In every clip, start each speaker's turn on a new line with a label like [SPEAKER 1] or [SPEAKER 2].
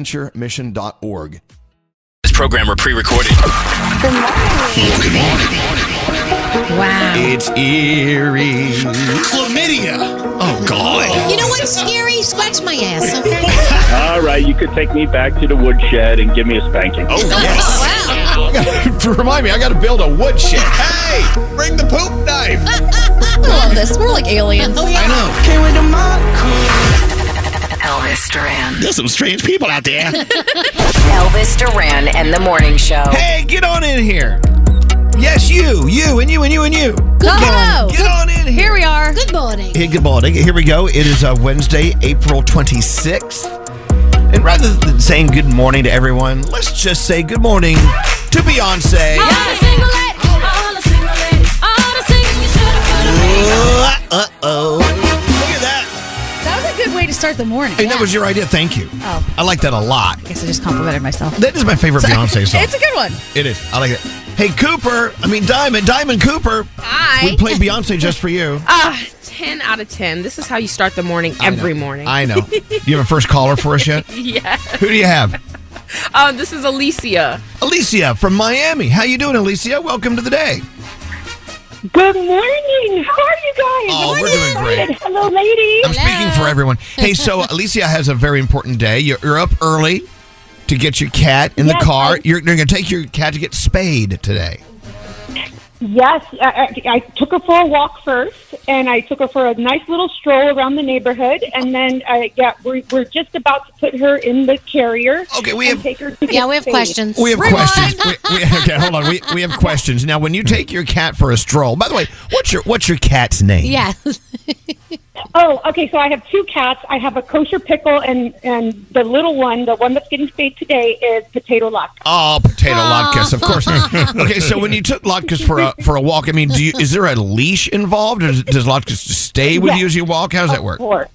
[SPEAKER 1] bonaventuremission.org.
[SPEAKER 2] This program were pre-recorded.
[SPEAKER 3] Wow.
[SPEAKER 1] It's eerie.
[SPEAKER 4] Chlamydia.
[SPEAKER 1] Oh, God.
[SPEAKER 5] You know what's scary? Scratch my ass, okay?
[SPEAKER 6] All right, you could take me back to the woodshed and give me a spanking.
[SPEAKER 4] Oh, yes.
[SPEAKER 1] Remind me, I got to build a woodshed.
[SPEAKER 4] hey, bring the poop knife.
[SPEAKER 5] I love this. We're like aliens.
[SPEAKER 4] I know.
[SPEAKER 7] Elvis Duran.
[SPEAKER 4] There's some strange people out there.
[SPEAKER 7] Elvis Duran and the Morning Show.
[SPEAKER 4] hey, get on in here. Yes, you, you, and you, and you, and you.
[SPEAKER 3] Good
[SPEAKER 4] Get on,
[SPEAKER 3] morning.
[SPEAKER 4] get on in here.
[SPEAKER 3] Here we are. Good morning.
[SPEAKER 4] Hey, good morning. Here we go. It is uh, Wednesday, April 26th. And rather than saying good morning to everyone, let's just say good morning to Beyonce. Uh oh. Look at that.
[SPEAKER 8] That was a good way to start the morning.
[SPEAKER 4] And that was your idea. Thank you.
[SPEAKER 8] Oh.
[SPEAKER 4] I like that a lot.
[SPEAKER 8] I guess I just complimented myself.
[SPEAKER 4] That is my favorite Beyonce song.
[SPEAKER 8] It's a good one.
[SPEAKER 4] It is. I like it. Hey, Cooper. I mean, Diamond. Diamond Cooper.
[SPEAKER 9] Hi.
[SPEAKER 4] We played Beyonce just for you.
[SPEAKER 9] Ah, 10 out of 10. This is how you start the morning every morning.
[SPEAKER 4] I know. Do you have a first caller for us yet?
[SPEAKER 9] yeah.
[SPEAKER 4] Who do you have?
[SPEAKER 9] Um, this is Alicia.
[SPEAKER 4] Alicia from Miami. How you doing, Alicia? Welcome to the day.
[SPEAKER 10] Good morning. How are you guys?
[SPEAKER 4] Oh, we're doing great.
[SPEAKER 10] Hello, ladies.
[SPEAKER 4] I'm speaking for everyone. Hey, so Alicia has a very important day. You're, you're up early to get your cat in
[SPEAKER 10] Yes,
[SPEAKER 4] the car.
[SPEAKER 10] I-
[SPEAKER 4] You're, you're going to take your cat to get spayed today.
[SPEAKER 10] Yes, I, I, I took her for a walk first, and I took her for a nice little stroll around the neighborhood, and then I, yeah, we're, we're just about to put her in the carrier.
[SPEAKER 4] Okay, we
[SPEAKER 10] and
[SPEAKER 4] have-
[SPEAKER 10] take her. To
[SPEAKER 3] Yeah,
[SPEAKER 10] get
[SPEAKER 3] we have
[SPEAKER 10] spayed.
[SPEAKER 3] questions.
[SPEAKER 4] We have
[SPEAKER 3] Rewind.
[SPEAKER 4] questions. We, we, okay, hold on. We, we have questions now. When you take your cat for a stroll, by the way, what's your what's your cat's name?
[SPEAKER 3] Yeah.
[SPEAKER 10] Oh, okay. So I have two cats. I have a kosher pickle, and and the little one, the one that's getting spayed today, is Potato Luck.
[SPEAKER 4] Oh, potato
[SPEAKER 3] Aw.
[SPEAKER 4] latkes, of course. okay, so when you took latkes for a for a walk, I mean, do you, is there a leash involved, or does, does latkes just stay with you
[SPEAKER 10] Yes.
[SPEAKER 4] as you walk? How does that work?
[SPEAKER 10] Or-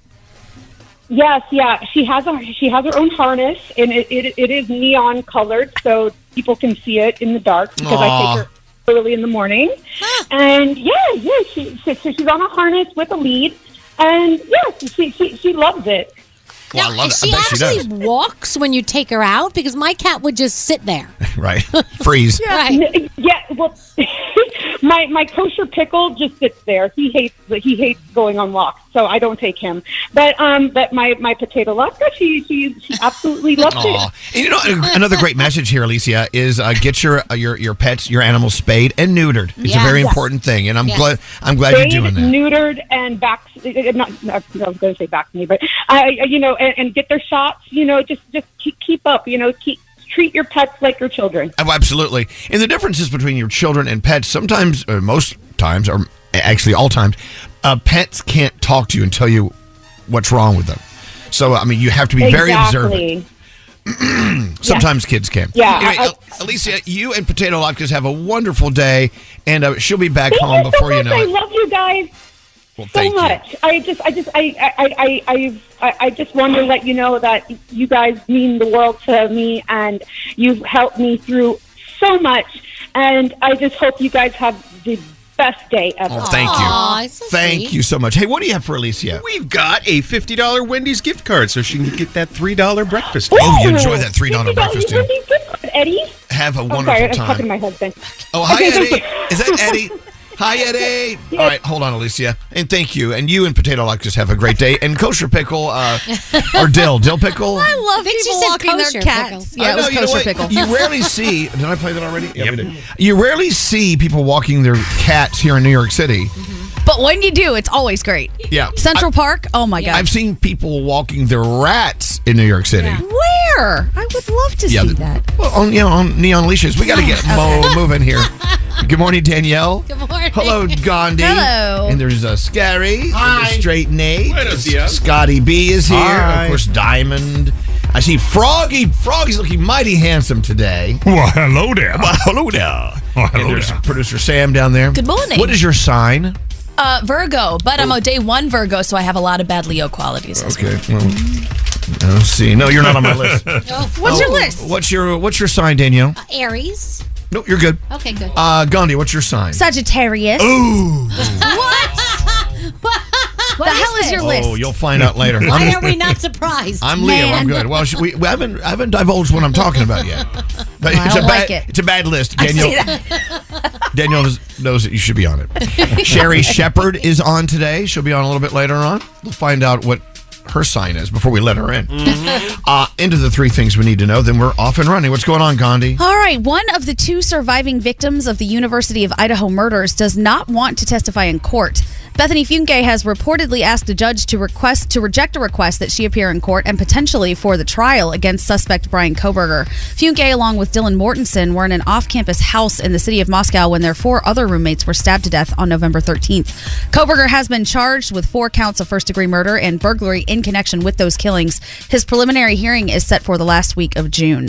[SPEAKER 10] Yes, yeah. She has a she has her own harness, and it, it, it is neon colored, so people can see it in the dark because
[SPEAKER 4] Aw.
[SPEAKER 10] I take her early in the morning. and yeah, yeah, she, she so she's on a harness with a lead, and yeah, she she, she loves it.
[SPEAKER 4] Well, I love it. I
[SPEAKER 3] she
[SPEAKER 4] bet she
[SPEAKER 3] actually
[SPEAKER 4] does.
[SPEAKER 3] walks when you take her out because my cat would just sit there.
[SPEAKER 4] Right, freeze.
[SPEAKER 3] Right.
[SPEAKER 10] Yeah, well, my my kosher pickle just sits there. He hates he hates going on walks, so I don't take him. But um, but my my potato latke, she she, she absolutely loves
[SPEAKER 4] Aw.
[SPEAKER 10] it.
[SPEAKER 4] And you know, Uh, another great message here, Alicia, is uh, get your uh, your your pets, your animals spayed and neutered. It's
[SPEAKER 10] Yeah.
[SPEAKER 4] a very
[SPEAKER 10] Yes.
[SPEAKER 4] important thing, and I'm
[SPEAKER 10] Yes.
[SPEAKER 4] glad I'm glad
[SPEAKER 10] Spayed,
[SPEAKER 4] you're doing that.
[SPEAKER 10] Neutered and back, not, not I was going to say back me, but I, I- you know, and, and get their shots. You know, just just keep, keep up. You know, keep treat your pets like your children.
[SPEAKER 4] Oh, absolutely. And the differences between your children and pets sometimes, or most times, or actually all times, uh, pets can't talk to you and tell you what's wrong with them. So I mean, you have to be very observant.
[SPEAKER 10] exactly.
[SPEAKER 4] Sometimes kids can.
[SPEAKER 10] Yeah,
[SPEAKER 4] Anyway,
[SPEAKER 10] I- I-
[SPEAKER 4] Al- Alicia, you and Potato Latkes have a wonderful day, and uh, she'll be back home
[SPEAKER 10] you so
[SPEAKER 4] before you
[SPEAKER 10] much.
[SPEAKER 4] know
[SPEAKER 10] I
[SPEAKER 4] it.
[SPEAKER 10] love you guys
[SPEAKER 4] Well,
[SPEAKER 10] so
[SPEAKER 4] thank you.
[SPEAKER 10] much. I just, I just, I, I, I, I, I, I just wanted to let you know that you guys mean the world to me, and you've helped me through so much. And I just hope you guys have the best day ever.
[SPEAKER 4] Oh, thank you. thank you so much. Hey, what do you have for Alicia?
[SPEAKER 11] We've got a $50 Wendy's gift card so she can get that $3 breakfast.
[SPEAKER 4] Oh, you enjoy that $3 breakfast, too.
[SPEAKER 10] Eddie.
[SPEAKER 4] Have a
[SPEAKER 10] I'm
[SPEAKER 4] wonderful
[SPEAKER 10] sorry, I'm
[SPEAKER 4] time.
[SPEAKER 10] talking to my husband.
[SPEAKER 4] Oh, hi, Eddie. Is that Eddie? Hi, Eddie. All right, hold on, Alicia, and thank you. And you and Potato Latkes have a great day. And kosher pickle uh, or dill, dill pickle.
[SPEAKER 8] I love
[SPEAKER 3] think she
[SPEAKER 8] people
[SPEAKER 3] said
[SPEAKER 8] walking
[SPEAKER 3] kosher
[SPEAKER 8] their cats.
[SPEAKER 3] pickle.
[SPEAKER 8] Yeah,
[SPEAKER 4] I
[SPEAKER 8] it was
[SPEAKER 4] know, you know
[SPEAKER 8] kosher
[SPEAKER 4] what?
[SPEAKER 8] pickle.
[SPEAKER 4] You rarely see. Did I play that already? Yeah, we did. You rarely see people walking their cats here in New York City.
[SPEAKER 10] Mm-hmm.
[SPEAKER 8] But when you do, it's always great.
[SPEAKER 4] Yeah.
[SPEAKER 8] Central Park. Oh my
[SPEAKER 4] I've
[SPEAKER 8] god.
[SPEAKER 4] seen people walking their rats in New York City.
[SPEAKER 8] Where? I would love to
[SPEAKER 4] Yeah,
[SPEAKER 8] see
[SPEAKER 4] the-
[SPEAKER 8] that.
[SPEAKER 4] Well, on, you know, on neon leashes. We got to get Mo moving here. Good morning, Danielle. Good
[SPEAKER 3] morning.
[SPEAKER 4] Hello, Gandhi.
[SPEAKER 12] Hello.
[SPEAKER 4] And there's uh, Scary. Hi. Straight Nate.
[SPEAKER 11] Buenos dias.
[SPEAKER 4] Scotty B is here.
[SPEAKER 11] Hi.
[SPEAKER 4] Of course, Diamond. I see Froggy. Froggy's looking mighty handsome today.
[SPEAKER 13] Well, hello there.
[SPEAKER 4] Well, hello there.
[SPEAKER 13] Well, hello
[SPEAKER 4] and there's
[SPEAKER 13] there.
[SPEAKER 4] producer Sam down there.
[SPEAKER 12] Good morning.
[SPEAKER 4] What is your sign?
[SPEAKER 12] Uh, Virgo, but I'm a day one Virgo, so I have a lot of bad Leo qualities. as
[SPEAKER 4] Oh. Okay. Well, I don't see. No, you're not on my list. Oh,
[SPEAKER 12] What's your list?
[SPEAKER 4] What's your What's your sign, Danielle?
[SPEAKER 3] Aries.
[SPEAKER 4] No, you're good.
[SPEAKER 3] Uh, Okay, good.
[SPEAKER 4] Uh, Gandhi, what's your sign?
[SPEAKER 8] Sagittarius.
[SPEAKER 4] Ooh.
[SPEAKER 8] what?
[SPEAKER 3] What
[SPEAKER 8] the hell is your list?
[SPEAKER 4] Oh, you'll find out later.
[SPEAKER 3] Why
[SPEAKER 4] I'm-
[SPEAKER 3] are we not surprised?
[SPEAKER 4] I'm Leo. I'm good. Well, sh- we, we haven't I haven't divulged what I'm talking about yet. But
[SPEAKER 8] Well, I
[SPEAKER 4] it's a
[SPEAKER 8] don't
[SPEAKER 4] bad
[SPEAKER 8] like it.
[SPEAKER 4] it's a bad list.
[SPEAKER 8] I see
[SPEAKER 4] Daniel
[SPEAKER 8] that.
[SPEAKER 4] Daniel knows, knows that you should be on it. Sherry Shepherd is on today. She'll be on a little bit later on. We'll find out what her sign is before we let her in. Uh, into the three things we need to know. Then we're off and running. What's going on, Gandhi?
[SPEAKER 8] All right, one of the two surviving victims of the University of Idaho murders does not want to testify in court. Bethany Funke has reportedly asked a judge to request to reject a request that she appear in court and potentially for the trial against suspect Brian Koberger. Funke, along with Dylan Mortensen, were in an off-campus house in the city of Moscow when their four other roommates were stabbed to death on November 13th. Koberger has been charged with four counts of first-degree murder and burglary in connection with those killings. His preliminary hearing is set for the last week of June.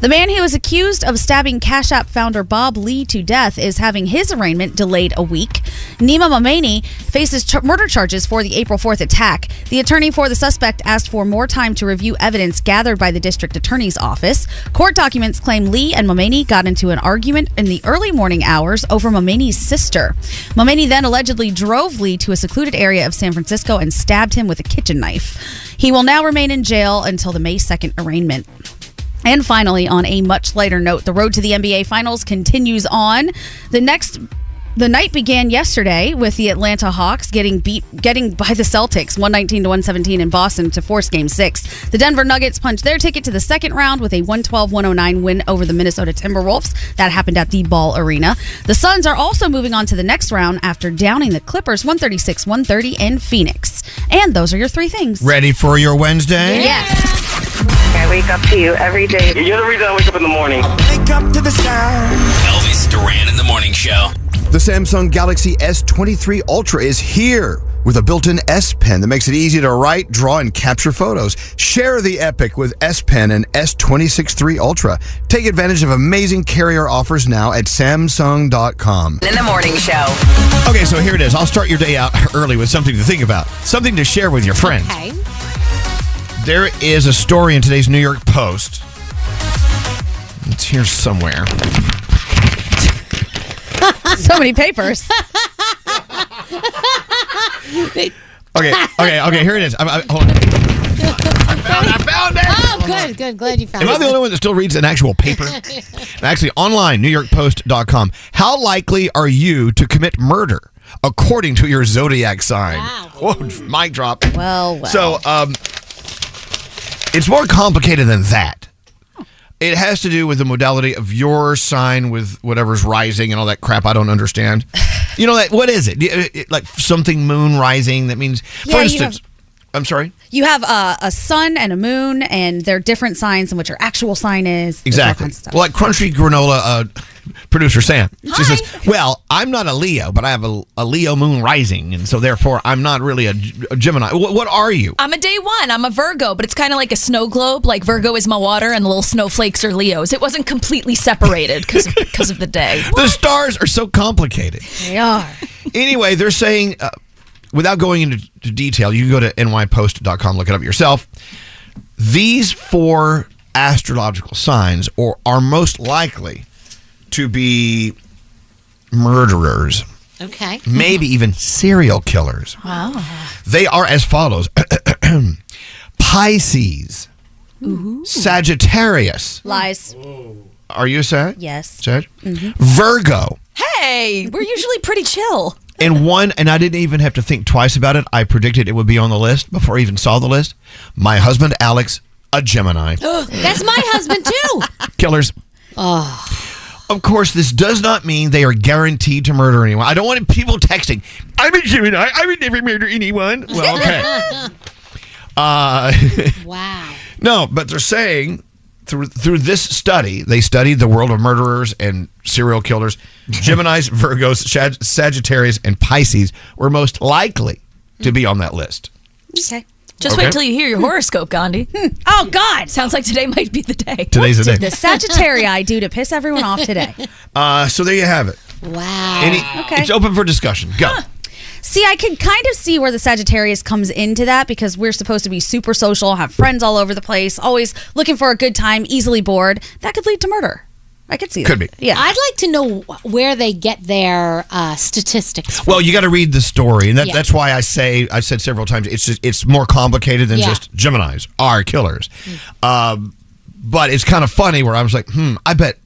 [SPEAKER 8] The man who is accused of stabbing Cash App founder Bob Lee to death is having his arraignment delayed a week. Nima Mamani faces ch- murder charges for the April 4th attack. The attorney for the suspect asked for more time to review evidence gathered by the district attorney's office. Court documents claim Lee and Mamani got into an argument in the early morning hours over Mamani's sister. Mamani then allegedly drove Lee to a secluded area of San Francisco and stabbed him with a kitchen knife. He will now remain in jail until the May 2nd arraignment. And finally, on a much lighter note, the road to the NBA Finals continues on. The next. The night began yesterday with the Atlanta Hawks getting beat, getting by the Celtics, one nineteen to one seventeen in Boston to force Game Six. The Denver Nuggets punched their ticket to the second round with a 112-109 win over the Minnesota Timberwolves. That happened at the Ball Arena. The Suns are also moving on to the next round after downing the Clippers, one thirty six one thirty in Phoenix. And those are your three things.
[SPEAKER 4] Ready for your Wednesday?
[SPEAKER 8] Yes.
[SPEAKER 14] I wake up to you every day. You're the reason I wake up in the morning. Wake up to the sound.
[SPEAKER 2] Elvis Duran in the morning show.
[SPEAKER 6] The Samsung Galaxy S23 Ultra is here with a built in S Pen that makes it easy to write, draw, and capture photos. Share the epic with S Pen and S263 Ultra. Take advantage of amazing carrier offers now at Samsung.com.
[SPEAKER 7] In the morning show.
[SPEAKER 4] Okay, so here it is. I'll start your day out early with something to think about, something to share with your friends.
[SPEAKER 3] Okay.
[SPEAKER 4] There is a story in today's New York Post. It's here somewhere.
[SPEAKER 8] so many papers.
[SPEAKER 4] Okay, okay, okay. Here it is. I, I, hold on.
[SPEAKER 3] I found it. Oh, Good, good. Glad you found
[SPEAKER 4] Am
[SPEAKER 3] it.
[SPEAKER 4] I the only one that still reads an actual paper? Actually, online, NewYorkPost.com. How likely are you to commit murder according to your zodiac sign? Wow. Whoa, mic drop.
[SPEAKER 8] Well, well.
[SPEAKER 4] So, um, it's more complicated than that. It has to do with the modality of your sign with whatever's rising and all that crap I don't understand. You know, like, what is it? Do- it- it- Like something moon rising that means,
[SPEAKER 8] Yeah,
[SPEAKER 4] for
[SPEAKER 8] you
[SPEAKER 4] instance,
[SPEAKER 8] have-
[SPEAKER 4] I'm sorry.
[SPEAKER 8] You have uh, a sun and a moon, and they're different signs, and what your actual sign is. There's all
[SPEAKER 4] Exactly.
[SPEAKER 8] kinds of stuff.
[SPEAKER 4] Well, like crunchy granola, uh, producer Sam. She says, "Well, I'm not a Leo, but I have a, a Leo moon rising, and so therefore I'm not really a, G- a Gemini. What, what are you?
[SPEAKER 12] I'm a day one. I'm a Virgo, but it's kind of like a snow globe. Like Virgo is my water, and the little snowflakes are Leos. It wasn't completely separated because of the day.
[SPEAKER 4] The stars are so complicated.
[SPEAKER 8] They are.
[SPEAKER 4] anyway, they're saying, uh, without going into to detail, you can go to nypost.com, look it up yourself. These four astrological signs or are most likely to be murderers,
[SPEAKER 3] Okay.
[SPEAKER 4] maybe
[SPEAKER 8] Mm-hmm.
[SPEAKER 4] even serial killers.
[SPEAKER 3] Wow.
[SPEAKER 4] They are as follows Pisces, Sagittarius.
[SPEAKER 8] Lies.
[SPEAKER 4] Are you a Sag?
[SPEAKER 8] Yes.
[SPEAKER 4] Sag?
[SPEAKER 8] Mhm.
[SPEAKER 4] Virgo.
[SPEAKER 12] Hey, we're usually pretty chill.
[SPEAKER 4] And one, and I didn't even have to think twice about it. I predicted it would be on the list before I even saw the list. My husband, Alex, a Gemini.
[SPEAKER 3] That's my husband too.
[SPEAKER 4] Killers. Of course, this does not mean they are guaranteed to murder anyone. I don't want people texting, I'm a Gemini. I would never murder anyone. Well, okay. Uh,
[SPEAKER 3] wow.
[SPEAKER 4] No, but they're saying through through this study, they studied the world of murderers and serial killers. Gemini's, Virgos, Shag- Sagittarius, and Pisces were most likely to be on that list.
[SPEAKER 8] Okay.
[SPEAKER 12] Just
[SPEAKER 4] Okay.
[SPEAKER 12] wait till you hear your horoscope, Gandhi.
[SPEAKER 8] oh God!
[SPEAKER 12] Sounds like today might be the day.
[SPEAKER 4] Today's the
[SPEAKER 8] Did
[SPEAKER 4] day.
[SPEAKER 8] the Sagittarii do to piss everyone off today?
[SPEAKER 4] Uh, so there you have it.
[SPEAKER 8] Wow.
[SPEAKER 4] Any,
[SPEAKER 8] okay.
[SPEAKER 4] It's open for discussion. Go.
[SPEAKER 8] See, I can kind of see where the Sagittarius comes into that because we're supposed to be super social, have friends all over the place, always looking for a good time, easily bored. That could lead to murder. I could see
[SPEAKER 4] Could
[SPEAKER 8] that.
[SPEAKER 4] be.
[SPEAKER 8] Yeah.
[SPEAKER 3] I'd like to know wh- where they get their uh, statistics.
[SPEAKER 4] Well, you got to read the story, and that,
[SPEAKER 3] Yeah.
[SPEAKER 4] that's why I say I said several times it's just, it's more complicated than
[SPEAKER 3] Yeah.
[SPEAKER 4] just Gemini's are killers. Um, but it's kind of funny where I was like, hmm, I bet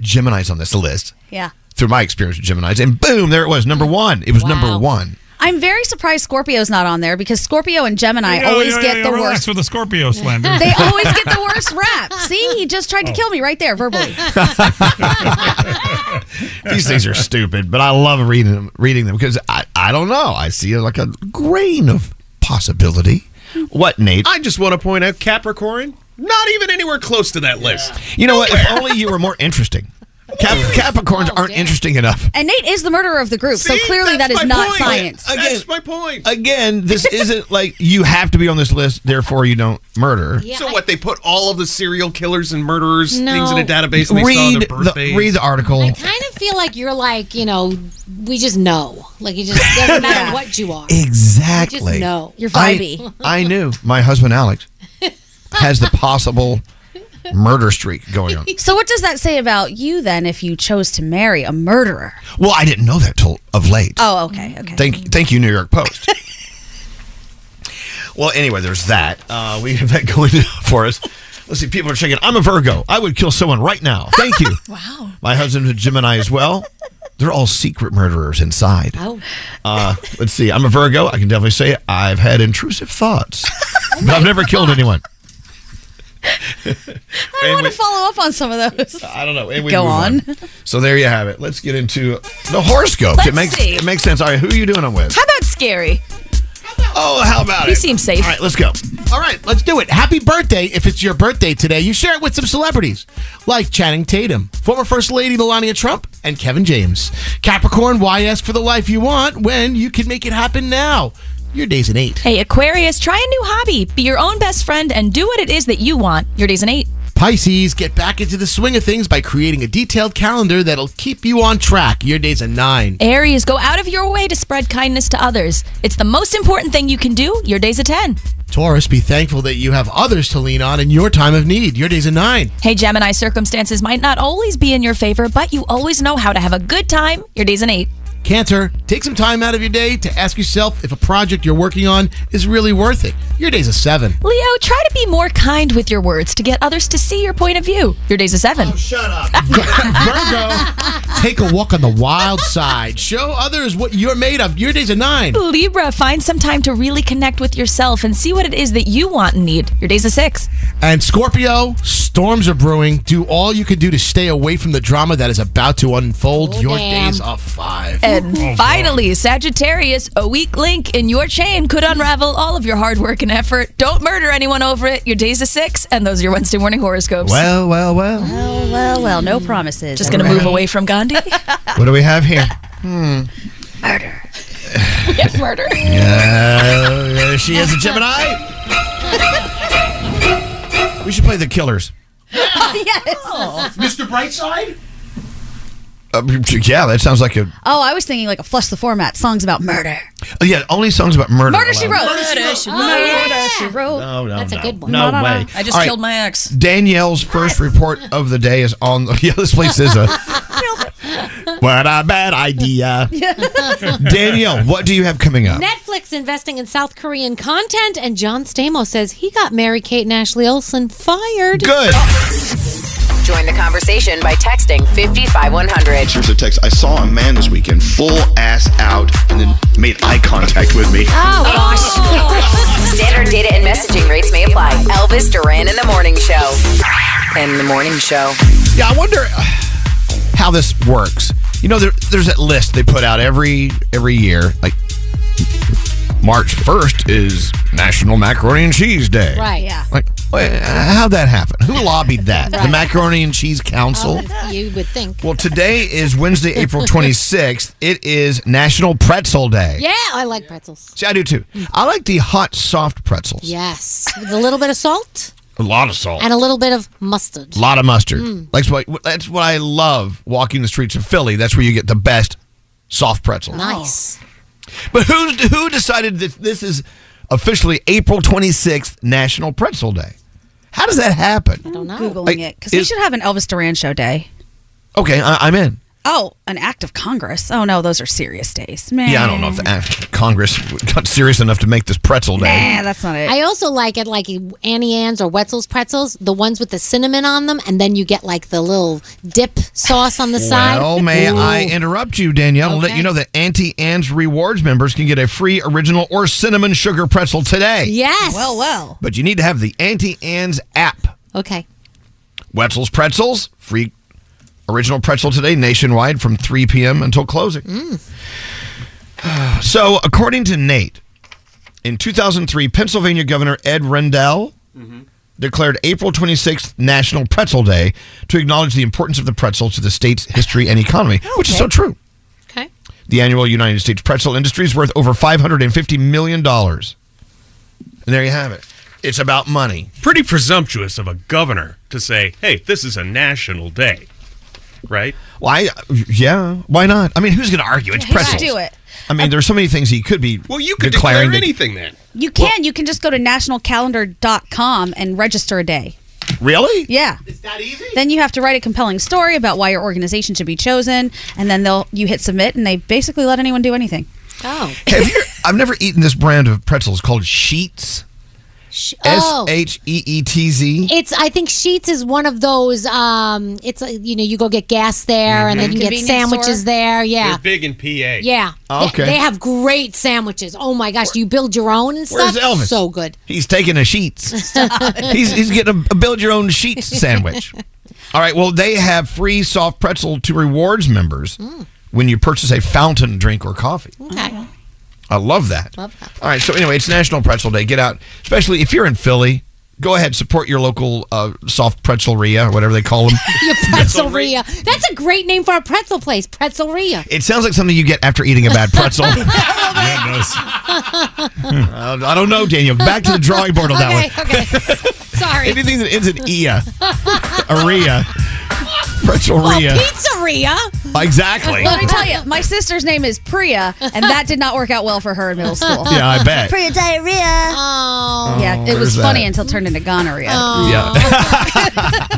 [SPEAKER 4] Gemini's on this list.
[SPEAKER 8] Yeah.
[SPEAKER 4] through my experience with Gemini's, and boom, there it was, number one. It was number one.
[SPEAKER 8] I'm very surprised Scorpio's not on there because Scorpio and Gemini
[SPEAKER 13] Yeah,
[SPEAKER 8] always
[SPEAKER 13] yeah,
[SPEAKER 8] get
[SPEAKER 13] yeah,
[SPEAKER 8] the
[SPEAKER 13] relax
[SPEAKER 8] worst.
[SPEAKER 13] with the Scorpio slander.
[SPEAKER 8] They always get the worst rap. See, he just tried to kill me right there verbally.
[SPEAKER 4] These things are stupid, but I love reading them, reading them because I, I don't know. I see like a grain of possibility. What, Nate?
[SPEAKER 11] I just want to point out Capricorn, not even anywhere close to that list.
[SPEAKER 4] You know what? If only you were more interesting. Cap- Capricorns aren't interesting enough.
[SPEAKER 8] and Nate is the murderer of the group, so clearly that is not science.
[SPEAKER 4] That's my point. Again, this isn't like you have to be on this list, therefore you don't murder.
[SPEAKER 11] so what? They put all of the serial killers and murderers
[SPEAKER 3] No.
[SPEAKER 11] things in a database. And they saw
[SPEAKER 4] read
[SPEAKER 11] their birthdays.
[SPEAKER 4] the read the article.
[SPEAKER 3] kind of feel like you're like you know we just know like it just doesn't matter what you are.
[SPEAKER 4] Exactly.
[SPEAKER 3] You just know. You're
[SPEAKER 4] I-
[SPEAKER 3] vibey.
[SPEAKER 4] I, knew my husband Alex has the possible murder streak going on.
[SPEAKER 8] So what does that say about you then if you chose to marry a murderer?
[SPEAKER 4] Well, I didn't know that till of late.
[SPEAKER 8] Oh, okay, okay.
[SPEAKER 4] Thank, thank you, New York Post. well, anyway, there's that. Uh, we have that going for us. Let's see. People are checking. I'm a Virgo. I would kill someone right now. Thank you. wow. My husband's a Gemini as well. They're all secret murderers inside.
[SPEAKER 3] Oh.
[SPEAKER 4] Uh, let's see. I'm a Virgo. I can definitely say it. I've had intrusive thoughts, but I've never killed anyone.
[SPEAKER 8] I want to follow up on some of those.
[SPEAKER 4] I don't know. And we
[SPEAKER 8] Go
[SPEAKER 4] move
[SPEAKER 8] on.
[SPEAKER 4] So there you have it. Let's get into the horoscope.
[SPEAKER 12] Let's
[SPEAKER 4] it makes
[SPEAKER 12] see.
[SPEAKER 4] it makes sense. All right, who are you doing them with?
[SPEAKER 12] How about scary?
[SPEAKER 4] Oh, how about
[SPEAKER 12] he
[SPEAKER 4] it?
[SPEAKER 12] seems safe.
[SPEAKER 4] All right, let's go.
[SPEAKER 15] All right, let's do it. Happy birthday if it's your birthday today. You share it with some celebrities like Channing Tatum, former First Lady Melania Trump, and Kevin James. Capricorn, why ask for the life you want when you can make it happen now? Your day's an eight.
[SPEAKER 12] Hey, Aquarius, try a new hobby. Be your own best friend and do what it is that you want. Your day's an eight.
[SPEAKER 15] Pisces, get back into the swing of things by creating a detailed calendar that'll keep you on track. Your day's a nine.
[SPEAKER 12] Aries, go out of your way to spread kindness to others. It's the most important thing you can do. Your day's a 10.
[SPEAKER 15] Taurus, be thankful that you have others to lean on in your time of need. Your day's a nine.
[SPEAKER 12] Hey, Gemini, circumstances might not always be in your favor, but you always know how to have a good time. Your day's an 8.
[SPEAKER 15] Cancer, take some time out of your day to ask yourself if a project you're working on is really worth it. Your day's a seven.
[SPEAKER 12] Leo, try to be more kind with your words to get others to see your point of view. Your day's a seven. Oh,
[SPEAKER 15] shut up. Virgo, take a walk on the wild side. Show others what you're made of. Your day's a nine.
[SPEAKER 12] Libra, find some time to really connect with yourself and see what it is that you want and need. Your day's a six.
[SPEAKER 15] And Scorpio, storms are brewing. Do all you can do to stay away from the drama that is about to unfold.
[SPEAKER 8] Oh,
[SPEAKER 15] your
[SPEAKER 12] damn.
[SPEAKER 15] day's a five.
[SPEAKER 12] And
[SPEAKER 15] Oh,
[SPEAKER 12] finally, Sagittarius, a weak link in your chain could unravel all of your hard work and effort. Don't murder anyone over it. Your day's a six, and those are your Wednesday morning horoscopes.
[SPEAKER 4] Well, well, well.
[SPEAKER 8] Well, Oh, well, well. No promises.
[SPEAKER 12] Just going to
[SPEAKER 4] All
[SPEAKER 12] move
[SPEAKER 4] right.
[SPEAKER 12] away from Gandhi.
[SPEAKER 4] What do we have here? Hmm.
[SPEAKER 12] we have murder.
[SPEAKER 4] Yeah, there she is, a Gemini. We should play the Killers.
[SPEAKER 8] yes. Oh.
[SPEAKER 15] Mr. Brightside?
[SPEAKER 4] Uh, yeah, that sounds like a
[SPEAKER 8] Oh, I was thinking like a flush the format songs about murder.
[SPEAKER 4] Oh, yeah. Only songs about murder.
[SPEAKER 8] Murder, she wrote. Murder, she wrote. Murder, she wrote.
[SPEAKER 4] No, no,
[SPEAKER 8] That's a
[SPEAKER 4] no.
[SPEAKER 8] good one. No,
[SPEAKER 4] No
[SPEAKER 8] no, no.
[SPEAKER 4] way.
[SPEAKER 12] I just
[SPEAKER 4] All right.
[SPEAKER 12] killed my ex.
[SPEAKER 4] Danielle's first report of the day is on. Yeah, this place is a. what a bad idea. Danielle, what do you have coming up?
[SPEAKER 3] Netflix investing in South Korean content, and John Stamos says he got Mary Kate and Ashley Olsen fired.
[SPEAKER 4] Good.
[SPEAKER 7] Join the conversation by texting 55100.
[SPEAKER 13] In terms of text, I saw a man this weekend, full ass out, and then made eye contact with me.
[SPEAKER 7] gosh. Oh. Standard data and messaging rates may apply. Elvis Duran in the morning show. In the morning show.
[SPEAKER 4] Yeah, I wonder uh, how this works. You know, there, there's that list they put out every every year. Like March 1st is National Macaroni and Cheese Day.
[SPEAKER 3] Right. Yeah.
[SPEAKER 4] Like, wait, uh, how'd that happen? Who lobbied that? The
[SPEAKER 3] Right. Oh,
[SPEAKER 4] Macaroni and Cheese Council.
[SPEAKER 3] You would think.
[SPEAKER 4] Well, today is Wednesday, April 26th. It is National Pretzel Day.
[SPEAKER 3] Yeah, I like pretzels.
[SPEAKER 4] See, I do too. I like the hot, soft pretzels.
[SPEAKER 3] Yes, with a little bit of salt
[SPEAKER 4] A lot of salt.
[SPEAKER 3] and a little bit of mustard.
[SPEAKER 4] lot of mustard.
[SPEAKER 3] Mm.
[SPEAKER 4] That's what that's what I love walking the streets of Philly. That's where you get the best soft pretzels. Oh.
[SPEAKER 3] Nice.
[SPEAKER 4] But who who decided that this is officially April 26th National Pretzel Day? How does that happen?
[SPEAKER 8] I don't know. Googling
[SPEAKER 4] Like,
[SPEAKER 8] it because we
[SPEAKER 4] is-
[SPEAKER 8] should have an Elvis Duran show day.
[SPEAKER 4] Okay, I, I'm in.
[SPEAKER 8] Oh, an act of Congress. Oh no, those are serious days. Man.
[SPEAKER 4] Yeah, I don't know if the, uh, Congress got serious enough to make this Pretzel Day.
[SPEAKER 8] Nah, that's not it.
[SPEAKER 3] I also like it like Annie Ann's or Wetzel's pretzels, the ones with the cinnamon on them, and then you get like the little dip sauce on the side.
[SPEAKER 4] Well, may
[SPEAKER 3] Ooh.
[SPEAKER 4] I interrupt you, Danielle, and let you know that Auntie Anne's Rewards members can get a free original or cinnamon sugar pretzel today.
[SPEAKER 3] Yes. Well, well.
[SPEAKER 4] But you need to have the Auntie Anne's app.
[SPEAKER 3] Okay.
[SPEAKER 4] Wetzel's Pretzels, free original pretzel today nationwide from 3 p.m. until closing. So, according to Nate, in 2003, Pennsylvania Governor Ed Rendell declared April 26th National Pretzel Day to acknowledge the importance of the pretzel to the state's history and economy, which is so true.
[SPEAKER 3] Okay.
[SPEAKER 4] The annual United States pretzel industry is worth over $550 million. And there you have it. It's about money.
[SPEAKER 16] Pretty presumptuous of a governor to say, hey, this is a national day, right?
[SPEAKER 4] Why? Yeah. Why not? I mean, who's going to argue? It's
[SPEAKER 8] Just
[SPEAKER 4] pretzels.
[SPEAKER 8] do it.
[SPEAKER 4] I mean, there's so many things he could be.
[SPEAKER 8] Well, you
[SPEAKER 16] could declare
[SPEAKER 4] declaring that-
[SPEAKER 16] anything then.
[SPEAKER 8] You can. you can just go to nationalcalendar.com and register a day.
[SPEAKER 4] Really?
[SPEAKER 8] Yeah. It's that easy? Then you have to write a compelling story about why your organization should be chosen, and then they'll you hit submit, and they basically let anyone do anything.
[SPEAKER 3] Oh.
[SPEAKER 4] Have you, I've never eaten this brand of pretzels called Sheets. S
[SPEAKER 3] oh.
[SPEAKER 4] H E E T Z.
[SPEAKER 3] It's I think Sheets is one of those um it's uh, you know you go get gas there and
[SPEAKER 4] Mm-hmm.
[SPEAKER 3] then you get
[SPEAKER 8] Convenience
[SPEAKER 3] sandwiches
[SPEAKER 8] store?
[SPEAKER 3] there. Yeah.
[SPEAKER 16] They're big in PA.
[SPEAKER 3] Yeah.
[SPEAKER 4] Oh,
[SPEAKER 3] They-
[SPEAKER 4] okay.
[SPEAKER 3] They, have great sandwiches. Oh my gosh, you build your own and
[SPEAKER 4] Where's
[SPEAKER 3] stuff.
[SPEAKER 4] Elvis?
[SPEAKER 3] So good.
[SPEAKER 4] He's taking a Sheets. he's, he's getting a, a build your own Sheets sandwich. All right. Well, they have free soft pretzel to rewards members
[SPEAKER 3] Mm.
[SPEAKER 4] when you purchase a fountain drink or coffee.
[SPEAKER 3] Okay.
[SPEAKER 4] I love that.
[SPEAKER 3] Love that.
[SPEAKER 4] All right. So anyway, it's National Pretzel Day. Get out, especially if you're in Philly. Go ahead, support your local uh, soft pretzelria, or whatever they call them.
[SPEAKER 3] Your pretzelria. That's a great name for a pretzel place, pretzelria.
[SPEAKER 4] it sounds like something you get after eating a bad pretzel. Uh, I don't know, Daniel. Back to the drawing board on that one.
[SPEAKER 3] Okay, Sorry.
[SPEAKER 4] Anything that ends in E ia, aria, pretzelria.
[SPEAKER 3] pizzeria.
[SPEAKER 4] exactly.
[SPEAKER 8] Let me tell you, my sister's name is Priya, and that did not work out well for her in middle school.
[SPEAKER 4] Yeah, I bet.
[SPEAKER 8] Priya diarrhea.
[SPEAKER 3] Oh.
[SPEAKER 8] Yeah, it was
[SPEAKER 4] There's that.
[SPEAKER 8] funny until it turned into gonorrhea.
[SPEAKER 4] Yeah.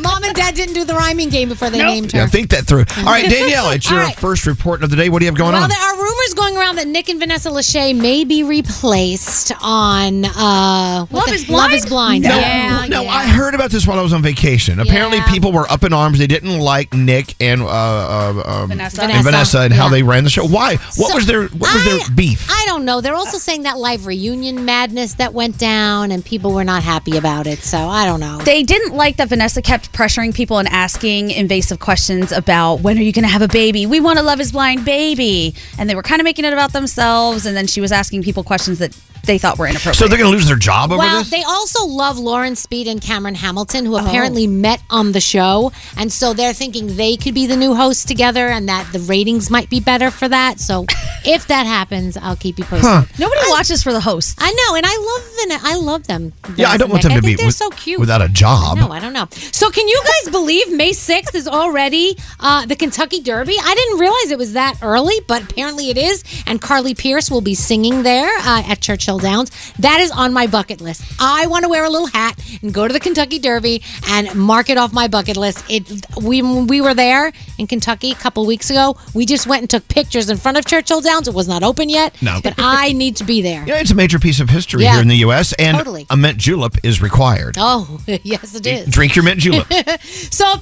[SPEAKER 3] Mom and Dad didn't do the rhyming game before they named her.
[SPEAKER 4] yeah, think that through. All right, Danielle, it's your
[SPEAKER 3] All right.
[SPEAKER 4] first report of the day. What do you have going
[SPEAKER 3] well,
[SPEAKER 4] on?
[SPEAKER 3] there are rumors going around that Nick and Vanessa Lachey may be replaced on uh, Love is Love is Blind.
[SPEAKER 4] No,
[SPEAKER 3] yeah,
[SPEAKER 4] no,
[SPEAKER 3] yeah.
[SPEAKER 4] I heard about this while I was on vacation. Apparently, people were up in arms. They didn't like Nick and uh, uh, um,
[SPEAKER 3] Vanessa.
[SPEAKER 4] and Vanessa and how
[SPEAKER 3] Yeah.
[SPEAKER 4] they ran the show. Why? What
[SPEAKER 3] So,
[SPEAKER 4] was their What was their beef?
[SPEAKER 3] I don't know. They're also saying that live reunion madness that went down, and people were not happy about it. So I don't know.
[SPEAKER 8] They didn't like that Vanessa kept pressuring people and asking invasive questions about when are you going to have a baby? We want a Love is Blind baby. And they were kind of making it about themselves. And then she was asking people questions that they thought were inappropriate.
[SPEAKER 4] So they're going to lose their job over
[SPEAKER 3] well,
[SPEAKER 4] this?
[SPEAKER 3] they also love Lauren Speed and Cameron Hamilton,
[SPEAKER 4] Oh.
[SPEAKER 3] who apparently met on the show, and so they're thinking they could be the new hosts together, and that the ratings might be better for that. So, if that happens, I'll keep you posted.
[SPEAKER 4] Huh.
[SPEAKER 8] Nobody watches for the hosts.
[SPEAKER 3] I know, and I love Van- I love them.
[SPEAKER 4] yeah, I don't want
[SPEAKER 3] Vanessa
[SPEAKER 4] them to
[SPEAKER 3] and Nick.
[SPEAKER 4] be
[SPEAKER 3] I think they're
[SPEAKER 4] with-
[SPEAKER 3] so cute
[SPEAKER 4] without a job.
[SPEAKER 3] No, I don't know. So, can you guys believe May 6th is already uh, the Kentucky Derby? I didn't realize it was that early, but apparently it is. And Carly Pierce will be singing there uh, at Churchill Downs. That is on my bucket list. I want to wear a little hat and go to the Kentucky Derby and mark it off my bucket list. It we when we were there in Kentucky a couple weeks ago. We just went and took pictures in front of Churchill Downs. It was not open yet,
[SPEAKER 4] No.
[SPEAKER 3] but I need to be there.
[SPEAKER 4] Yeah, it's a major piece of history
[SPEAKER 3] Yeah.
[SPEAKER 4] here in the U.S. And
[SPEAKER 3] Totally.
[SPEAKER 4] a mint julep is required.
[SPEAKER 3] Oh, yes, it is.
[SPEAKER 4] Drink your mint julep.
[SPEAKER 3] so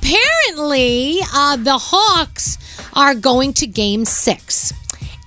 [SPEAKER 3] apparently, uh, the Hawks are going to game six.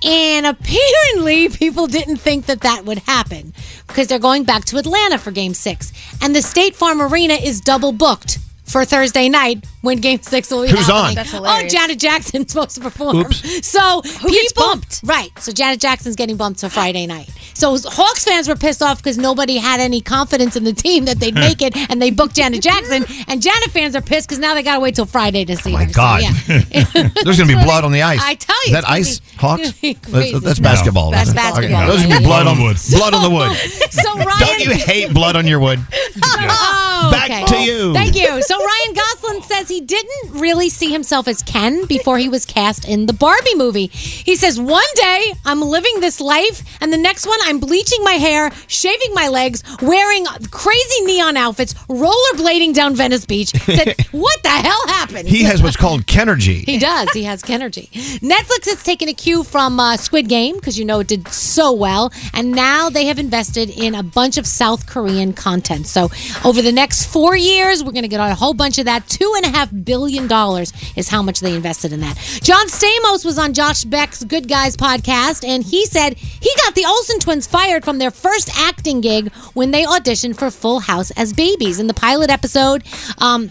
[SPEAKER 3] And apparently, people didn't think that that would happen because they're going back to Atlanta for game six. And the State Farm Arena is double booked for Thursday night when game six will be
[SPEAKER 8] Who's
[SPEAKER 3] happening.
[SPEAKER 8] on? That's
[SPEAKER 3] Oh,
[SPEAKER 8] hilarious.
[SPEAKER 3] Janet Jackson's supposed to perform.
[SPEAKER 8] Oops.
[SPEAKER 3] So people, bumped? Right. So Janet Jackson's getting bumped to Friday night. So Hawks fans were pissed off because nobody had any confidence in the team that they'd make it, and they booked Janet Jackson. And Janet fans are pissed because now they got to wait till Friday to see her.
[SPEAKER 4] Oh My God.
[SPEAKER 3] So, yeah.
[SPEAKER 4] There's going to be blood on the ice.
[SPEAKER 3] I tell you,
[SPEAKER 4] Is that
[SPEAKER 3] it's gonna
[SPEAKER 4] ice
[SPEAKER 3] be-
[SPEAKER 4] Hawks?
[SPEAKER 3] be crazy.
[SPEAKER 4] That's, that's
[SPEAKER 3] No.
[SPEAKER 4] basketball.
[SPEAKER 3] That's
[SPEAKER 4] isn't it?
[SPEAKER 3] basketball.
[SPEAKER 4] Okay, no, There's going to be
[SPEAKER 3] Yeah.
[SPEAKER 4] blood on the wood. Blood on the wood.
[SPEAKER 3] So Ryan,
[SPEAKER 4] Don't you hate blood on your wood?
[SPEAKER 3] Oh,
[SPEAKER 4] Back
[SPEAKER 3] okay.
[SPEAKER 4] to you.
[SPEAKER 3] Thank you. So Ryan Gosling says he didn't really see himself as Ken before he was cast in the Barbie movie. He says, "One day I'm living this life, and the next one I'm bleaching my hair, shaving my legs, wearing crazy neon outfits, rollerblading down Venice Beach." Said, "What the hell happened?"
[SPEAKER 4] He has what's called Kenergy.
[SPEAKER 3] He does. He has energy. Netflix has taken a cue from uh, Squid Game because you know it did so well, and now they have invested in a bunch of South Korean content. So over the next four years, we're going to get a whole bunch of that. Two and a half billion dollars is how much they invested in that. John Stamos was on Josh Beck's Good Guys podcast, and he said he got the Olsen twins fired from their first acting gig when they auditioned for Full House as babies in the pilot episode. Um,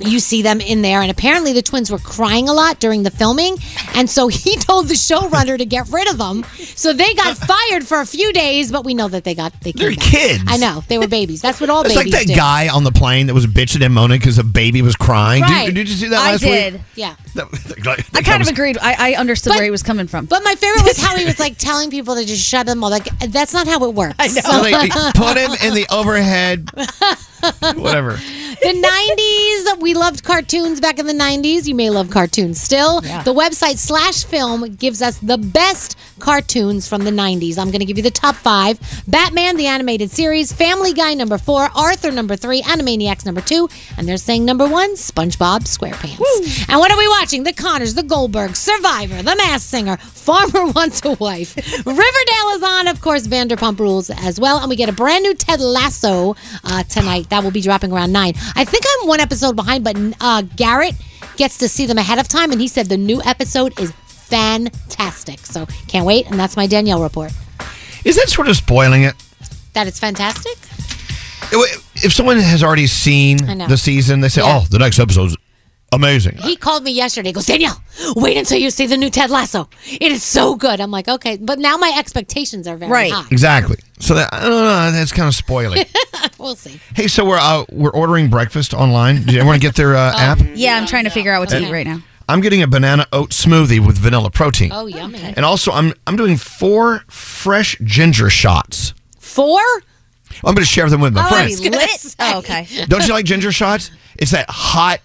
[SPEAKER 3] you see them in there. And apparently, the twins were crying a lot during the filming. And so he told the showrunner to get rid of them. So they got fired for a few days, but we know that they got they came
[SPEAKER 4] They're
[SPEAKER 3] back.
[SPEAKER 4] kids.
[SPEAKER 3] I know they were babies. That's what all
[SPEAKER 4] It's like
[SPEAKER 3] babies
[SPEAKER 4] that
[SPEAKER 3] do.
[SPEAKER 4] guy on the plane that was bitching and moaning because a baby was crying. Did-
[SPEAKER 3] Right.
[SPEAKER 4] Did, you see that
[SPEAKER 8] I
[SPEAKER 4] last
[SPEAKER 8] did.
[SPEAKER 4] week?
[SPEAKER 3] Yeah.
[SPEAKER 8] I kind of agreed. I, I understood where he was coming from.
[SPEAKER 3] But my favorite was how he was like telling people to just shut them all. Like that's not how it works. I
[SPEAKER 4] put him in the overhead, whatever.
[SPEAKER 3] the 90s we loved cartoons back in the 90s you may love cartoons still the website slash film gives us the best cartoons from the 90s i'm going to give you the top five batman the animated series family guy number four arthur number three animaniacs number two and they're saying number one spongebob squarepants and what are we watching the connors the goldberg survivor the mass singer farmer wants a wife riverdale is on of course vanderpump rules as well and we get a brand new ted lasso uh, tonight that will be dropping around nine i think i'm one episode behind but uh, garrett gets to see them ahead of time and he said the new episode is fantastic so can't wait and that's my danielle report
[SPEAKER 4] Is that sort of spoiling it?
[SPEAKER 3] that it's fantastic
[SPEAKER 4] If someone has already seen
[SPEAKER 3] I know.
[SPEAKER 4] the season, they say,
[SPEAKER 3] Yeah.
[SPEAKER 4] "Oh, the next episode's amazing."
[SPEAKER 3] he called me yesterday. He goes, Danielle, wait until you see the new Ted Lasso. It is so good. I'm like, okay, but now my expectations are very high.
[SPEAKER 4] Exactly. So that I don't know. That's kind of spoiling.
[SPEAKER 3] we'll see.
[SPEAKER 4] hey, so we're uh, we're ordering breakfast online. Did everyone get their
[SPEAKER 3] Um,
[SPEAKER 4] uh, app?
[SPEAKER 8] yeah, I'm trying to figure out what to eat right now.
[SPEAKER 4] I'm getting a banana oat smoothie with vanilla protein.
[SPEAKER 8] Oh, yummy.
[SPEAKER 4] And also, I'm I'm doing four fresh ginger shots.
[SPEAKER 3] Four?
[SPEAKER 4] I'm going to share them with
[SPEAKER 8] Oh,
[SPEAKER 4] my friends.
[SPEAKER 8] lit. Oh, okay.
[SPEAKER 4] Don't you like ginger shots? It's that hot,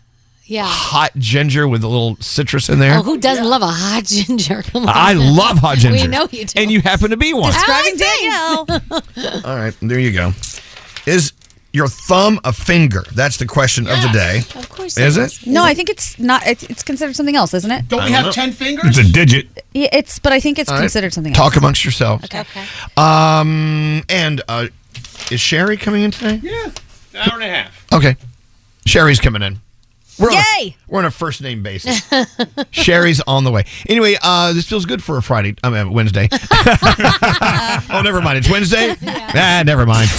[SPEAKER 3] Yeah.
[SPEAKER 4] hot ginger with a little citrus in there.
[SPEAKER 3] Oh, who doesn't love a hot ginger? Come on.
[SPEAKER 4] I love hot ginger.
[SPEAKER 3] We know you do.
[SPEAKER 4] And you happen to be one. Ah.
[SPEAKER 3] Describing Danielle.
[SPEAKER 4] All right, there you go. Is your thumb a finger? That's the question of the day.
[SPEAKER 8] Of course.
[SPEAKER 4] Is
[SPEAKER 8] it
[SPEAKER 4] it?
[SPEAKER 8] No, I think it's not. It's, it's considered something else, isn't it?
[SPEAKER 4] Don't we I don't have know. 10
[SPEAKER 15] fingers?
[SPEAKER 4] It's a digit.
[SPEAKER 8] Yeah, it's. But I think it's
[SPEAKER 4] All right.
[SPEAKER 8] considered something
[SPEAKER 4] Talk
[SPEAKER 8] else.
[SPEAKER 4] amongst yourselves.
[SPEAKER 8] Okay. okay.
[SPEAKER 4] Um, and uh, is Sherry coming in today?
[SPEAKER 11] Yeah, hour and a half.
[SPEAKER 4] Okay. Sherry's coming in. We're on a-
[SPEAKER 11] Yay!
[SPEAKER 4] we're on a first name basis. Sherry's on the way. Anyway, uh, this feels good for a Friday. I mean, Wednesday. oh, never mind. It's Wednesday? Ah, never mind.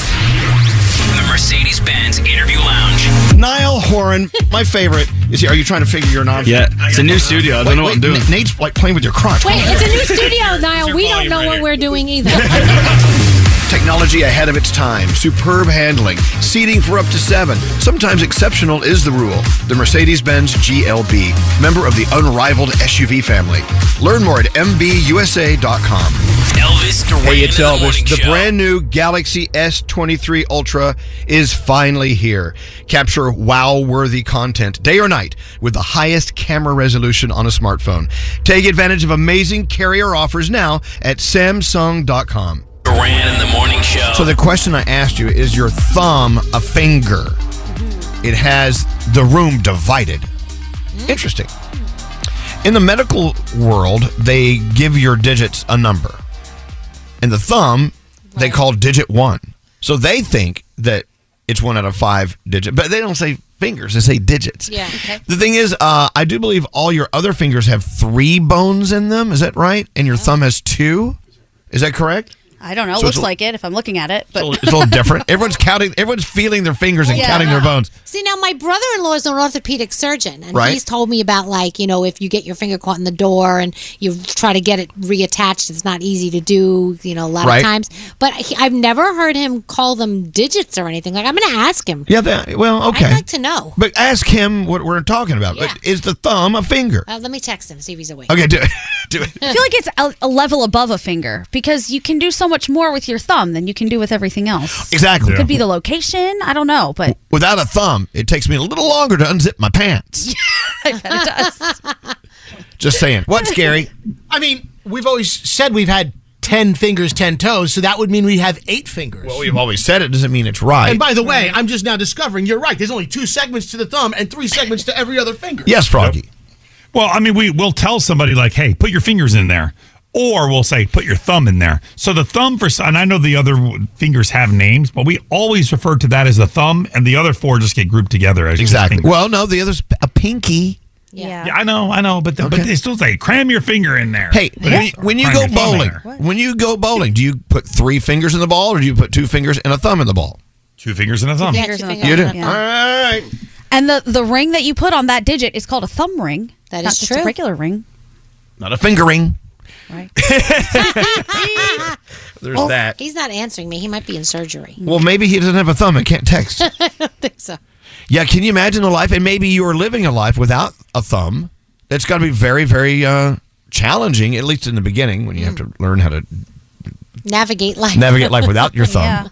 [SPEAKER 2] The Mercedes Benz Interview Lounge.
[SPEAKER 4] Niall Horan, my favorite, is here. Are you trying to figure your nonsense?
[SPEAKER 2] Yeah, it's a new studio. I don't know what I'm doing.
[SPEAKER 4] Nate's like playing with your crotch.
[SPEAKER 3] Wait,
[SPEAKER 4] Hold on.
[SPEAKER 3] it's a new studio, Niall. We don't know what we're doing either.
[SPEAKER 4] Technology ahead of its time, superb handling, seating for up to seven. Sometimes exceptional is the rule. The Mercedes Benz GLB, member of the unrivaled SUV family. Learn more at MBUSA.com.
[SPEAKER 2] Elvis Duran.
[SPEAKER 4] Hey, it's
[SPEAKER 2] in the morning
[SPEAKER 4] Elvis. The
[SPEAKER 2] show.
[SPEAKER 4] brand new Galaxy S23 Ultra is finally here. Capture wow worthy content day or night with the highest camera resolution on a smartphone. Take advantage of amazing carrier offers now at Samsung.com.
[SPEAKER 2] Duran in the morning show.
[SPEAKER 4] So the question I asked you is your thumb a finger?
[SPEAKER 14] Mm-hmm.
[SPEAKER 4] It has the room divided. Interesting. In the medical world, they give your digits a number. And the thumb, they call digit 1. So they think that it's 1 out of 5 digit, but they don't say fingers, they say digits.
[SPEAKER 14] Yeah. Okay.
[SPEAKER 4] The thing is, uh, I do believe all your other fingers have 3 bones in them, is that right? And your thumb has 2? Is that correct?
[SPEAKER 8] I don't know.
[SPEAKER 4] So
[SPEAKER 8] looks
[SPEAKER 4] it's a-
[SPEAKER 8] like it if I'm looking at it, but
[SPEAKER 4] It's a little different. Everyone's counting. Everyone's feeling their fingers and
[SPEAKER 3] Yeah.
[SPEAKER 4] counting their bones.
[SPEAKER 3] See, now my brother in law is an orthopedic surgeon, and
[SPEAKER 4] Right.
[SPEAKER 3] he's told me about, like, you know, if you get your finger caught in the door and you try to get it reattached, it's not easy to do, you know, a lot
[SPEAKER 4] Right.
[SPEAKER 3] of times. But he, I've never heard him call them digits or anything. Like, I'm going to ask him.
[SPEAKER 4] Yeah. That, well, okay.
[SPEAKER 3] I'd like to know.
[SPEAKER 4] but ask him what we're talking about.
[SPEAKER 3] Yeah.
[SPEAKER 4] Is the thumb a finger?
[SPEAKER 3] Uh, let me text him, see if he's awake.
[SPEAKER 4] Okay. Do it. Do it.
[SPEAKER 8] I feel like it's a, a level above a finger because you can do so much more with your thumb than you can do with everything else.
[SPEAKER 4] Exactly.
[SPEAKER 8] Could be the location. I don't know, but
[SPEAKER 4] Without a thumb, it takes me a little longer to unzip my pants.
[SPEAKER 8] I bet it does.
[SPEAKER 4] Just saying. What's Gary?
[SPEAKER 15] I mean, we've always said we've had 10 fingers, 10 toes, so that would mean we have eight fingers.
[SPEAKER 4] Well, we've always said it doesn't mean it's right.
[SPEAKER 15] and by the way, I'm just now discovering you're right. There's only two segments to the thumb and three segments to every other finger.
[SPEAKER 4] Yes, Froggy.
[SPEAKER 17] Well, I mean, we will tell somebody like, "Hey, put your fingers in there," or we'll say, "Put your thumb in there." So the thumb for, and I know the other w- fingers have names, but we always refer to that as the thumb, and the other four just get grouped together as
[SPEAKER 4] exactly.
[SPEAKER 17] Your
[SPEAKER 4] Well, no, the other's a pinky.
[SPEAKER 17] yeah. I know, I know, but the, but they still say, "Cram your finger in there."
[SPEAKER 4] Hey,
[SPEAKER 17] But
[SPEAKER 4] when,
[SPEAKER 17] it's-
[SPEAKER 4] when you
[SPEAKER 17] cram
[SPEAKER 4] go
[SPEAKER 17] your thumb in
[SPEAKER 4] bowling,
[SPEAKER 17] there.
[SPEAKER 4] when you go bowling, do you put three fingers in the ball or do you put two fingers and a thumb in the ball?
[SPEAKER 17] Two fingers and a thumb.
[SPEAKER 8] Yeah, two fingers
[SPEAKER 4] You do.
[SPEAKER 8] and a thumb.
[SPEAKER 4] All right.
[SPEAKER 8] And the the ring that you put on that digit is called a thumb ring. That is not just a
[SPEAKER 4] true.
[SPEAKER 8] regular ring.
[SPEAKER 4] Not a finger ring.
[SPEAKER 8] Right.
[SPEAKER 4] There's
[SPEAKER 3] Oh,
[SPEAKER 4] that.
[SPEAKER 3] He's not answering me. He might be in surgery.
[SPEAKER 4] Well, maybe he doesn't have a thumb and can't text.
[SPEAKER 3] I don't think so.
[SPEAKER 4] Yeah, can you imagine a life? And maybe you are living a life without a thumb. That's got to be very, very uh, challenging, at least in the beginning when you have to learn how to
[SPEAKER 3] Navigate life.
[SPEAKER 4] navigate life without your thumb.
[SPEAKER 3] Yeah.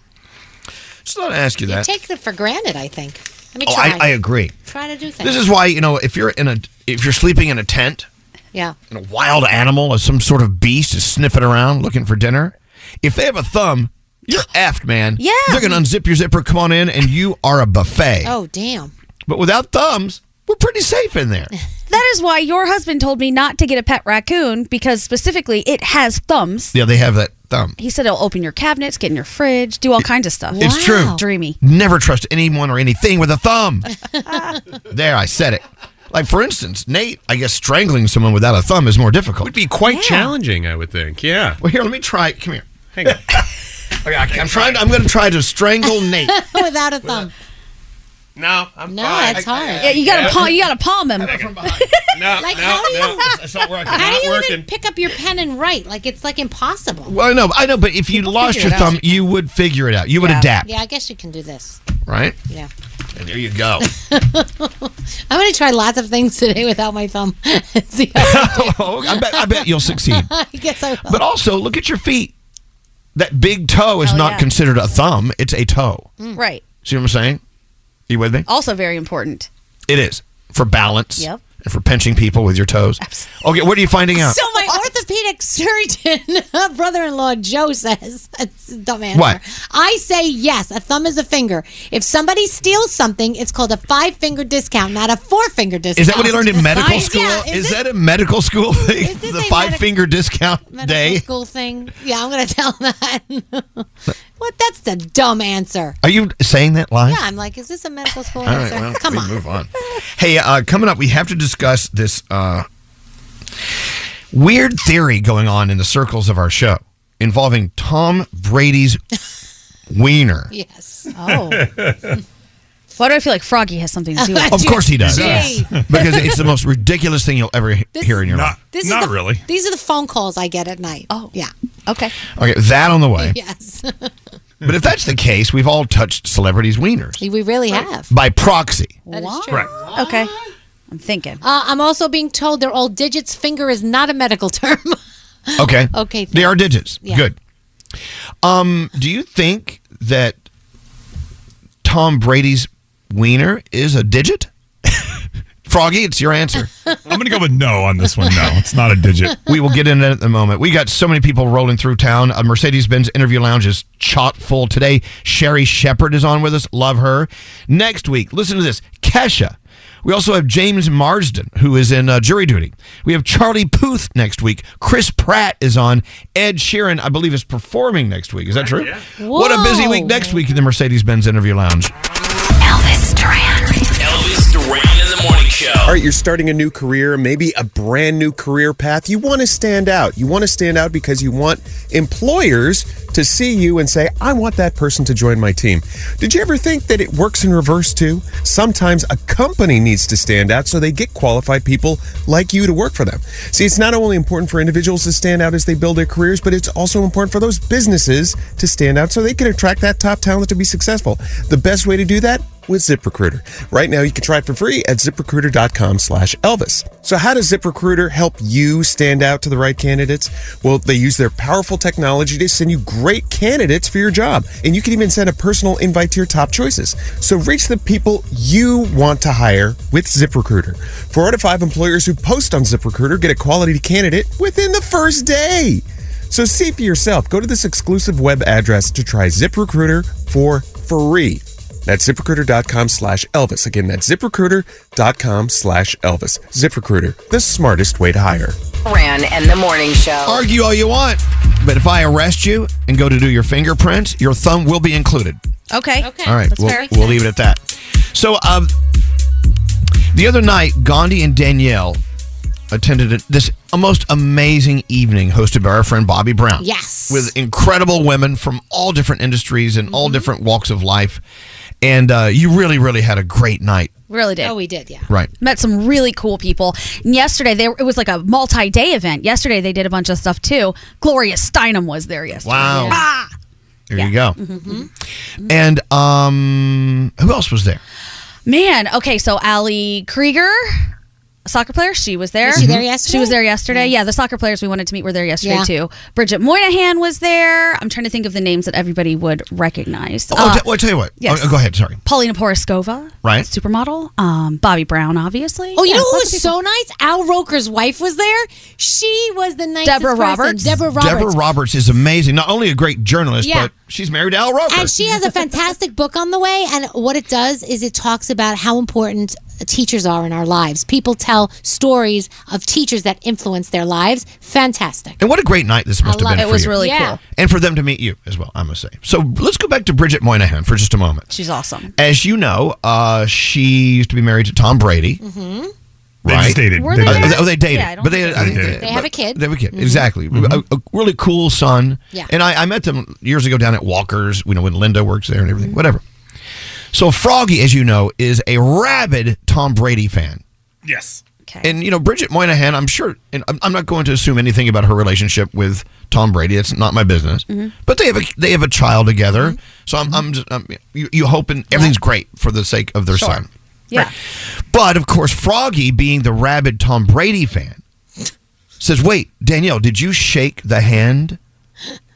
[SPEAKER 4] Just thought I'd ask you
[SPEAKER 3] You
[SPEAKER 4] that.
[SPEAKER 3] take it for granted, I think. Let me
[SPEAKER 4] Oh,
[SPEAKER 3] try.
[SPEAKER 4] I, I agree.
[SPEAKER 3] Try to do things.
[SPEAKER 4] This is why you know if you're in a if you're sleeping in a tent
[SPEAKER 3] Yeah.
[SPEAKER 4] and a wild animal or some sort of beast is sniffing around looking for dinner, if they have a thumb, you're effed, man.
[SPEAKER 3] Yeah.
[SPEAKER 4] they're gonna unzip your zipper, come on in, and you are a buffet.
[SPEAKER 3] Oh, damn.
[SPEAKER 4] But without thumbs, we're pretty safe in there.
[SPEAKER 8] That is why your husband told me not to get a pet raccoon because specifically it has thumbs.
[SPEAKER 4] Yeah, they have that thumb.
[SPEAKER 8] He said it'll open your cabinets, get in your fridge, do all kinds of stuff.
[SPEAKER 4] It's true.
[SPEAKER 8] Dreamy.
[SPEAKER 4] Never trust anyone or anything with a thumb. there, I said it. Like for instance, Nate, I guess strangling someone without a thumb is more difficult. Would
[SPEAKER 11] be quite challenging, I would think. Yeah.
[SPEAKER 4] Well, here, let me try. Come here.
[SPEAKER 11] Hang on.
[SPEAKER 4] Okay, I- I'm trying. To, I'm going to try to strangle Nate.
[SPEAKER 3] Without a thumb.
[SPEAKER 11] No, I'm
[SPEAKER 3] No,
[SPEAKER 11] fine.
[SPEAKER 3] it's hard.
[SPEAKER 8] Yeah, you gotta palm, you gotta palm him.
[SPEAKER 11] No,
[SPEAKER 3] Like,
[SPEAKER 11] no,
[SPEAKER 3] how do
[SPEAKER 11] no.
[SPEAKER 3] you-
[SPEAKER 11] It's not working.
[SPEAKER 3] How
[SPEAKER 11] Not
[SPEAKER 3] do you
[SPEAKER 11] working.
[SPEAKER 3] even pick up your pen and write? Like it's like impossible.
[SPEAKER 4] Well, I know, I know, but if you lost
[SPEAKER 3] figure
[SPEAKER 4] your
[SPEAKER 3] it out.
[SPEAKER 4] thumb, you would figure it out. You would adapt,
[SPEAKER 3] Yeah, I guess you can do this.
[SPEAKER 4] right?
[SPEAKER 3] Yeah.
[SPEAKER 4] And there you go.
[SPEAKER 3] I'm gonna try lots of things today without my thumb.
[SPEAKER 4] Hmm.
[SPEAKER 3] See how
[SPEAKER 4] Oh, I bet, I bet you'll succeed.
[SPEAKER 3] I guess I will.
[SPEAKER 4] But also, look at your feet. That big toe is
[SPEAKER 8] Oh,
[SPEAKER 4] not
[SPEAKER 8] yeah.
[SPEAKER 4] considered a thumb; it's a toe.
[SPEAKER 8] Right.
[SPEAKER 4] See what I'm saying? You with
[SPEAKER 3] Oh.
[SPEAKER 4] me?
[SPEAKER 8] Also very important.
[SPEAKER 4] It is for balance.
[SPEAKER 8] Yep.
[SPEAKER 4] And for pinching people with your toes. Okay, what are you finding out?
[SPEAKER 3] So my is Pete Sturgeon, brother-in-law Joe says. That's a dumb answer.
[SPEAKER 4] What?
[SPEAKER 3] I say yes. A thumb is a finger. If somebody steals something, it's called a five-finger discount, not a four-finger discount.
[SPEAKER 4] That what he learned in medical
[SPEAKER 3] Yeah,
[SPEAKER 4] school?
[SPEAKER 3] is
[SPEAKER 4] is that a medical school thing? the five finger discount
[SPEAKER 3] medical
[SPEAKER 4] day.
[SPEAKER 3] school thing? Yeah, I'm gonna tell him that. what? That's the dumb answer.
[SPEAKER 4] Are you saying that live?
[SPEAKER 3] Yeah, I'm like, is this a medical school
[SPEAKER 4] All right,
[SPEAKER 3] answer?
[SPEAKER 4] well,
[SPEAKER 3] Come
[SPEAKER 4] we
[SPEAKER 3] on.
[SPEAKER 4] move on. Hey, uh, coming up, we have to discuss this uh, weird theory going on in the circles of our show involving Tom Brady's wiener.
[SPEAKER 3] Yes.
[SPEAKER 8] Oh. Why do I feel like Froggy has something to do with it?
[SPEAKER 4] Of course he does.
[SPEAKER 8] Gee.
[SPEAKER 4] because it's the most ridiculous thing you'll ever he-
[SPEAKER 3] This-
[SPEAKER 4] hear in your
[SPEAKER 3] Not-
[SPEAKER 4] life.
[SPEAKER 3] this is Not the- really. These are the phone calls I get at night. Oh, yeah. Okay.
[SPEAKER 4] Okay, that on the way.
[SPEAKER 3] Yes.
[SPEAKER 4] But if that's the case, we've all touched celebrities' wieners
[SPEAKER 3] we really have.
[SPEAKER 4] by proxy.
[SPEAKER 3] That is true.
[SPEAKER 4] Correct.
[SPEAKER 3] Okay.
[SPEAKER 8] I'm thinking.
[SPEAKER 3] Uh, I'm also being told they're all digits. Finger is not a medical term.
[SPEAKER 4] Okay.
[SPEAKER 3] Okay,
[SPEAKER 4] They are digits.
[SPEAKER 3] Yeah.
[SPEAKER 4] Good. Um, do you think that Tom Brady's wiener is a digit? Froggy, it's your answer. I'm going to go with no on this one. No, it's not a digit. We will get into it at the moment. We got so many people rolling through town. A Mercedes Benz interview lounge is chock full today. Sherry Shepard is on with us. Love her. Next week, listen to this Kesha. We also have James Marsden, who is in uh, jury duty. We have Charlie Puth next week. Chris Pratt is on. Ed Sheeran, I believe, is performing next week. Is that true? What a busy week next week in the Mercedes Benz Interview Lounge.
[SPEAKER 18] Elvis Duran. Elvis Duran in the morning show.
[SPEAKER 16] All right, you're starting a new career, maybe a brand new career path. You want to stand out. You want to stand out because you want employers to see you and say, I want that person to join my team. Did you ever think that it works in reverse too? Sometimes a company needs to stand out so they get qualified people like you to work for them. See, it's not only important for individuals to stand out as they build their careers, but it's also important for those businesses to stand out so they can attract that top talent to be successful. The best way to do that with ZipRecruiter. Right now, you can try it for free at ziprecruiter.com slash Elvis. So how does ZipRecruiter help you stand out to the right candidates? Well, they use their powerful technology to send you great candidates for your job. And you can even send a personal invite to your top choices. So reach the people you want to hire with ZipRecruiter. Four out of five employers who post on ZipRecruiter get a quality candidate within the first day. So see for yourself. Go to this exclusive web address to try ZipRecruiter for free. That's ziprecruiter.com slash Elvis. Again, that's ziprecruiter.com slash Elvis. ZipRecruiter, the smartest way to hire.
[SPEAKER 7] Duran and the morning show.
[SPEAKER 4] Argue all you want, but if I arrest you and go to do your fingerprints, your thumb will be included.
[SPEAKER 8] Okay. Okay.
[SPEAKER 4] All right,
[SPEAKER 8] That's
[SPEAKER 4] we'll,
[SPEAKER 8] fair.
[SPEAKER 4] we'll leave it at that. So, um, the other night, Gandhi and Danielle attended a, this a most amazing evening hosted by our friend Bobby Brown.
[SPEAKER 3] Yes.
[SPEAKER 4] with incredible women from all different industries and
[SPEAKER 8] Mm-hmm.
[SPEAKER 4] all different walks of life, and uh, you really, really had a great night.
[SPEAKER 8] Really did. Oh, we did, yeah.
[SPEAKER 4] Right.
[SPEAKER 8] Met some really cool people. And yesterday, they, it was like a multi day event. Yesterday, they did a bunch of stuff too. Gloria Steinem was there yesterday.
[SPEAKER 4] Wow.
[SPEAKER 8] Ah!
[SPEAKER 4] There you go.
[SPEAKER 8] Mhm.
[SPEAKER 4] And um, who else was there?
[SPEAKER 8] Man, okay, so Allie Krieger, a soccer player, she was there. Mm-hmm.
[SPEAKER 3] Was she there yesterday?
[SPEAKER 8] She was there yesterday. Yeah, the soccer players we wanted to meet were there yesterday
[SPEAKER 3] Yeah.
[SPEAKER 8] too. Bridget Moynihan was there. I'm trying to think of the names that everybody would recognize.
[SPEAKER 4] Oh,
[SPEAKER 8] Uh,
[SPEAKER 4] t- well, tell you what.
[SPEAKER 8] yes.
[SPEAKER 4] Oh, go ahead. Sorry.
[SPEAKER 8] Paulina Poroskova,
[SPEAKER 4] Right.
[SPEAKER 8] supermodel. Um, Bobby Brown, obviously.
[SPEAKER 3] Oh, you
[SPEAKER 8] Yeah,
[SPEAKER 3] know who
[SPEAKER 8] lots of
[SPEAKER 3] was so nice? Al Roker's wife was there. She was the nicest
[SPEAKER 8] Deborah
[SPEAKER 3] person.
[SPEAKER 8] Roberts?
[SPEAKER 3] Deborah Roberts.
[SPEAKER 4] Deborah Roberts is amazing. Not only a great journalist,
[SPEAKER 3] Yeah.
[SPEAKER 4] but she's married to Al Roker.
[SPEAKER 3] And she has a fantastic book on the way. And what it does is it talks about how important teachers are in our lives. People tell stories of teachers that influence their lives. Fantastic.
[SPEAKER 4] And what a great night this
[SPEAKER 3] I
[SPEAKER 4] must have
[SPEAKER 3] love
[SPEAKER 4] been.
[SPEAKER 3] it. It
[SPEAKER 4] for
[SPEAKER 3] was
[SPEAKER 4] you.
[SPEAKER 3] really Yeah. cool.
[SPEAKER 4] And for them to meet you as well, I must say. So let's go back to Bridget Moynihan for just a moment.
[SPEAKER 8] She's awesome.
[SPEAKER 4] As you know, uh, she used to be married to Tom Brady.
[SPEAKER 3] Mm-hmm.
[SPEAKER 4] They right?
[SPEAKER 2] dated.
[SPEAKER 4] Were
[SPEAKER 2] Were
[SPEAKER 4] they
[SPEAKER 2] they
[SPEAKER 4] uh,
[SPEAKER 2] married?
[SPEAKER 4] oh, they dated.
[SPEAKER 2] Yeah, I don't
[SPEAKER 4] but they,
[SPEAKER 2] think
[SPEAKER 4] I
[SPEAKER 2] they
[SPEAKER 4] think
[SPEAKER 2] dated.
[SPEAKER 3] They have a kid.
[SPEAKER 4] They have a kid.
[SPEAKER 3] Mhm.
[SPEAKER 4] Exactly. A, a really cool son.
[SPEAKER 3] Yeah.
[SPEAKER 4] And I, I met them years ago down at Walker's, you know, when Linda works there and everything, whatever. So Froggy, as you know, is a rabid Tom Brady fan.
[SPEAKER 2] Yes.
[SPEAKER 4] And you know, Bridget Moynihan, I'm sure, and I'm, I'm not going to assume anything about her relationship with Tom Brady. It's not my business.
[SPEAKER 3] Mm-hmm.
[SPEAKER 2] Mhm.
[SPEAKER 4] But they have a they have a child together, so I'm, I'm just I'm, you, you hope and everything's great for the sake of their son.
[SPEAKER 8] Yeah.
[SPEAKER 4] But of course, Froggy, being the rabid Tom Brady fan, says, "Wait, Danielle, did you shake the hand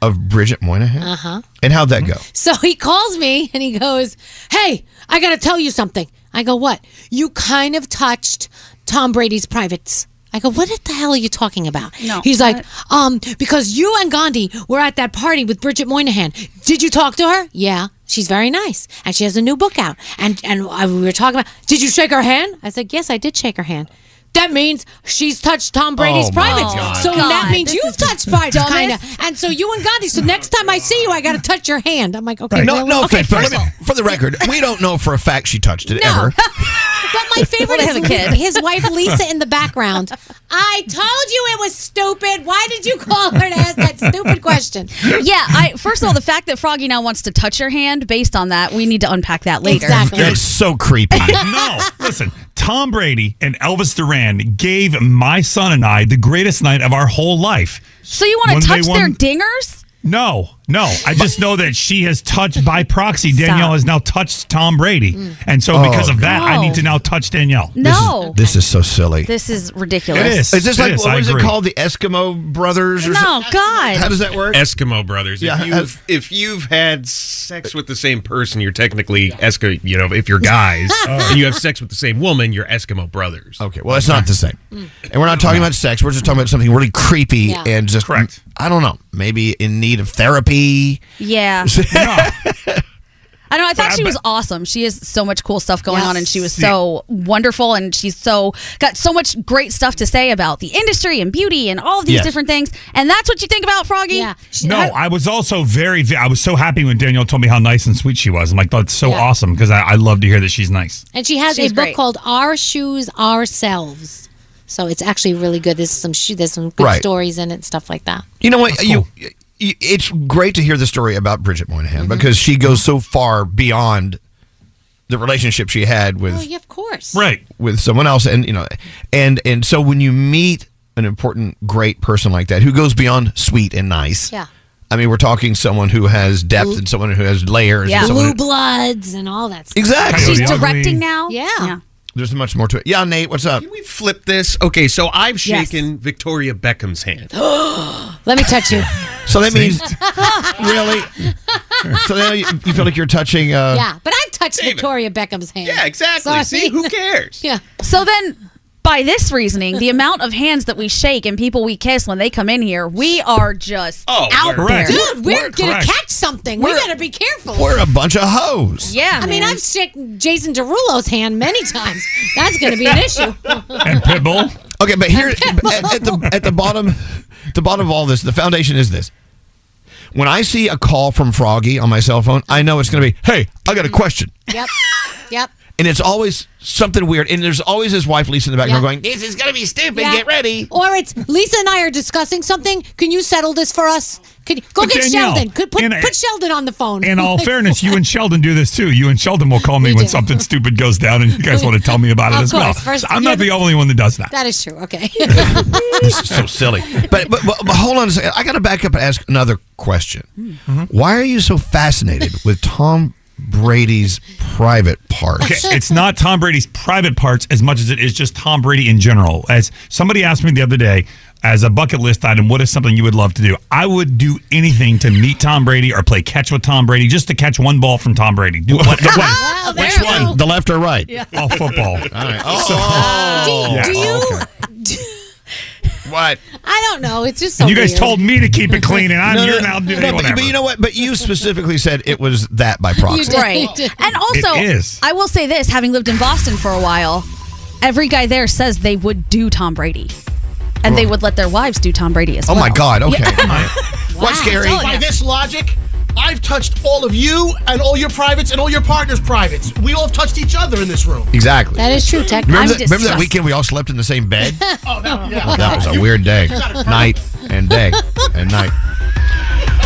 [SPEAKER 4] of Bridget Moynihan?
[SPEAKER 3] Uh huh.
[SPEAKER 4] And how'd that go?"
[SPEAKER 3] So he calls me and he goes, Hey, I got to tell you something. I go, What? You kind of touched Tom Brady's privates. I I go, what the hell are you talking about?
[SPEAKER 2] No.
[SPEAKER 3] He's like, um, because you and Gandhi were at that party with Bridget Moynihan. Did you talk to her? Yeah. She's very nice, and she has a new book out. And and I, we were talking about. Did you shake her hand? I said, yes, I did shake her hand. That means she's touched Tom Brady's
[SPEAKER 2] Oh, my
[SPEAKER 3] privates.
[SPEAKER 2] God.
[SPEAKER 3] So that
[SPEAKER 2] God,
[SPEAKER 3] means
[SPEAKER 2] this
[SPEAKER 3] you've
[SPEAKER 2] is
[SPEAKER 3] touched privates,
[SPEAKER 2] dumbest.
[SPEAKER 3] kind of. And so you and Gandhi. So next time I see you, I got to touch your hand. I'm like, okay,
[SPEAKER 4] Right. No,
[SPEAKER 3] really?
[SPEAKER 4] no
[SPEAKER 3] okay,
[SPEAKER 4] offense, but
[SPEAKER 3] first
[SPEAKER 4] let me- for the record, we don't know for a fact she touched it
[SPEAKER 3] No.
[SPEAKER 4] ever.
[SPEAKER 3] But my
[SPEAKER 2] Well,
[SPEAKER 3] favorite is
[SPEAKER 2] they have a kid.
[SPEAKER 3] his wife Lisa in the background. I told you it was stupid. Why did you call her and ask that stupid question?
[SPEAKER 8] yeah, I first of all, the fact that Froggy now wants to touch your hand, based on that, we need to unpack that later.
[SPEAKER 17] That's so creepy. no, listen. Tom Brady and Elvis Duran gave my son and I the greatest night of our whole life.
[SPEAKER 8] So you want
[SPEAKER 17] When
[SPEAKER 8] to
[SPEAKER 17] they
[SPEAKER 8] touch their
[SPEAKER 17] won-
[SPEAKER 8] dingers?
[SPEAKER 17] No, no. I just know that she has touched by proxy. Danielle has now touched Tom Brady, and so
[SPEAKER 4] Oh,
[SPEAKER 17] because of that, I
[SPEAKER 8] No.
[SPEAKER 17] need to now touch Danielle.
[SPEAKER 8] No.
[SPEAKER 4] This is so silly.
[SPEAKER 8] This is ridiculous.
[SPEAKER 4] It is. Is this like- what was it called? The
[SPEAKER 15] Eskimo Brothers
[SPEAKER 8] or No, something? God.
[SPEAKER 4] How does that work?
[SPEAKER 16] Eskimo brothers.
[SPEAKER 4] Yeah,
[SPEAKER 16] If you've, if you've had sex with the same person, you're technically Eskimo. You know, if you're guys and you have sex with the same woman, you're Eskimo brothers.
[SPEAKER 4] Okay. Well, it's not the same. Mm. And we're not talking about sex. We're just talking about something really creepy
[SPEAKER 8] Yeah.
[SPEAKER 4] and just correct. I don't know. Maybe in need of therapy.
[SPEAKER 8] Yeah. I know. I thought she was awesome. She has so much cool stuff going on, and she was so wonderful, and she's so got so much great stuff to say about the industry and beauty and all of these
[SPEAKER 17] Yes.
[SPEAKER 8] different things. And that's what you think about Froggy. Yeah.
[SPEAKER 17] No, I was also very. I was so happy when Danielle told me how nice and sweet she was. I'm like, that's so
[SPEAKER 3] Yeah.
[SPEAKER 17] awesome because I, I love to hear that she's nice.
[SPEAKER 3] And she has
[SPEAKER 2] She's
[SPEAKER 3] a book
[SPEAKER 2] great.
[SPEAKER 3] called Our Shoes Ourselves. So it's actually really good. There's some shoe, there's some good
[SPEAKER 4] Right.
[SPEAKER 3] stories in it, stuff like that.
[SPEAKER 4] You know what? You, you, it's great to hear the story about Bridget Moynihan
[SPEAKER 8] Mm-hmm.
[SPEAKER 4] because she goes so far beyond the relationship she had
[SPEAKER 8] Oh,
[SPEAKER 4] with
[SPEAKER 3] Oh, Yeah, of course.
[SPEAKER 17] right
[SPEAKER 4] with someone else, and you know, and and so when you meet an important, great person like that who goes beyond sweet and nice.
[SPEAKER 3] Yeah.
[SPEAKER 4] I mean, we're talking someone who has depth and someone who has layers. And someone
[SPEAKER 3] Blue
[SPEAKER 4] who,
[SPEAKER 3] Bloods and all that stuff.
[SPEAKER 4] Exactly. Coyote She's directing Ugly.
[SPEAKER 3] now? Yeah.
[SPEAKER 4] there's much more to it. Yeah, Nate, what's up?
[SPEAKER 16] we flip this? Okay, so I've
[SPEAKER 3] Yes.
[SPEAKER 16] shaken Victoria Beckham's hand.
[SPEAKER 3] Let me touch you.
[SPEAKER 4] So that means really. so now you, you feel like you're touching. Uh,
[SPEAKER 3] yeah, but I've touched Victoria Beckham's hand. Yeah,
[SPEAKER 16] exactly. See, who cares?
[SPEAKER 3] yeah.
[SPEAKER 8] So then, by this reasoning, the amount of hands that we shake and people we kiss when they come in here, we are just
[SPEAKER 4] Oh,
[SPEAKER 8] out
[SPEAKER 4] we're-
[SPEAKER 8] there.
[SPEAKER 4] Dude, we're We're gonna correct. catch
[SPEAKER 3] something.
[SPEAKER 8] We're-
[SPEAKER 3] we better be careful.
[SPEAKER 4] We're a bunch of hoes.
[SPEAKER 8] Yeah.
[SPEAKER 3] I mean, I've shaken Jason Derulo's hand many times. That's going to be an issue.
[SPEAKER 17] And Pitbull.
[SPEAKER 4] Okay, but here at, at the at the bottom, the bottom of all this, the foundation is this. When I see a call from Froggy on my cell phone, I know it's going to be, "Hey, I got a question,"
[SPEAKER 3] Yep. Yep.
[SPEAKER 4] and it's always something weird. And there's always his wife Lisa in the background
[SPEAKER 3] Yeah.
[SPEAKER 4] going, "This is going to be stupid.
[SPEAKER 3] Yeah.
[SPEAKER 4] Get ready."
[SPEAKER 3] Or it's Lisa and I are discussing something. Can you settle this for us? Could go
[SPEAKER 17] But
[SPEAKER 3] get
[SPEAKER 17] Danielle,
[SPEAKER 3] Sheldon. Could put,
[SPEAKER 17] in a-
[SPEAKER 3] put Sheldon on the phone.
[SPEAKER 17] In all fairness, you and Sheldon do this too. You and Sheldon will call me when something stupid goes down, and you guys want to tell me about it
[SPEAKER 3] Of
[SPEAKER 17] as well.
[SPEAKER 3] course. First-
[SPEAKER 17] I'm not the only one that does that.
[SPEAKER 3] that is true. Okay.
[SPEAKER 4] This is so silly. But but, but, but hold on a second. I got to back up and ask another question.
[SPEAKER 17] Hmm.
[SPEAKER 4] Why are you so fascinated with Tom Brady's private parts?
[SPEAKER 17] Okay, it's not Tom Brady's private parts as much as it is just Tom Brady in general. As somebody asked me the other day, as a bucket list item, what is something you would love to do? I would do anything to meet Tom Brady or play catch with Tom Brady, just to catch one ball from Tom Brady. Do what? the-
[SPEAKER 3] Wow, there
[SPEAKER 17] Which
[SPEAKER 3] you
[SPEAKER 17] one?
[SPEAKER 3] go.
[SPEAKER 4] The left or right?
[SPEAKER 3] Yeah.
[SPEAKER 17] Oh, football. All
[SPEAKER 4] right. Oh.
[SPEAKER 3] do,
[SPEAKER 17] Yes.
[SPEAKER 3] do you?
[SPEAKER 4] What?
[SPEAKER 3] I don't know. It's just so
[SPEAKER 17] you guys
[SPEAKER 3] weird.
[SPEAKER 17] told me to keep it clean, and I'm
[SPEAKER 4] No, no,
[SPEAKER 17] here
[SPEAKER 4] no.
[SPEAKER 17] now. Doing
[SPEAKER 4] No, but, but you know what? But you specifically said it was that by proxy.
[SPEAKER 8] Right. And also,
[SPEAKER 4] It is.
[SPEAKER 8] I will say this having lived in Boston for a while, every guy there says they would do Tom Brady. And they would let their wives do Tom Brady as
[SPEAKER 4] Oh
[SPEAKER 8] well.
[SPEAKER 4] my God! Okay.
[SPEAKER 8] Yeah.
[SPEAKER 4] What's scary?
[SPEAKER 15] By this logic, I've touched all of you and all your privates and all your partners' privates. We all have touched each other in this room.
[SPEAKER 4] Exactly.
[SPEAKER 15] That is true, technically.
[SPEAKER 4] Remember,
[SPEAKER 15] I'm
[SPEAKER 4] that, remember that
[SPEAKER 15] disgusted.
[SPEAKER 4] weekend we all slept in the same bed?
[SPEAKER 15] oh, no. Yeah.
[SPEAKER 4] that was a weird day, night and day and night.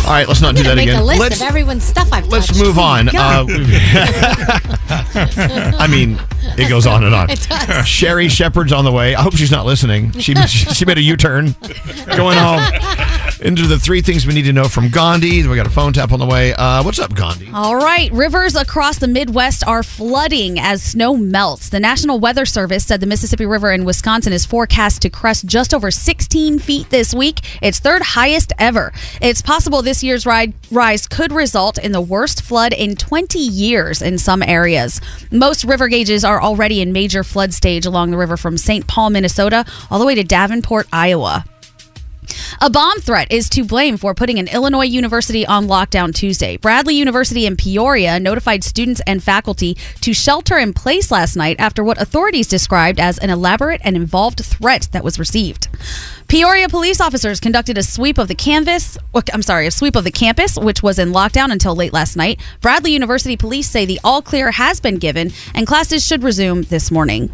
[SPEAKER 4] All right, let's not
[SPEAKER 3] I'm
[SPEAKER 4] do
[SPEAKER 3] gonna
[SPEAKER 4] that
[SPEAKER 3] make
[SPEAKER 4] again.
[SPEAKER 3] a list
[SPEAKER 4] let's
[SPEAKER 3] of everyone's stuff I've
[SPEAKER 4] let's
[SPEAKER 3] touched. Oh
[SPEAKER 4] move on. Uh,
[SPEAKER 3] God.
[SPEAKER 4] I mean, it goes on and on.
[SPEAKER 3] It does.
[SPEAKER 4] Sherry Shepherd's on the way. I hope she's not listening. She she made a U turn, going home. into the three things we need to know from Gandhi. We got a phone tap on the way. Uh, what's up, Gandhi?
[SPEAKER 8] All right, rivers across the Midwest are flooding as snow melts. The National Weather Service said the Mississippi River in Wisconsin is forecast to crest just over 16 feet this week, its third highest ever. It's possible this year's ride, rise could result in the worst flood in 20 years in some areas. Most river gauges are already in major flood stage along the river from St. Paul, Minnesota, all the way to Davenport, Iowa. A bomb threat is to blame for putting an Illinois university on lockdown Tuesday. Bradley University in Peoria notified students and faculty to shelter in place last night after what authorities described as an elaborate and involved threat that was received. Peoria police officers conducted a sweep of the canvas, or, I'm sorry, a sweep of the campus, which was in lockdown until late last night. Bradley University police say the all clear has been given and classes should resume this morning.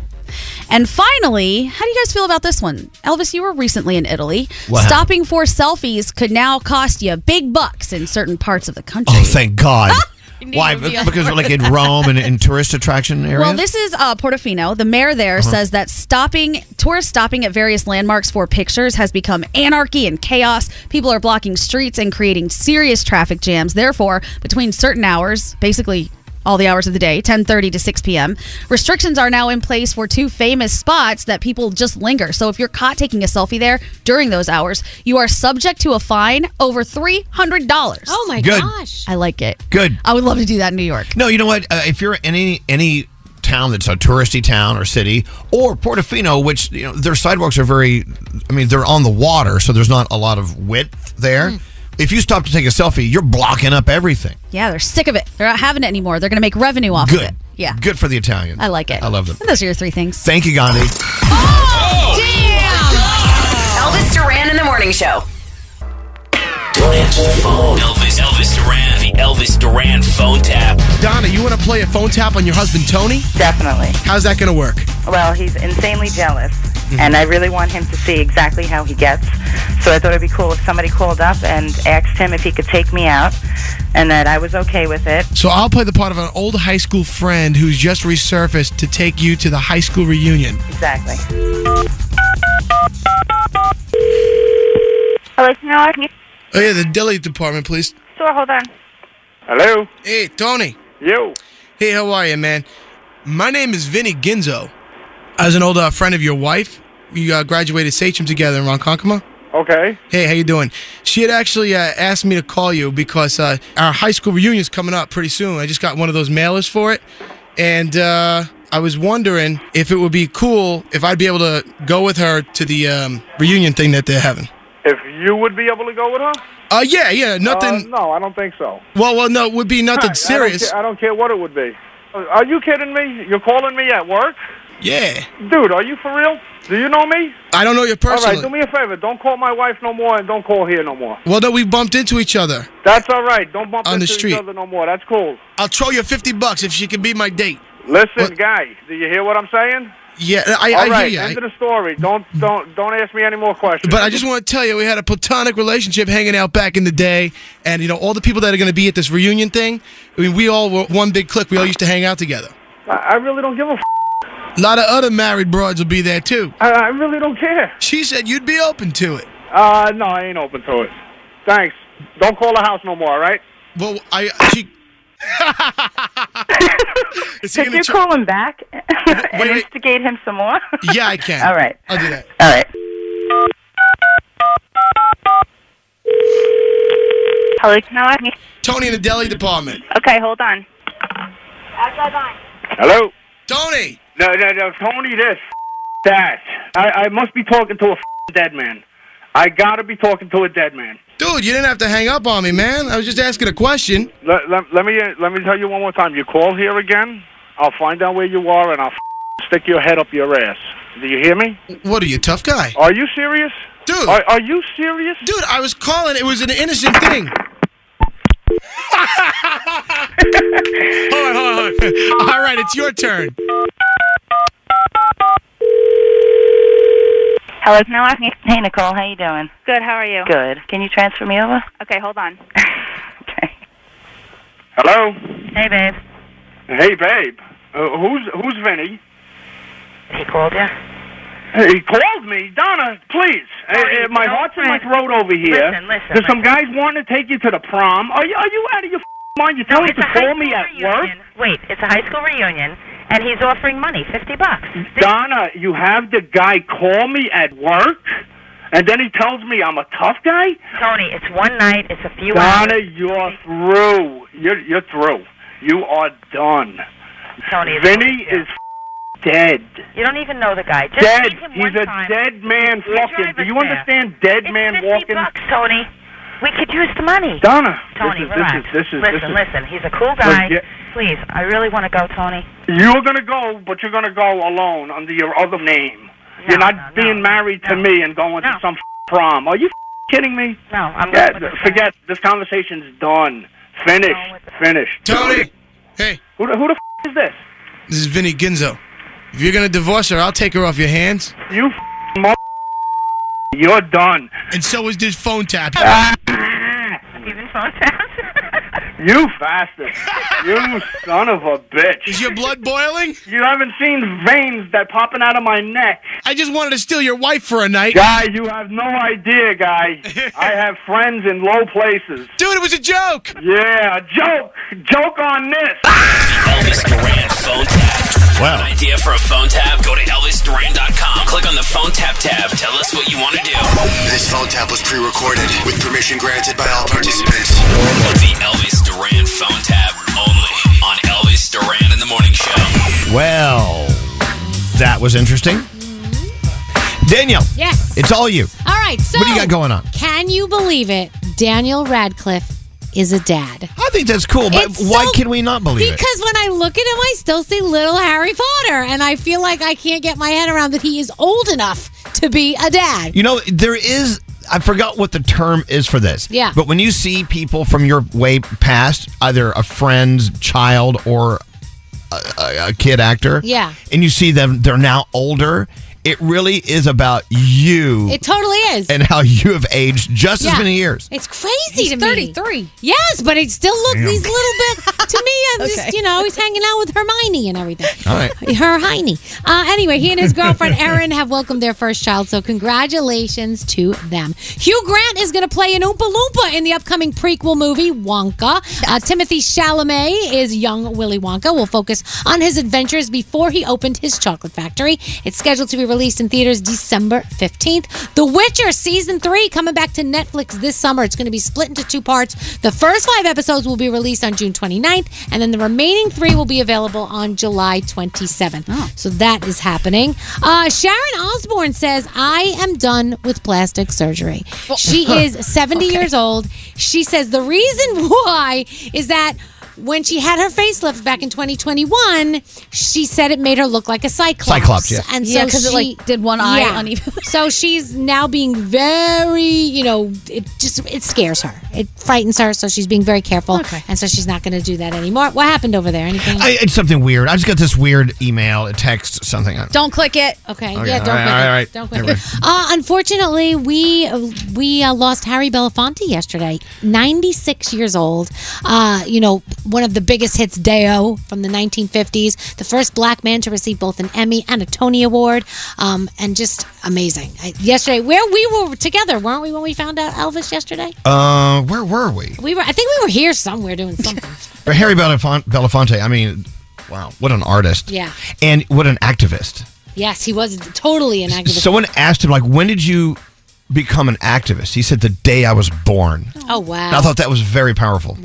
[SPEAKER 8] And finally, how do you guys feel about this one? Elvis, you were recently in Italy.
[SPEAKER 4] What happened?
[SPEAKER 8] Stopping for selfies could now cost you big bucks in certain parts of the country.
[SPEAKER 4] Oh, thank God.
[SPEAKER 8] You
[SPEAKER 4] Why?
[SPEAKER 8] need to be
[SPEAKER 4] Be-
[SPEAKER 8] on
[SPEAKER 4] Because
[SPEAKER 8] board
[SPEAKER 4] we're like in
[SPEAKER 8] with that.
[SPEAKER 4] Rome and in tourist attraction area.
[SPEAKER 8] Well, this is uh, Portofino. The mayor there
[SPEAKER 4] Uh-huh.
[SPEAKER 8] says that stopping tourists stopping at various landmarks for pictures has become anarchy and chaos. People are blocking streets and creating serious traffic jams. Therefore, between certain hours, basically all the hours of the day, 10:30 to 6 p.m., restrictions are now in place for two famous spots that people just linger. So if you're caught taking a selfie there during those hours, you are subject to a fine over $300. Oh my
[SPEAKER 4] Good.
[SPEAKER 8] gosh. I like it.
[SPEAKER 4] Good.
[SPEAKER 8] I would love to do that in New York.
[SPEAKER 4] No, you know what? Uh, if you're in any any town that's a touristy town or city, or Portofino, which you know their sidewalks are very, I mean they're on the water, so there's not a lot of width there.
[SPEAKER 8] Mm.
[SPEAKER 4] If you stop to take a selfie, you're blocking up everything.
[SPEAKER 8] Yeah, they're sick of it. They're not having it anymore. They're going to make revenue off of
[SPEAKER 4] Good.
[SPEAKER 8] it. Yeah.
[SPEAKER 4] Good for the Italian.
[SPEAKER 8] I like it.
[SPEAKER 4] I love them.
[SPEAKER 8] Those are your three things.
[SPEAKER 4] Thank you, Gandhi.
[SPEAKER 7] Elvis Duran in the morning show.
[SPEAKER 2] Don't answer the phone. Elvis, Elvis Duran, the Elvis Duran phone tap.
[SPEAKER 19] Donna, you want to play a phone tap on your husband Tony?
[SPEAKER 20] Definitely.
[SPEAKER 19] How's that going to work?
[SPEAKER 20] Well, he's insanely jealous, and I really want him to see exactly how he gets. So I thought it'd be cool if somebody called up and asked him if he could take me out, and that I was okay with it.
[SPEAKER 19] So I'll play the part of an old high school friend who's just resurfaced to take you to the high school reunion.
[SPEAKER 20] Exactly. Hello, Sonora.
[SPEAKER 19] Oh yeah, the deli department, please.
[SPEAKER 20] Sure, hold on.
[SPEAKER 19] Hello. Hey, Tony. Yo. Hey, how are you, man? My name is Vinny Ginzo. I was an old uh, friend of your wife. You uh, graduated Sachem together in Ronkonkoma. Okay. Hey, how you doing? She had actually uh, asked me to call you because uh, our high school reunion's coming up pretty soon. I just got one of those mailers for it, and uh, I was wondering if it would be cool if I'd be able to go with her to the um, reunion thing that they're having.
[SPEAKER 21] If you would be able to go with her?
[SPEAKER 19] Uh, yeah, yeah, nothing.
[SPEAKER 21] Uh, no, I don't think so.
[SPEAKER 19] Well, well, no, it would be
[SPEAKER 21] I
[SPEAKER 19] nothing
[SPEAKER 21] don't
[SPEAKER 19] serious.
[SPEAKER 21] care- I don't, care, what it would be. Uh, Are you kidding me? You're calling me at work?
[SPEAKER 19] Yeah.
[SPEAKER 21] Dude, are you for real? Do you know me?
[SPEAKER 19] I don't know you personally.
[SPEAKER 21] All right, do me a favor. Don't call my wife no more and don't call here no more.
[SPEAKER 19] Well, no, we bumped into each other.
[SPEAKER 21] That's all right. Don't bump
[SPEAKER 19] On the
[SPEAKER 21] into
[SPEAKER 19] street.
[SPEAKER 21] each other no more. That's cool.
[SPEAKER 19] I'll throw you 50 bucks if she can be my date.
[SPEAKER 21] Listen, guy, do you hear what I'm saying?
[SPEAKER 19] Yeah, I, I
[SPEAKER 21] All right,
[SPEAKER 19] hear you. I-
[SPEAKER 21] end of the story. Don't don't don't ask me any more questions.
[SPEAKER 19] but I just want to tell you, we had a platonic relationship hanging out back in the day, and you know all the people that are going to be at this reunion thing. I mean, we all were one big clique. We all used to hang out together.
[SPEAKER 21] I, I really don't give a. F-
[SPEAKER 19] A lot of other married broads will be there too.
[SPEAKER 21] I, I really don't care.
[SPEAKER 19] She said you'd be open to it.
[SPEAKER 21] Uh, no, I ain't open to it. Thanks. Don't call the house no more. All right?
[SPEAKER 19] Well, I she. Is
[SPEAKER 20] Could you call him back and instigate him some more?
[SPEAKER 19] Yeah, I can.
[SPEAKER 20] All right.
[SPEAKER 19] I'll do that.
[SPEAKER 20] All right. Hello, Sonora.
[SPEAKER 19] Tony in the deli department.
[SPEAKER 20] Okay, hold on.
[SPEAKER 21] Hello.
[SPEAKER 19] Tony.
[SPEAKER 21] No, no, no, Tony. This, that. I, I must be talking to a dead man. I gotta be talking to a dead man.
[SPEAKER 19] Dude, you didn't have to hang up on me, man. I was just asking a question.
[SPEAKER 21] Let, let, let me uh, let me tell you one more time. You call here again, I'll find out where you are, and I'll stick your head up your ass. Do you hear me?
[SPEAKER 19] What are you, tough guy?
[SPEAKER 21] Are you serious,
[SPEAKER 19] dude?
[SPEAKER 21] Are, are you serious,
[SPEAKER 19] dude? I was calling. It was an innocent thing. hold on, hold on, hold on. All right, it's your turn.
[SPEAKER 20] Hello, Sonora. Hey, Nicole. How you doing?
[SPEAKER 22] Good. How are you?
[SPEAKER 20] Good. Can you transfer me over?
[SPEAKER 22] Okay, hold on.
[SPEAKER 21] Hello.
[SPEAKER 20] Hey, babe.
[SPEAKER 21] Hey, babe. Uh, who's who's Vinny?
[SPEAKER 20] He called you?
[SPEAKER 21] He called me, Donna. Please, Eh, eh, my heart's in my throat over here.
[SPEAKER 14] Listen, listen,
[SPEAKER 21] There's some
[SPEAKER 14] listen.
[SPEAKER 21] guys wanting to take you to the prom. Are you are you out of your f***ing mind? You're telling me
[SPEAKER 14] it's
[SPEAKER 21] to
[SPEAKER 14] a high
[SPEAKER 21] call me
[SPEAKER 14] school
[SPEAKER 21] at work.
[SPEAKER 14] reunion. Wait, it's a high school reunion, and he's offering money, fifty bucks.
[SPEAKER 21] Donna, you have the guy call me at work, and then he tells me I'm a tough guy.
[SPEAKER 14] Tony, it's one night. It's a few
[SPEAKER 21] Donna,
[SPEAKER 14] hours.
[SPEAKER 21] you're through. You're you're through. You are done.
[SPEAKER 14] Tony, it's
[SPEAKER 21] Vinny
[SPEAKER 14] over.
[SPEAKER 21] is f- dead.
[SPEAKER 14] You don't even know the guy. Just
[SPEAKER 21] dead.
[SPEAKER 14] meet him
[SPEAKER 21] He's
[SPEAKER 14] one
[SPEAKER 21] a
[SPEAKER 14] time.
[SPEAKER 21] dead man
[SPEAKER 14] You
[SPEAKER 21] walking.
[SPEAKER 14] drive
[SPEAKER 21] Do
[SPEAKER 14] us
[SPEAKER 21] you
[SPEAKER 14] there.
[SPEAKER 21] understand? Dead
[SPEAKER 14] It's
[SPEAKER 21] man
[SPEAKER 14] 50
[SPEAKER 21] walking.
[SPEAKER 14] bucks, Tony. We could use the money.
[SPEAKER 21] Donna,
[SPEAKER 14] Tony,
[SPEAKER 21] this is,
[SPEAKER 14] relax.
[SPEAKER 21] This is, this is,
[SPEAKER 14] listen,
[SPEAKER 21] this is,
[SPEAKER 14] listen. He's a cool guy.
[SPEAKER 21] Forget-
[SPEAKER 14] Please, I really want to go, Tony.
[SPEAKER 21] You're gonna go, but you're gonna go alone under your other name. you're not being married to me and going to some f- prom. Are you f- kidding me?
[SPEAKER 14] No, I'm
[SPEAKER 21] yeah,
[SPEAKER 14] going with this
[SPEAKER 21] forget this conversation's done. Finished. Finished. Tony.
[SPEAKER 9] Hey.
[SPEAKER 21] Who the, who the f- is this?
[SPEAKER 9] This is Vinny Ginzo. If you're gonna divorce her, I'll take her off your hands.
[SPEAKER 21] You mother. You're done.
[SPEAKER 9] And so is this phone tap.
[SPEAKER 14] Even phone taps.
[SPEAKER 21] You faster. you son of a bitch. Is
[SPEAKER 9] your blood boiling?
[SPEAKER 21] You haven't seen veins that popping out of my neck.
[SPEAKER 9] I just wanted to steal your wife for a night.
[SPEAKER 21] Guy, you have no idea, guy. I have friends in low places.
[SPEAKER 9] Dude, it was a joke.
[SPEAKER 21] Yeah, a joke. Joke on this.
[SPEAKER 2] Elvis Duran phone tap. Wow. An idea for a phone tap? Go to ElvisDuran.com. Click on the phone tap tab. Tell us what you want to do.
[SPEAKER 23] This phone tap was pre-recorded with permission granted by all participants.
[SPEAKER 2] The Elvis Duran phone tap only on Elvis Duran in the Morning Show.
[SPEAKER 4] Well, that was interesting.
[SPEAKER 8] Mm-hmm.
[SPEAKER 4] Danielle,
[SPEAKER 3] Yes.
[SPEAKER 4] it's all you.
[SPEAKER 3] All right, so
[SPEAKER 4] What do you got going on?
[SPEAKER 3] Can you believe it? Daniel Radcliffe is a dad.
[SPEAKER 4] I think that's cool, but
[SPEAKER 3] It's
[SPEAKER 4] why
[SPEAKER 3] so-
[SPEAKER 4] can we not believe it?
[SPEAKER 3] Because when I look at him, I still see little Harry Potter, and I feel like I can't get my head around that he is old enough to be a dad.
[SPEAKER 4] You know, there is. I forgot what the term is for this.
[SPEAKER 3] Yeah.
[SPEAKER 4] But when you see people from your way past, either a friend's child or a, a, a kid actor,
[SPEAKER 3] Yeah.
[SPEAKER 4] and you see them, they're now older. It really is about you
[SPEAKER 3] It totally is.
[SPEAKER 4] and how you have aged just
[SPEAKER 3] Yeah.
[SPEAKER 4] as many years.
[SPEAKER 3] It's crazy to me. 33. Yes, but it still looks
[SPEAKER 4] Damn.
[SPEAKER 3] he's a little bit to me. I'm
[SPEAKER 4] Okay.
[SPEAKER 3] just you know he's hanging out with Hermione and everything.
[SPEAKER 4] All right.
[SPEAKER 3] Her Heine. Uh, anyway, he and his girlfriend Erin have welcomed their first child, so congratulations to them. Hugh Grant is going to play an Oompa Loompa in the upcoming prequel movie Wonka. Uh, Timothy Chalamet is young Willy Wonka. We'll focus on his adventures before he opened his chocolate factory. It's scheduled to be released in theaters December 15th. The Witcher season three coming back to Netflix this summer. It's going to be split into two parts. The first five episodes will be released on June 29th, and then the remaining three will be available on July 27th.
[SPEAKER 8] Oh.
[SPEAKER 3] So that is happening. Uh, Sharon Osbourne says, I am done with plastic surgery. She is 70 years old. She says, The reason why is that. When she had her facelift back in 2021, she said it made her look like a cyclops.
[SPEAKER 8] Cyclops, yeah.
[SPEAKER 3] And
[SPEAKER 8] Yeah,
[SPEAKER 3] so
[SPEAKER 8] 'cause it,
[SPEAKER 3] she-
[SPEAKER 8] like, did one eye
[SPEAKER 3] Yeah.
[SPEAKER 8] on each
[SPEAKER 3] So she's now being very, you know, it just it scares her. It frightens her, so she's being very careful. And so she's not going to do that anymore. What happened over there? Anything?
[SPEAKER 4] I, it's something weird. I just got this weird email, a text, something.
[SPEAKER 3] don't click it. Okay.
[SPEAKER 4] Okay,
[SPEAKER 3] Yeah. Don't
[SPEAKER 4] all
[SPEAKER 3] click
[SPEAKER 4] right,
[SPEAKER 3] it.
[SPEAKER 4] all right.
[SPEAKER 3] Don't click
[SPEAKER 4] Never
[SPEAKER 3] it. Uh, unfortunately, we we uh, lost Harry Belafonte yesterday. Ninety six years old. Uh, you know, one of the biggest hits, "Deo" from the nineteen fifties. The first black man to receive both an Emmy and a Tony Award. Um, and just amazing. I, yesterday, where we were together, weren't we? When we found out Elvis yesterday,
[SPEAKER 4] Uh, where were we?
[SPEAKER 3] we were. I think we were here somewhere doing something.
[SPEAKER 4] But Harry Belafonte, Belafonte, I mean, wow, what an artist.
[SPEAKER 3] yeah.
[SPEAKER 4] And what an activist.
[SPEAKER 3] Yes, he was totally an activist.
[SPEAKER 4] Someone asked him, like, when did you become an activist? He said, the day I was born.
[SPEAKER 3] Oh wow.
[SPEAKER 4] And I thought that was very powerful.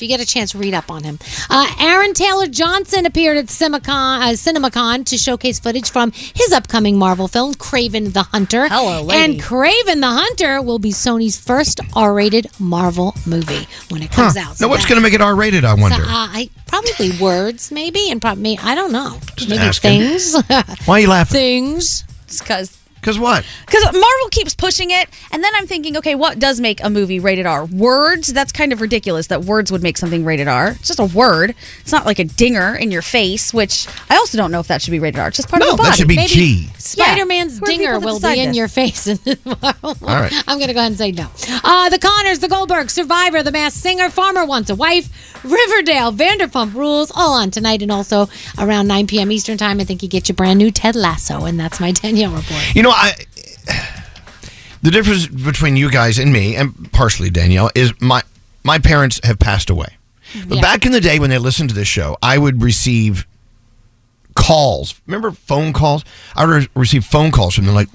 [SPEAKER 3] If you get a chance, read up on him. Uh, Aaron Taylor Johnson appeared at CinemaCon, uh, CinemaCon to showcase footage from his upcoming Marvel film, Craven the Hunter. Hello,
[SPEAKER 8] lady.
[SPEAKER 3] And Craven the Hunter will be Sony's first R-rated Marvel movie when it
[SPEAKER 4] Huh.
[SPEAKER 3] comes out.
[SPEAKER 4] Now, what's going to make it R rated, I wonder?
[SPEAKER 3] So, uh, I probably words, maybe, and probably I don't know. maybe
[SPEAKER 4] asking.
[SPEAKER 3] things.
[SPEAKER 4] Why are you laughing?
[SPEAKER 3] Things.
[SPEAKER 8] Because.
[SPEAKER 4] Because what?
[SPEAKER 8] Because Marvel keeps pushing it, and then I'm thinking, okay, what does make a movie rated R? Words? That's kind of ridiculous that words would make something rated R. It's just a word. It's not like a dinger in your face, which I also don't know if that should be rated R. It's just part
[SPEAKER 4] No,
[SPEAKER 8] of the
[SPEAKER 4] that
[SPEAKER 8] body.
[SPEAKER 4] should be G.
[SPEAKER 24] Spider Man's
[SPEAKER 3] Who are people
[SPEAKER 24] dinger
[SPEAKER 3] that
[SPEAKER 24] will
[SPEAKER 3] decide
[SPEAKER 24] be in
[SPEAKER 3] this?
[SPEAKER 24] your face. In the All
[SPEAKER 3] right.
[SPEAKER 24] I'm going to go ahead and say no. Uh, the Connors, the Goldberg, Survivor, The Masked Singer, Farmer Wants a Wife, Riverdale, Vanderpump Rules, all on tonight and also around 9 p.m. Eastern Time. I think you get your brand new Ted Lasso, and that's my Danielle report.
[SPEAKER 4] You know, I the difference between you guys and me, and partially Danielle, is my my parents have passed away. But back in the day when they listened to this show, I would receive calls. Remember phone calls? I would re- receive phone calls from them like,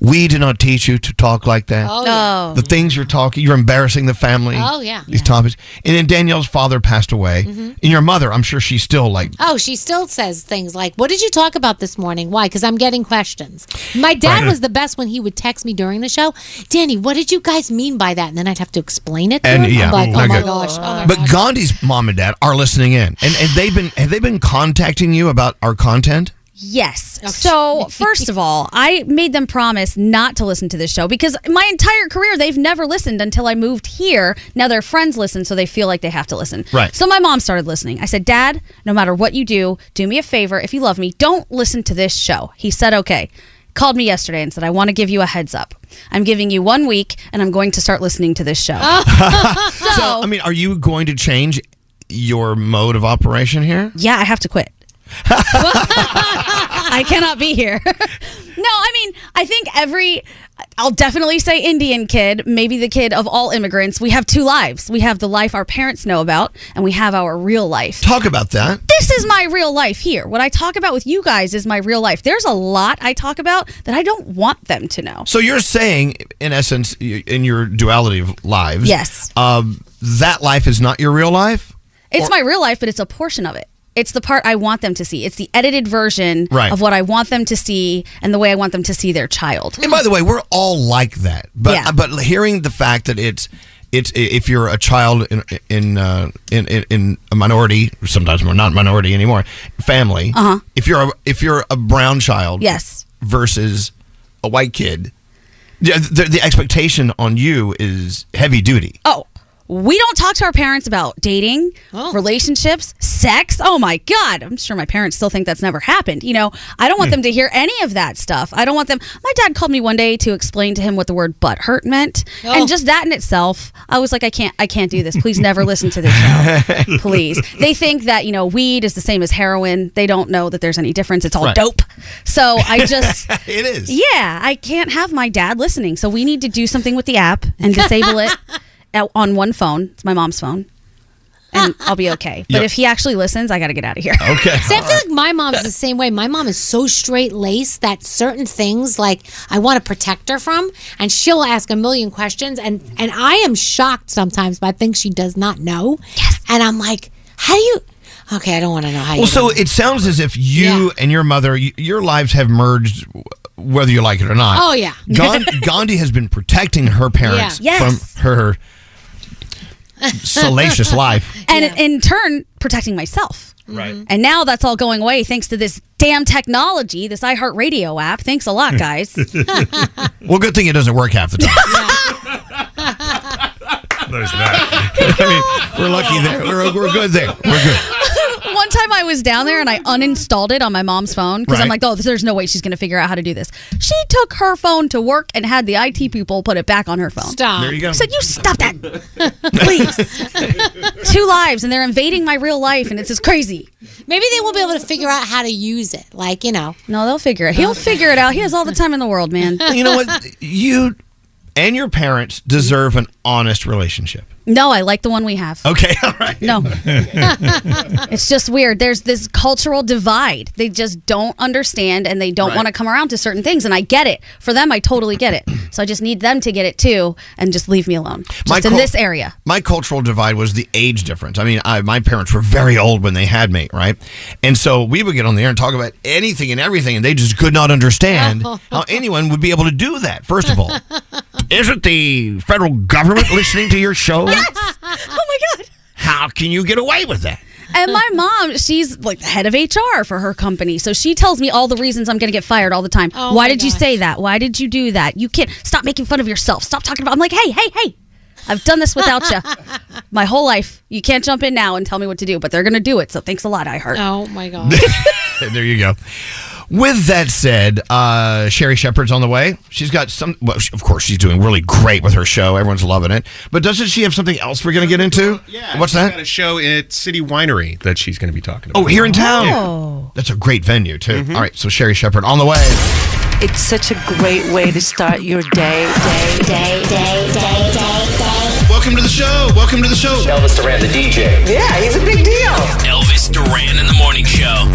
[SPEAKER 4] "We did not teach you to talk like that.
[SPEAKER 24] Mm-hmm. Oh, yeah. Oh.
[SPEAKER 4] The things you're talking, you're embarrassing the family.
[SPEAKER 24] Oh, yeah.
[SPEAKER 4] these topics." And then Danielle's father passed away,
[SPEAKER 24] Mhm.
[SPEAKER 4] and your mother, I'm sure she's still like
[SPEAKER 24] Oh, she still says things like, What did you talk about this morning? Why? Because I'm getting questions. My dad
[SPEAKER 4] Right.
[SPEAKER 24] was the best when he would text me during the show, Danny, what did you guys mean by that? And then I'd have to explain it. To
[SPEAKER 4] And
[SPEAKER 24] him.
[SPEAKER 4] yeah,
[SPEAKER 24] I'm like,
[SPEAKER 4] not
[SPEAKER 24] oh my
[SPEAKER 4] good.
[SPEAKER 24] gosh. Oh my
[SPEAKER 4] but Gandhi's mom and dad are listening in, and, and they've been have they been contacting you about our content?
[SPEAKER 8] Yes. So, first of all, I made them promise not to listen to this show because my entire career they've never listened until I moved here. Now their friends listen, so they feel like they have to listen.
[SPEAKER 5] Right.
[SPEAKER 8] So, my mom started listening. I said, Dad, no matter what you do, do me a favor. If you love me, don't listen to this show. He said, Okay. Called me yesterday and said, I want to give you a heads up. I'm giving you one week and I'm going to start listening to this show.
[SPEAKER 4] So, I mean, are you going to change your mode of operation here?
[SPEAKER 8] Yeah, I have to quit. I cannot be here. no, I mean, I think every, I'll definitely say Indian kid, maybe the kid of all immigrants, we have two lives. We have the life our parents know about, and we have our real life.
[SPEAKER 4] Talk about that.
[SPEAKER 8] This is my real life here. What I talk about with you guys is my real life. There's a lot I talk about that I don't want them to know.
[SPEAKER 4] So you're saying, in essence, y- in your duality of lives,
[SPEAKER 8] Yes.
[SPEAKER 4] um, that life is not your real life.
[SPEAKER 8] It's my real life, but it's a portion of it. It's the part I want them to see. It's the edited version
[SPEAKER 4] Right.
[SPEAKER 8] of what I want them to see and the way I want them to see their child.
[SPEAKER 4] And by the way, we're all like that. But
[SPEAKER 8] Yeah.
[SPEAKER 4] but hearing the fact that it's it's if you're a child in in uh, in, in in a minority, sometimes we're not minority anymore, family.
[SPEAKER 8] Uh-huh.
[SPEAKER 4] If you're a, if you're a brown child,
[SPEAKER 8] Yes.
[SPEAKER 4] versus a white kid, the, the, the expectation on you is heavy duty.
[SPEAKER 8] Oh, we don't talk to our parents about dating, relationships, sex. Oh my God. I'm sure my parents still think that's never happened. You know, I don't want
[SPEAKER 5] Hmm.
[SPEAKER 8] them to hear any of that stuff. I don't want them. My dad called me one day to explain to him what the word butt hurt meant.
[SPEAKER 5] Oh.
[SPEAKER 8] And just that in itself, I was like, I can't, I can't do this. Please never listen to this show. Please. They think that, you know, weed is the same as heroin. They don't know that there's any difference. It's all
[SPEAKER 5] Right.
[SPEAKER 8] dope. So I just.
[SPEAKER 4] it is.
[SPEAKER 8] Yeah, I can't have my dad listening. So we need to do something with the app and disable it out- on one phone. It's my mom's phone. And I'll be okay. But
[SPEAKER 24] Yep.
[SPEAKER 8] if he actually listens, I got to get out of here.
[SPEAKER 4] Okay.
[SPEAKER 24] See, I feel like my mom's the same way. My mom is so straight laced that certain things, like I want to protect her from, and she'll ask a million questions, and and I am shocked sometimes by things she does not know. Yes. And I'm like, how do you? Okay, I don't want to know how.
[SPEAKER 4] Well,
[SPEAKER 24] you
[SPEAKER 4] so it sounds as if you and your mother, y- your lives have merged, w- whether you like it or not.
[SPEAKER 24] Oh, yeah.
[SPEAKER 4] Gan- Gandhi has been protecting her parents
[SPEAKER 8] Yeah. Yes.
[SPEAKER 4] from her Oh, salacious life.
[SPEAKER 8] And in turn, protecting myself.
[SPEAKER 4] Right.
[SPEAKER 8] And now that's all going away thanks to this damn technology, this iHeartRadio app. Thanks a lot, guys.
[SPEAKER 4] well, good thing it doesn't work half the time.
[SPEAKER 17] There's that.
[SPEAKER 4] I mean, we're lucky there. We're, we're good there. We're good.
[SPEAKER 8] One time I was down there and I uninstalled it on my mom's phone because I'm
[SPEAKER 4] Right.
[SPEAKER 8] like, oh, there's no way she's going to figure out how to do this. She took her phone to work and had the IT people put it back on her phone.
[SPEAKER 24] Stop. There you go.
[SPEAKER 8] I said, you stop that. Please. Two lives and they're invading my real life and it's just crazy.
[SPEAKER 24] Maybe they will be able to figure out how to use it. Like, you know.
[SPEAKER 8] No, they'll figure it. He'll figure it out. He has all the time in the world, man.
[SPEAKER 4] You know what? You and your parents deserve an honest relationship.
[SPEAKER 8] No, I like the one we have.
[SPEAKER 4] Okay. All right.
[SPEAKER 8] No. it's just weird. There's this cultural divide. They just don't understand and they don't
[SPEAKER 4] Right.
[SPEAKER 8] want to come around to certain things. And I get it. For them, I totally get it. So I just need them to get it too and just leave me alone. Just
[SPEAKER 4] My
[SPEAKER 8] in
[SPEAKER 4] cul-
[SPEAKER 8] this area.
[SPEAKER 4] My cultural divide was the age difference. I mean, I, my parents were very old when they had me, right? And so we would get on the air and talk about anything and everything, and they just could not understand how anyone would be able to do that. First of all, isn't the federal government listening to your show? Yes.
[SPEAKER 8] Oh my God.
[SPEAKER 4] How can you get away with that?
[SPEAKER 8] And my mom, she's like the head of HR for her company. So she tells me all the reasons I'm going to get fired all the time.
[SPEAKER 5] Oh
[SPEAKER 8] Why
[SPEAKER 5] my
[SPEAKER 8] did you say that? Why did you do that? You can't stop making fun of yourself. Stop talking about. I'm like, hey, hey, hey. I've done this without you my whole life. You can't jump
[SPEAKER 5] Oh
[SPEAKER 8] in now and tell me what to do, but they're going to do it. So thanks a lot, iHeart.
[SPEAKER 24] Oh my God.
[SPEAKER 4] there you go. With that said, uh, Sherry Shepard's on the way. She's got some. Well, she- of course, she's doing really great with her show. Everyone's loving it. But doesn't she have something else we're going to get into? Yeah. What's that?
[SPEAKER 16] Got a show at City Winery that she's going to be talking about.
[SPEAKER 4] Oh, here in town.
[SPEAKER 16] Oh.
[SPEAKER 4] That's a great venue too. All right, so Sherry Shepard on the way.
[SPEAKER 5] It's such a great way to start your day. Day, day, day, day, day, day. Welcome to the show. Welcome to the show.
[SPEAKER 2] Elvis Duran, the DJ.
[SPEAKER 5] Yeah, he's a big deal.
[SPEAKER 2] Elvis Duran in the morning show.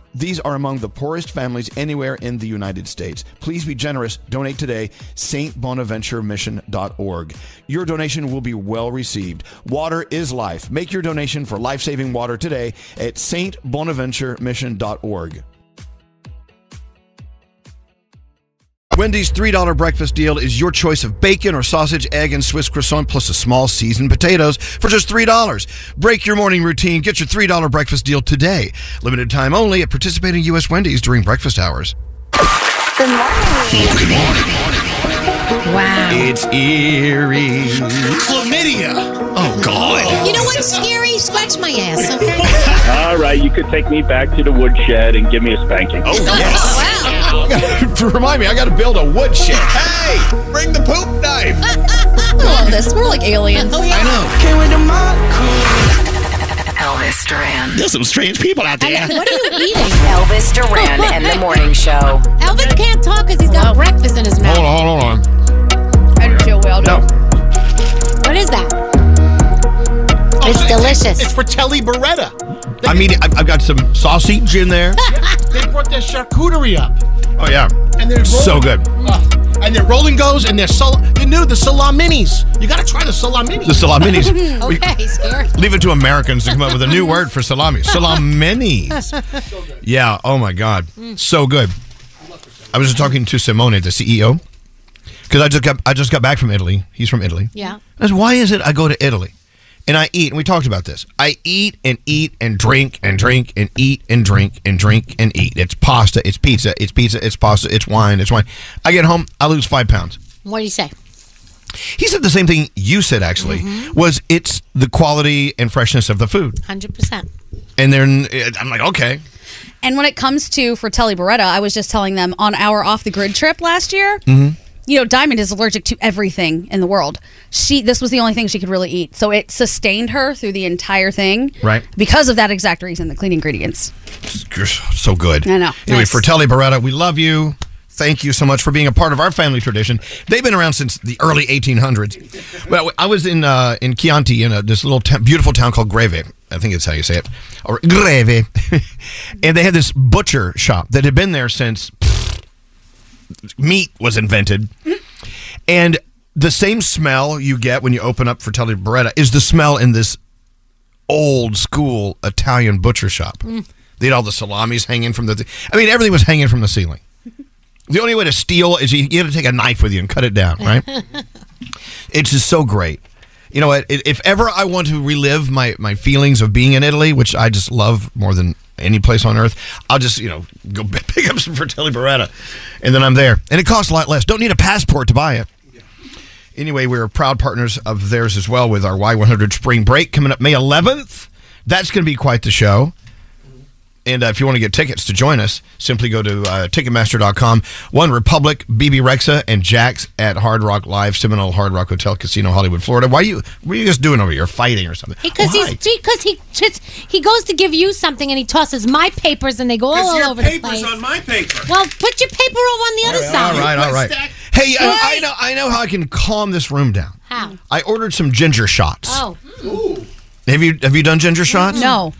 [SPEAKER 6] These are among the poorest families anywhere in the United States. Please be generous. Donate today, stbonaventuremission.org. Your donation will be well received. Water is life. Make your donation for life saving water today at stbonaventuremission.org. Wendy's $3 breakfast deal is your choice of bacon or sausage, egg, and Swiss croissant, plus a small seasoned potatoes for just $3. Break your morning routine. Get your $3 breakfast deal today. Limited time only at participating U.S. Wendy's during breakfast hours.
[SPEAKER 3] Wow.
[SPEAKER 6] It's eerie. Chlamydia. Oh, God.
[SPEAKER 3] You know what's scary? Scratch my ass. Okay.
[SPEAKER 25] All right, you could take me back to the woodshed and give me a spanking. Oh,
[SPEAKER 6] Remind me, I got to build a woodshed. Hey, bring the poop knife.
[SPEAKER 8] I love this. We're like aliens. Oh, yeah. I know.
[SPEAKER 7] Elvis Duran.
[SPEAKER 6] There's some strange people out
[SPEAKER 7] there.
[SPEAKER 3] What are you eating?
[SPEAKER 7] Elvis
[SPEAKER 24] Oh,
[SPEAKER 7] Duran and the Morning Show.
[SPEAKER 3] Elvis can't talk because he's got breakfast in his mouth.
[SPEAKER 4] Hold on, hold on.
[SPEAKER 8] I do feel well.
[SPEAKER 4] No.
[SPEAKER 3] What is that? It's delicious.
[SPEAKER 15] Oh, It's fratelli beretta.
[SPEAKER 4] I mean, I've, I've got some sausage in there.
[SPEAKER 15] they brought their charcuterie up.
[SPEAKER 4] Oh, yeah.
[SPEAKER 15] And they're
[SPEAKER 4] So
[SPEAKER 15] rolling-
[SPEAKER 4] good.
[SPEAKER 15] Ugh. and they're rolling goes and they're sal- the new the salaminis. You got to try the salaminis.
[SPEAKER 4] The salaminis. We-
[SPEAKER 3] okay, scary.
[SPEAKER 4] Leave it to Americans to come up with a new word for salami. Salamini. Yeah. Oh my God.
[SPEAKER 6] Mm.
[SPEAKER 4] So good. I was just talking to Simone, the CEO, because I just got I just got back from Italy. He's from Italy.
[SPEAKER 3] Yeah.
[SPEAKER 4] I said, why is it I go to Italy and I eat? And we talked about this. I eat and eat and drink and drink and eat and drink and drink and eat. It's pasta. It's pizza. It's pizza. It's pasta. It's wine. It's wine. I get home. I lose five pounds.
[SPEAKER 3] What do you say?
[SPEAKER 4] He said the same thing you said actually was it's the quality and freshness of the food.
[SPEAKER 8] 100%.
[SPEAKER 4] And then uh, I'm like, okay,
[SPEAKER 8] And when it comes to Fratelli Beretta, I was just telling them on our off the grid trip last year,
[SPEAKER 4] mm-hmm.
[SPEAKER 8] you know, Diamond is allergic to everything in the world. She this was the only thing she could really eat. So it sustained her through the entire thing
[SPEAKER 4] right,
[SPEAKER 8] because of that exact reason, the clean ingredients.
[SPEAKER 4] You're so good.
[SPEAKER 8] I know.
[SPEAKER 4] Anyway,
[SPEAKER 8] Nice.
[SPEAKER 4] Fratelli Beretta, we love you. Thank you so much for being a part of our family tradition. They've been around since the early 1800s. Well, I was in uh, in Chianti in a, this little town beautiful town called Greve. I think it's how you say it, or Greve. and they had this butcher shop that had been there since meat was invented. And the same smell you get when you open up Fratelli Beretta is the smell in this old school Italian butcher shop.
[SPEAKER 10] Mm.
[SPEAKER 4] They had all the salamis hanging from the. I mean, everything was hanging from the ceiling. The only way to steal is you, you had to take a knife with you and cut it down, right? it's just so great. You know what? If if ever I want to relive my, my feelings of being in Italy, which I just love more than any place on earth, I'll just, you know, go b- pick up some Fratelli Beretta and then I'm there. And it costs a lot less. Don't need a passport to buy it. Anyway, we're proud partners of theirs as well with our Y100 Spring Break coming up May 11th. That's going to be quite the show. And uh, if you want to get tickets to join us, simply go to uh, Ticketmaster.com. One Republic, BB Rexa, and Jax at Hard Rock Live, Seminole Hard Rock Hotel Casino, Hollywood, Florida. Why you? What are you guys doing over here? Fighting or something?
[SPEAKER 24] Because he's because he just, he goes to give you something and he tosses my papers and they go all
[SPEAKER 10] your
[SPEAKER 24] over the
[SPEAKER 10] paper's
[SPEAKER 24] place.
[SPEAKER 10] on my paper.
[SPEAKER 24] well, put your paper on the other side.
[SPEAKER 4] All right, all right. Hey, uh, I know, I know how I can calm this room down.
[SPEAKER 24] How?
[SPEAKER 4] I ordered some ginger shots.
[SPEAKER 8] Oh.
[SPEAKER 4] Have you Have you done ginger shots?
[SPEAKER 8] No.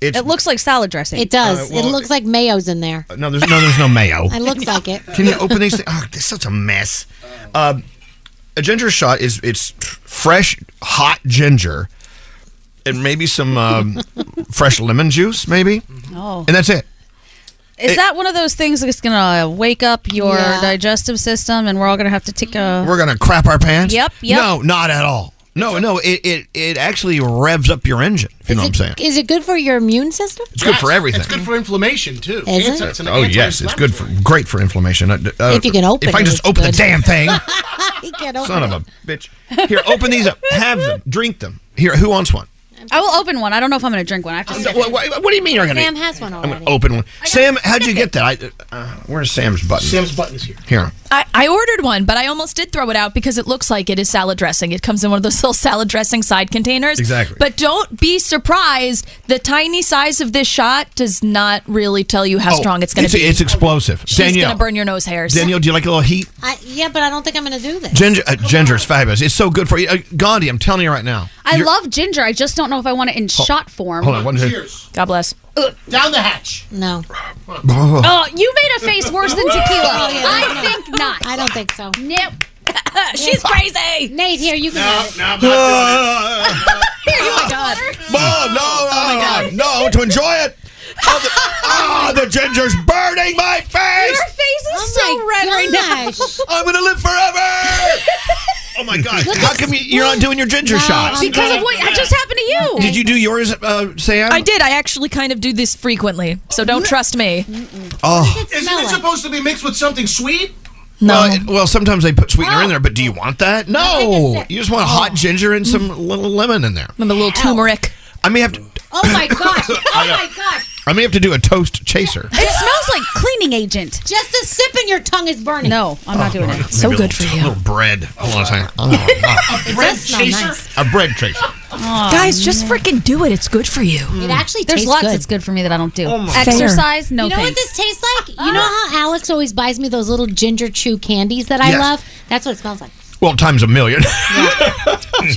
[SPEAKER 4] It's-
[SPEAKER 8] it looks like salad dressing.
[SPEAKER 24] It does.
[SPEAKER 4] Uh, well,
[SPEAKER 24] it looks like mayo's in there.
[SPEAKER 4] No, there's no, there's no mayo.
[SPEAKER 24] It looks like it.
[SPEAKER 4] Can you open these things? Oh, it's such a mess. Um, a ginger shot is it's fresh, hot ginger, and maybe some um, fresh lemon juice, maybe,
[SPEAKER 8] Oh.
[SPEAKER 4] and that's it.
[SPEAKER 8] Is
[SPEAKER 4] it-
[SPEAKER 8] that one of those things that's going to wake up your
[SPEAKER 4] Yeah.
[SPEAKER 8] digestive system and we're all going to have to take a
[SPEAKER 4] We're gonna crap our pants.
[SPEAKER 8] Yep, yep.
[SPEAKER 4] No, not at all. No, no. It it, it actually revs up your engine. If you know what I'm saying.
[SPEAKER 24] Is it good for your immune system?
[SPEAKER 4] It's good for everything.
[SPEAKER 15] It's good for inflammation too.
[SPEAKER 24] Is
[SPEAKER 15] It's
[SPEAKER 24] it?
[SPEAKER 15] a- it's an
[SPEAKER 4] oh yes, it's good for great for inflammation. Uh, uh,
[SPEAKER 24] If you can open
[SPEAKER 4] if I
[SPEAKER 24] it,
[SPEAKER 4] can just
[SPEAKER 24] it's
[SPEAKER 4] open
[SPEAKER 24] good.
[SPEAKER 4] the damn thing.
[SPEAKER 24] He can't open
[SPEAKER 4] Son of
[SPEAKER 24] it.
[SPEAKER 4] a bitch. Here, open these up. Have them. Drink them. Here, who wants one?
[SPEAKER 8] I will open one. I don't know if I'm going to drink one. I have to sip
[SPEAKER 4] What, what- what do you mean you're gonna?
[SPEAKER 8] Sam has one
[SPEAKER 4] I'm gonna open one. Sam, how'd you get that? I, uh, where's Sam's button?
[SPEAKER 15] Sam's button's here.
[SPEAKER 4] Here.
[SPEAKER 11] I, I ordered one, but I almost did throw it out because it looks like it is salad dressing. It comes in one of those little salad dressing side containers.
[SPEAKER 4] Exactly.
[SPEAKER 11] But don't be surprised. The tiny size of this shot does not really tell you how
[SPEAKER 4] Oh,
[SPEAKER 11] strong it's going to be.
[SPEAKER 4] It's explosive.
[SPEAKER 11] She's
[SPEAKER 4] Danielle.
[SPEAKER 11] going to burn your nose hairs.
[SPEAKER 4] Danielle, do you like a little heat?
[SPEAKER 24] I, yeah, but I don't think I'm going to do this.
[SPEAKER 4] Ginger, uh, ginger is fabulous. It's so good for you. Uh, Gandhi, I'm telling you right now.
[SPEAKER 8] I
[SPEAKER 4] You're-
[SPEAKER 8] love ginger. I just don't know if I want it in
[SPEAKER 4] Hol-
[SPEAKER 8] shot form.
[SPEAKER 4] Hold on, one Cheers.
[SPEAKER 11] God bless.
[SPEAKER 15] Down the hatch.
[SPEAKER 24] No.
[SPEAKER 4] Oh.
[SPEAKER 8] Oh, you made a face worse than tequila.
[SPEAKER 24] Oh, yeah,
[SPEAKER 8] I
[SPEAKER 24] no.
[SPEAKER 8] think not.
[SPEAKER 24] I don't think so.
[SPEAKER 8] Nope.
[SPEAKER 11] She's crazy.
[SPEAKER 24] Nate, here you can. have it.
[SPEAKER 4] Mom, no,
[SPEAKER 24] Oh,
[SPEAKER 11] Oh
[SPEAKER 4] no, no, no, to enjoy it. Oh, the, ah, the ginger's burning my face.
[SPEAKER 11] Your face
[SPEAKER 4] is
[SPEAKER 11] so red
[SPEAKER 4] right now. I'm gonna live forever. Oh my God!
[SPEAKER 11] Look,
[SPEAKER 4] How come you, you're not doing your ginger shots?
[SPEAKER 11] Because of what just happened to you.
[SPEAKER 4] Did you do yours, uh, Sam?
[SPEAKER 11] I did. I actually kind of do this frequently, so don't trust me.
[SPEAKER 4] Oh.
[SPEAKER 15] Isn't it supposed to be mixed with something sweet?
[SPEAKER 11] No.
[SPEAKER 4] Well, it- well, sometimes they put sweetener in there, but do you want that? No. You just want hot ginger and some little lemon in there.
[SPEAKER 11] I'm a little turmeric.
[SPEAKER 4] I may have to.
[SPEAKER 24] Oh my gosh! Oh my gosh!
[SPEAKER 4] I may have to do a toast chaser.
[SPEAKER 8] It smells like cleaning agent.
[SPEAKER 24] Just a sip and your tongue is burning.
[SPEAKER 8] No, I'm
[SPEAKER 4] Oh,
[SPEAKER 8] not doing it.
[SPEAKER 4] Maybe a little- A little bread. Hold on a second. Oh, wow.
[SPEAKER 24] It does smell nice.
[SPEAKER 4] a bread chaser.
[SPEAKER 11] Guys, just freaking do it. It's good for you.
[SPEAKER 24] It actually
[SPEAKER 8] Mm. There's
[SPEAKER 24] tastes
[SPEAKER 8] lots
[SPEAKER 24] good.
[SPEAKER 8] that's good for me that I don't do.
[SPEAKER 3] Oh
[SPEAKER 4] Oh
[SPEAKER 11] my-
[SPEAKER 8] Exercise, no
[SPEAKER 24] You know what
[SPEAKER 8] thanks.
[SPEAKER 24] this tastes like?
[SPEAKER 3] Uh-huh.
[SPEAKER 24] You know how Alex always buys me those little ginger chew candies that I
[SPEAKER 4] Yes.
[SPEAKER 24] love? That's what it smells like.
[SPEAKER 4] Well, times a million.
[SPEAKER 24] Sure,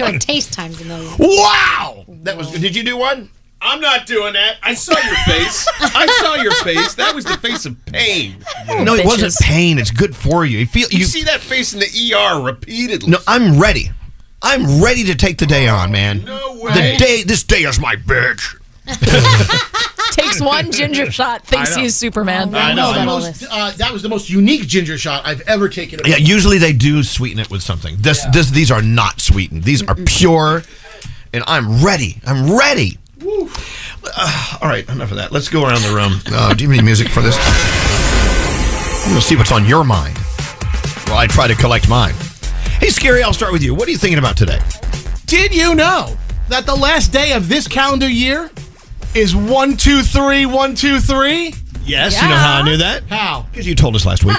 [SPEAKER 24] it tastes times a million.
[SPEAKER 4] Wow! That was. Did you do one?
[SPEAKER 10] I'm not doing that. I saw your face. I saw your face. That was the face of pain.
[SPEAKER 4] no, it wasn't pain. It's good for you. You feel
[SPEAKER 10] You,
[SPEAKER 4] you.
[SPEAKER 10] see that face in the ER repeatedly.
[SPEAKER 4] No, I'm ready. I'm ready to take the day on, man. No
[SPEAKER 10] way.
[SPEAKER 4] The day. This day is my bitch.
[SPEAKER 11] Takes one ginger shot, thinks
[SPEAKER 15] I know.
[SPEAKER 11] he's Superman.
[SPEAKER 15] I know. The most, uh, that was the most unique ginger shot I've ever taken.
[SPEAKER 4] Yeah, usually they do sweeten it with something. This, this, these are not sweetened. These are pure, and I'm ready. I'm ready. Uh, all right, enough of that. Let's go around the room. Uh, do you have any music for this? I'm gonna see what's on your mind. Well, I try to collect mine. Hey, Scary, I'll start with you. What are you thinking about today?
[SPEAKER 15] Did you know that the last day of this calendar year is one two three one two three?
[SPEAKER 4] Yes, you know how I knew that?
[SPEAKER 15] How?
[SPEAKER 4] Because you told us last week.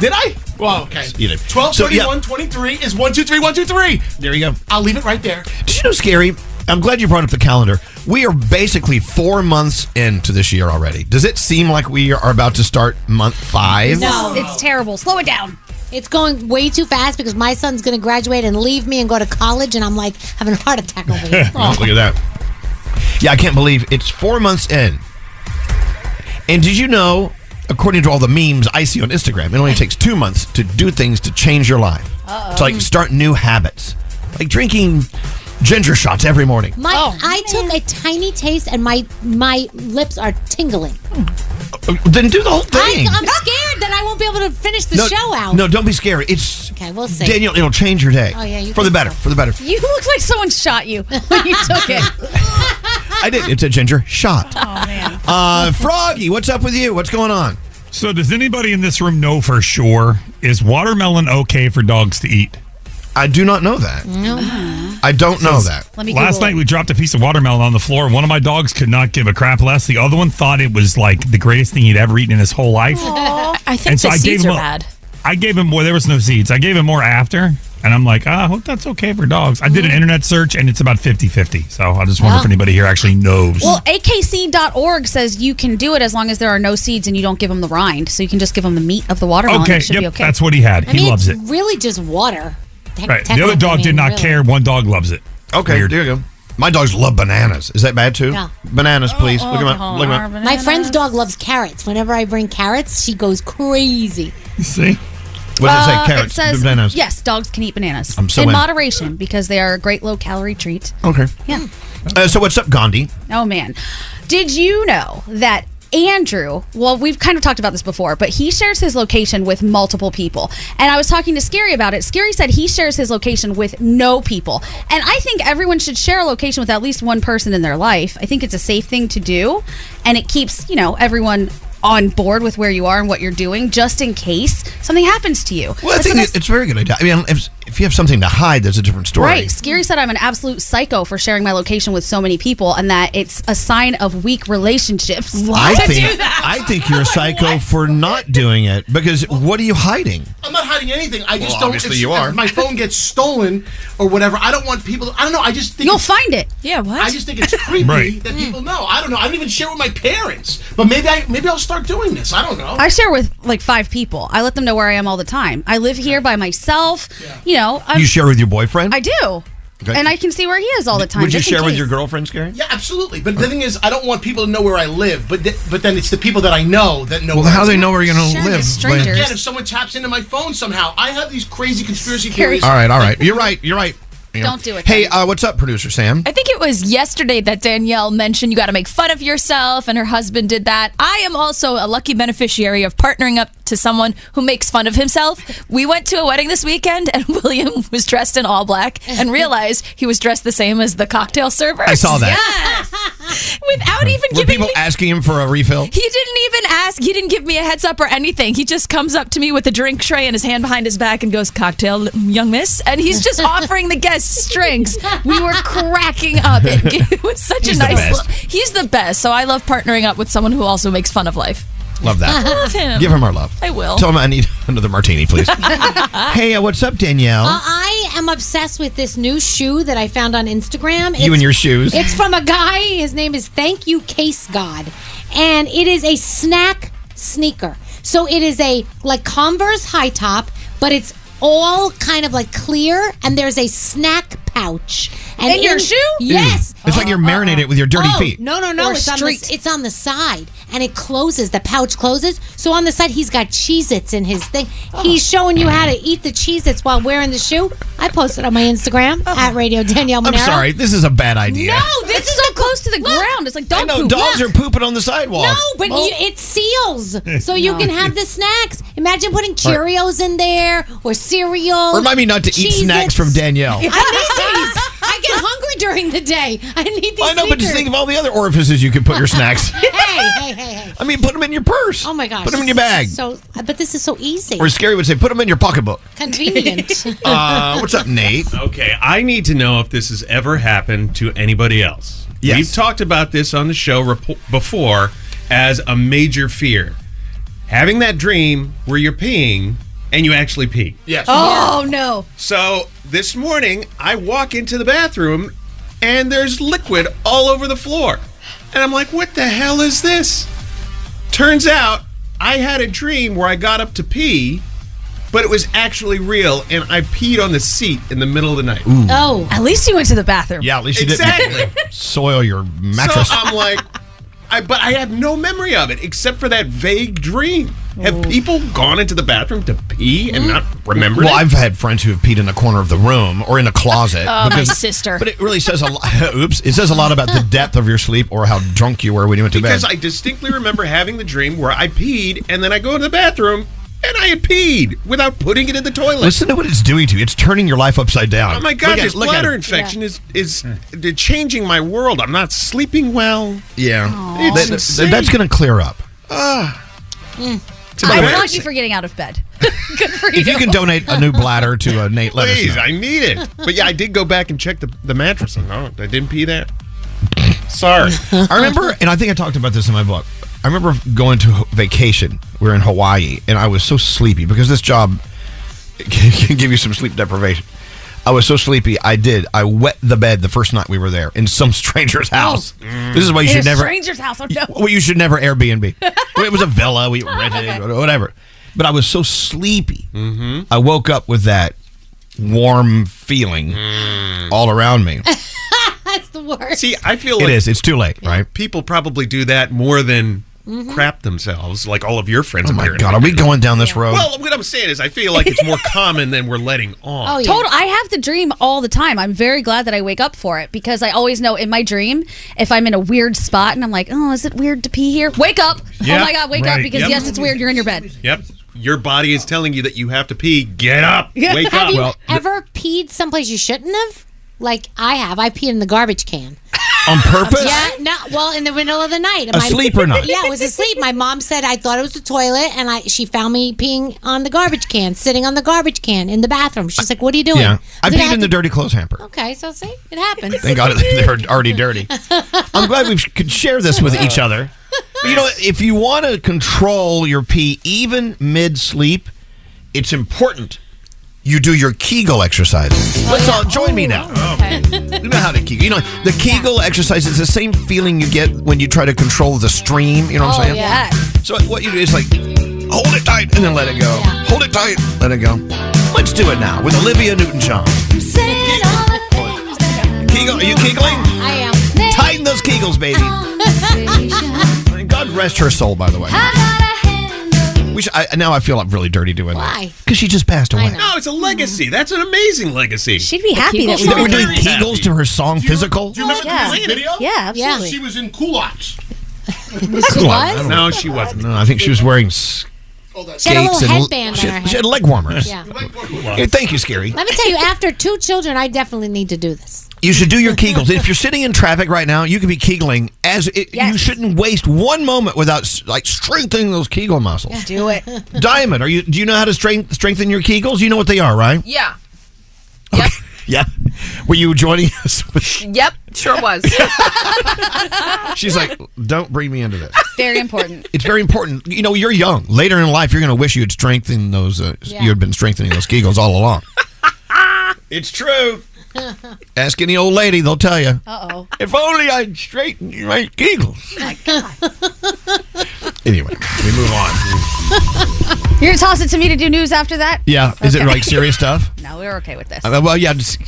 [SPEAKER 15] Did I? Well, okay.
[SPEAKER 4] You did.
[SPEAKER 15] 12,
[SPEAKER 4] So, yeah.
[SPEAKER 15] 31, 23 is one two three one two three.
[SPEAKER 4] There you go.
[SPEAKER 15] I'll leave it right there.
[SPEAKER 4] Did you know, Scary? I'm glad you brought up the calendar. We are basically four months into this year already. Does it seem like we are about to start month five?
[SPEAKER 3] No, it's terrible. Slow it down. It's going way too fast because my son's going to graduate and leave me and go to college, and I'm like having a heart attack over here.
[SPEAKER 4] Oh, Look at that. Yeah, I can't believe it's four months in. And did you know, according to all the memes I see on Instagram, it only takes two months to do things to change your life.
[SPEAKER 3] Uh-oh.
[SPEAKER 4] To like start new habits, like drinking ginger shots every morning.
[SPEAKER 3] My, I took a tiny taste, and my my lips are tingling.
[SPEAKER 4] Hmm. Uh, Then do the whole thing.
[SPEAKER 3] I, I'm scared that I won't be able to finish the
[SPEAKER 4] no,
[SPEAKER 3] show out.
[SPEAKER 4] No, don't be scared. It's
[SPEAKER 3] Okay, we'll see.
[SPEAKER 4] Daniel. It'll change your day.
[SPEAKER 3] Oh, yeah, you
[SPEAKER 4] for the
[SPEAKER 3] think
[SPEAKER 4] better. For the better.
[SPEAKER 8] You looked like someone shot you when you took it.
[SPEAKER 4] I did. It's a ginger shot.
[SPEAKER 3] Oh,
[SPEAKER 4] Uh, Froggy, what's up with you? What's going on?
[SPEAKER 17] So, does anybody in this room know for sure is watermelon okay for dogs to eat?
[SPEAKER 4] I do not know that.
[SPEAKER 3] Uh-huh.
[SPEAKER 4] I don't know that.
[SPEAKER 17] Last night we dropped a piece of watermelon on the floor. One of my dogs could not give a crap less. The other one thought it was like the greatest thing he'd ever eaten in his whole life.
[SPEAKER 11] I think
[SPEAKER 17] And so
[SPEAKER 11] the
[SPEAKER 17] I gave
[SPEAKER 11] seeds
[SPEAKER 17] him
[SPEAKER 11] are
[SPEAKER 17] a-
[SPEAKER 11] bad.
[SPEAKER 17] I gave him more. There was no seeds. I gave him more after, and I'm like, ah, I hope that's okay for dogs. I did
[SPEAKER 11] Mm.
[SPEAKER 17] an internet search, and it's about 50-50. So I just wonder
[SPEAKER 8] Wow.
[SPEAKER 17] if anybody here actually knows.
[SPEAKER 8] Well, akc.org says you can do it as long as there are no seeds and you don't give them the rind. So you can just give them the meat of the watermelon.
[SPEAKER 17] okay,
[SPEAKER 8] it should
[SPEAKER 17] yep,
[SPEAKER 8] be okay.
[SPEAKER 17] that's what he had.
[SPEAKER 8] I
[SPEAKER 17] he
[SPEAKER 8] mean,
[SPEAKER 17] loves it.
[SPEAKER 8] it's
[SPEAKER 3] Really, just water. Tec-
[SPEAKER 17] Right. The
[SPEAKER 3] technically,
[SPEAKER 17] other dog
[SPEAKER 3] I
[SPEAKER 17] did
[SPEAKER 3] mean,
[SPEAKER 17] not
[SPEAKER 3] really.
[SPEAKER 17] care. One dog loves it.
[SPEAKER 4] Okay, there you go. My dogs love bananas. Is that bad too?
[SPEAKER 3] No.
[SPEAKER 4] Bananas, please.
[SPEAKER 3] Oh,
[SPEAKER 4] look at
[SPEAKER 3] oh,
[SPEAKER 4] my look at my.
[SPEAKER 3] My friend's dog loves carrots. Whenever I bring carrots, she goes crazy.
[SPEAKER 4] See. What does it
[SPEAKER 8] Uh,
[SPEAKER 4] say? Carrots,
[SPEAKER 8] says,
[SPEAKER 4] bananas.
[SPEAKER 8] Yes, dogs can eat bananas
[SPEAKER 4] I'm so
[SPEAKER 8] in
[SPEAKER 4] in.
[SPEAKER 8] moderation because they are a great low calorie treat.
[SPEAKER 4] Okay.
[SPEAKER 8] Yeah.
[SPEAKER 4] Uh, so what's up, Gandhi?
[SPEAKER 8] Oh man. Did you know that Andrew, well, we've kind of talked about this before, but he shares his location with multiple people. And I was talking to Scary about it. Scary said he shares his location with no people. And I think everyone should share a location with at least one person in their life. I think it's a safe thing to do. And it keeps, you know, everyone on board with where you are and what you're doing just in case something happens to you.
[SPEAKER 4] Well, I
[SPEAKER 8] But
[SPEAKER 4] think
[SPEAKER 8] sometimes-
[SPEAKER 4] it's a very good idea. I mean, if, if you have something to hide, there's a different story.
[SPEAKER 8] Right. Scary said I'm an absolute psycho for sharing my location with so many people and that it's a sign of weak relationships.
[SPEAKER 4] I think I think you're a psycho for not doing it because what are you hiding?
[SPEAKER 15] I'm not hiding anything. I just
[SPEAKER 4] Well,
[SPEAKER 15] don't.
[SPEAKER 4] obviously
[SPEAKER 15] it's-
[SPEAKER 4] you are.
[SPEAKER 15] if My phone gets stolen or whatever. I don't want people. I don't know. I just think
[SPEAKER 8] you'll find it. Yeah. What?
[SPEAKER 15] I just think it's creepy
[SPEAKER 8] Right.
[SPEAKER 15] that people know. I don't know. I don't even share with my parents. But maybe I maybe I'll start doing this. I don't know.
[SPEAKER 8] I share with like five people. I let them know where I am all the time. I live here by myself. You know, I'm,
[SPEAKER 4] you share with your boyfriend?
[SPEAKER 8] I do,
[SPEAKER 4] Okay.
[SPEAKER 8] and I can see where he is all the time.
[SPEAKER 4] Would you
[SPEAKER 8] just in
[SPEAKER 4] share with
[SPEAKER 8] case.
[SPEAKER 4] your girlfriend, Scary?
[SPEAKER 15] Yeah, absolutely. But the thing is, I don't want people to know where I live. But th- but then it's the people that I know that know.
[SPEAKER 4] Well,
[SPEAKER 15] where
[SPEAKER 4] how
[SPEAKER 15] I
[SPEAKER 4] do they
[SPEAKER 15] live.
[SPEAKER 4] know where you're gonna Sure, live, they're strangers. when-
[SPEAKER 15] Yeah, if someone taps into my phone somehow, I have these crazy conspiracy
[SPEAKER 11] Scary.
[SPEAKER 15] theories.
[SPEAKER 4] All right, all right. You're right. You're right. You
[SPEAKER 11] Don't do it,
[SPEAKER 4] Hey, uh, what's up, producer Sam?
[SPEAKER 11] I think it was yesterday that Danielle mentioned you got to make fun of yourself, and her husband did that. I am also a lucky beneficiary of partnering up to someone who makes fun of himself. We went to a wedding this weekend, and William was dressed in all black and realized he was dressed the same as the cocktail server.
[SPEAKER 4] I saw that.
[SPEAKER 11] Yes. Without even
[SPEAKER 4] Were
[SPEAKER 11] giving
[SPEAKER 4] people
[SPEAKER 11] me.
[SPEAKER 4] asking him for a refill?
[SPEAKER 11] He didn't even ask. He didn't give me a heads up or anything. He just comes up to me with a drink tray in his hand behind his back and goes, "Cocktail, young miss." And he's just offering the guests drinks. We were cracking up. It, it was such
[SPEAKER 4] He's
[SPEAKER 11] a
[SPEAKER 4] the
[SPEAKER 11] nice.
[SPEAKER 4] best.
[SPEAKER 11] lo- he's the best. So I love partnering up with someone who also makes fun of life.
[SPEAKER 4] Love that.
[SPEAKER 11] Love him.
[SPEAKER 4] Give him our love.
[SPEAKER 11] I will.
[SPEAKER 4] Tell him I need another martini, please. hey, uh, what's up, Danielle?
[SPEAKER 3] Uh, I am obsessed with this new shoe that I found on Instagram.
[SPEAKER 4] You and your shoes.
[SPEAKER 3] It's from a guy. His name is Thank You Case God, and it is a snack sneaker. So it is a like Converse high top, but it's all kind of like clear, and there's a snack pouch. And
[SPEAKER 8] In your shoe?
[SPEAKER 4] Ew.
[SPEAKER 3] Yes.
[SPEAKER 4] It's like you're marinated with your dirty
[SPEAKER 3] Oh,
[SPEAKER 4] feet.
[SPEAKER 3] No, no, no.
[SPEAKER 8] Or
[SPEAKER 3] it's on
[SPEAKER 8] street.
[SPEAKER 3] the it's on the side, and it closes. The pouch closes. So on the side, he's got Cheez-Its in his thing. He's showing you how to eat the Cheez-Its while wearing the shoe. I posted on my Instagram at Radio Danielle.
[SPEAKER 4] I'm
[SPEAKER 3] Monero.
[SPEAKER 4] sorry. This is a bad idea.
[SPEAKER 3] Oh. No, this is so close to the ground.
[SPEAKER 8] It's like
[SPEAKER 4] I know dogs are pooping on the sidewalk.
[SPEAKER 3] No, but you, it seals, so you
[SPEAKER 4] No.
[SPEAKER 3] can have the snacks. Imagine putting
[SPEAKER 4] All right.
[SPEAKER 3] Cheerios in there or cereal.
[SPEAKER 4] Remind me not to eat
[SPEAKER 3] Cheez-Its.
[SPEAKER 4] snacks from Danielle.
[SPEAKER 3] I need these. I get hungry
[SPEAKER 24] during the day. I need these.
[SPEAKER 4] I know, but just
[SPEAKER 24] sneakers.
[SPEAKER 4] think of all the other orifices you could put your snacks.
[SPEAKER 24] hey, hey, hey, hey.
[SPEAKER 4] I mean, put them in your purse.
[SPEAKER 24] Oh my gosh.
[SPEAKER 4] Put 'em in your bag.
[SPEAKER 24] So, uh, but this is so easy.
[SPEAKER 4] Or Scary would say, put them in your pocketbook.
[SPEAKER 24] Convenient.
[SPEAKER 4] Uh, what's up, Nate?
[SPEAKER 16] Okay, I need to know if this has ever happened to anybody else.
[SPEAKER 4] Yes.
[SPEAKER 16] We've talked about this on the show repo- before as a major fear. Having that dream where you're peeing and you actually pee.
[SPEAKER 4] Yes.
[SPEAKER 8] Oh no.
[SPEAKER 16] So this morning, I walk into the bathroom and there's liquid all over the floor. And I'm like, what the hell is this? Turns out I had a dream where I got up to pee, but it was actually real and I peed on the seat in the middle of the night.
[SPEAKER 8] Oh. At least you went to the bathroom.
[SPEAKER 4] Yeah, at least you
[SPEAKER 16] Exactly.
[SPEAKER 4] didn't soil your mattress.
[SPEAKER 16] So uh, I'm like, I, but I have no memory of it except for that vague dream.
[SPEAKER 11] Oh.
[SPEAKER 16] Have people gone into the bathroom to pee and not
[SPEAKER 11] Mm-hmm.
[SPEAKER 16] remembered?
[SPEAKER 4] Well,
[SPEAKER 16] it?
[SPEAKER 4] I've had friends who have peed in a corner of the room or in a closet.
[SPEAKER 11] Oh, my sister.
[SPEAKER 4] But it really says a lot. Oops, it says a lot about the depth of your sleep or how drunk you were when you went to
[SPEAKER 16] because
[SPEAKER 4] bed.
[SPEAKER 16] I distinctly remember having the dream where I peed and then I go to the bathroom and I had peed without putting it in the toilet.
[SPEAKER 4] Listen to what it's doing to you. It's turning your life upside down.
[SPEAKER 16] Oh my
[SPEAKER 4] Look
[SPEAKER 16] god,
[SPEAKER 4] at-
[SPEAKER 16] this
[SPEAKER 4] look at
[SPEAKER 16] bladder
[SPEAKER 4] it.
[SPEAKER 16] infection is is they're changing my world. I'm not sleeping well.
[SPEAKER 4] Yeah,
[SPEAKER 16] It's
[SPEAKER 4] That- that-
[SPEAKER 16] insane.
[SPEAKER 4] that's going to clear up. Ah.
[SPEAKER 8] Hmm. I applaud
[SPEAKER 4] embarrassing.
[SPEAKER 8] you for getting out of bed. Good for you.
[SPEAKER 4] If you can donate a new bladder to a Nate, let
[SPEAKER 16] Please,
[SPEAKER 4] us know.
[SPEAKER 16] I need it. But yeah, I did go back and check the, the mattress. and no, I didn't pee there. Sorry.
[SPEAKER 4] I remember, and I think I talked about this in my book. I remember going to vacation. We were in Hawaii, and I was so sleepy because this job can give you some sleep deprivation. I was so sleepy. I did. I wet the bed the first night we were there in some stranger's house. This Oh. is why you
[SPEAKER 8] Oh. In
[SPEAKER 4] should
[SPEAKER 8] a
[SPEAKER 4] never.
[SPEAKER 8] stranger's house. Oh no.
[SPEAKER 4] Well, you should never Airbnb. Well, it was a villa we
[SPEAKER 16] Oh,
[SPEAKER 4] rented, or whatever. But I was so sleepy.
[SPEAKER 16] Mm-hmm.
[SPEAKER 4] I woke up with that warm feeling
[SPEAKER 16] Mm.
[SPEAKER 4] all around me.
[SPEAKER 24] That's the worst.
[SPEAKER 16] See, I feel
[SPEAKER 4] It
[SPEAKER 16] like
[SPEAKER 4] is. It's too late, right?
[SPEAKER 16] people probably do that more than
[SPEAKER 24] Mhm.
[SPEAKER 16] crap themselves, like all of your friends.
[SPEAKER 4] Oh my God, are we going down this road?
[SPEAKER 16] Well, what I'm saying is, I feel like it's more common than we're letting on.
[SPEAKER 8] Oh, Total. I have the dream all the time. I'm very glad that I wake up for it because I always know in my dream if I'm in a weird spot and I'm like, oh, is it weird to pee here? Wake up!
[SPEAKER 16] Yeah,
[SPEAKER 8] oh my god, wake up
[SPEAKER 16] right,
[SPEAKER 8] because
[SPEAKER 16] yep.
[SPEAKER 8] yes, it's weird. You're in your bed.
[SPEAKER 16] Yep. Your body is telling you that you have to pee. Get up. Wake
[SPEAKER 24] have
[SPEAKER 16] up.
[SPEAKER 24] you ever peed someplace you shouldn't have? Like I have. I peed in the garbage can.
[SPEAKER 4] On purpose?
[SPEAKER 24] Yeah, no. Well, in the middle of the night.
[SPEAKER 4] A sleep or not?
[SPEAKER 24] Yeah, it was asleep. My mom said I thought it was the toilet, and I she found me peeing on the garbage can, sitting on the garbage can in the bathroom. She's like, "What are you doing?"
[SPEAKER 4] Yeah. I
[SPEAKER 24] said,
[SPEAKER 4] peed
[SPEAKER 24] had
[SPEAKER 4] in the
[SPEAKER 24] to-
[SPEAKER 4] dirty clothes hamper.
[SPEAKER 24] Okay, so see, it happens.
[SPEAKER 4] Thank God they're already dirty. I'm glad we could share this with each other. You know, if you want to control your pee even mid sleep, it's important you do your Kegel exercises. Let's all join me now. You know how to Kegel. You know, the Kegel exercise is the same feeling you get when you try to control the stream. You know
[SPEAKER 2] Oh,
[SPEAKER 8] Oh,
[SPEAKER 4] what I'm saying? So what you do is like hold it tight and then let it go. Hold it tight, let it go. Let's do it now with Olivia Newton-John. Kegel, are you Kegling?
[SPEAKER 24] I am.
[SPEAKER 4] Tighten those Kegels, baby. God rest her soul, by the way. We should, I, now I feel I'm really dirty doing
[SPEAKER 24] Why?
[SPEAKER 4] Because she just passed away.
[SPEAKER 15] Oh,
[SPEAKER 16] No, it's a legacy. That's an amazing legacy.
[SPEAKER 8] She'd be happy that
[SPEAKER 4] That
[SPEAKER 8] we
[SPEAKER 4] we're doing
[SPEAKER 8] did.
[SPEAKER 4] Kegels to her song Physical.
[SPEAKER 8] you remember the Yeah. music video? Yeah, absolutely.
[SPEAKER 15] She was in culottes.
[SPEAKER 4] Cool. I don't know.
[SPEAKER 16] No, she wasn't.
[SPEAKER 4] No, I think she was wearing s-
[SPEAKER 24] She had a
[SPEAKER 4] skates
[SPEAKER 24] little
[SPEAKER 4] and l-
[SPEAKER 24] headband on
[SPEAKER 4] she,
[SPEAKER 24] her
[SPEAKER 4] had-
[SPEAKER 24] head.
[SPEAKER 4] she had leg warmers.
[SPEAKER 24] Yeah.
[SPEAKER 4] Yeah, thank you, Scary.
[SPEAKER 24] Let me tell you, after two children, I definitely need to do this.
[SPEAKER 4] You should do your Kegels. if you're sitting in traffic right now, you could be Kegling. As it, you shouldn't waste one moment without s- like strengthening those Kegel muscles.
[SPEAKER 8] Do it.
[SPEAKER 4] Diamond, are you? Do you know how to strength, strengthen your Kegels? You know what they are, right?
[SPEAKER 12] Yeah.
[SPEAKER 4] Yeah. Were you joining us? With,
[SPEAKER 12] Yep. Sure was.
[SPEAKER 4] she's like, don't bring me into this.
[SPEAKER 8] Very important.
[SPEAKER 4] It's very important. You know, you're young. Later in life, you're going to wish you had strengthened those. Uh,
[SPEAKER 8] Yeah.
[SPEAKER 4] You had been strengthening those Kegels all along.
[SPEAKER 16] It's true.
[SPEAKER 4] Ask any old lady; they'll tell you.
[SPEAKER 8] Uh oh.
[SPEAKER 4] If only I'd straightened my Kegels.
[SPEAKER 8] My God.
[SPEAKER 4] Anyway, we move on.
[SPEAKER 8] You're gonna toss it to me to do news after that?
[SPEAKER 4] Yeah, is it
[SPEAKER 8] Okay.
[SPEAKER 4] like serious stuff?
[SPEAKER 8] No, we're okay with this.
[SPEAKER 4] Uh, well, yeah. Just,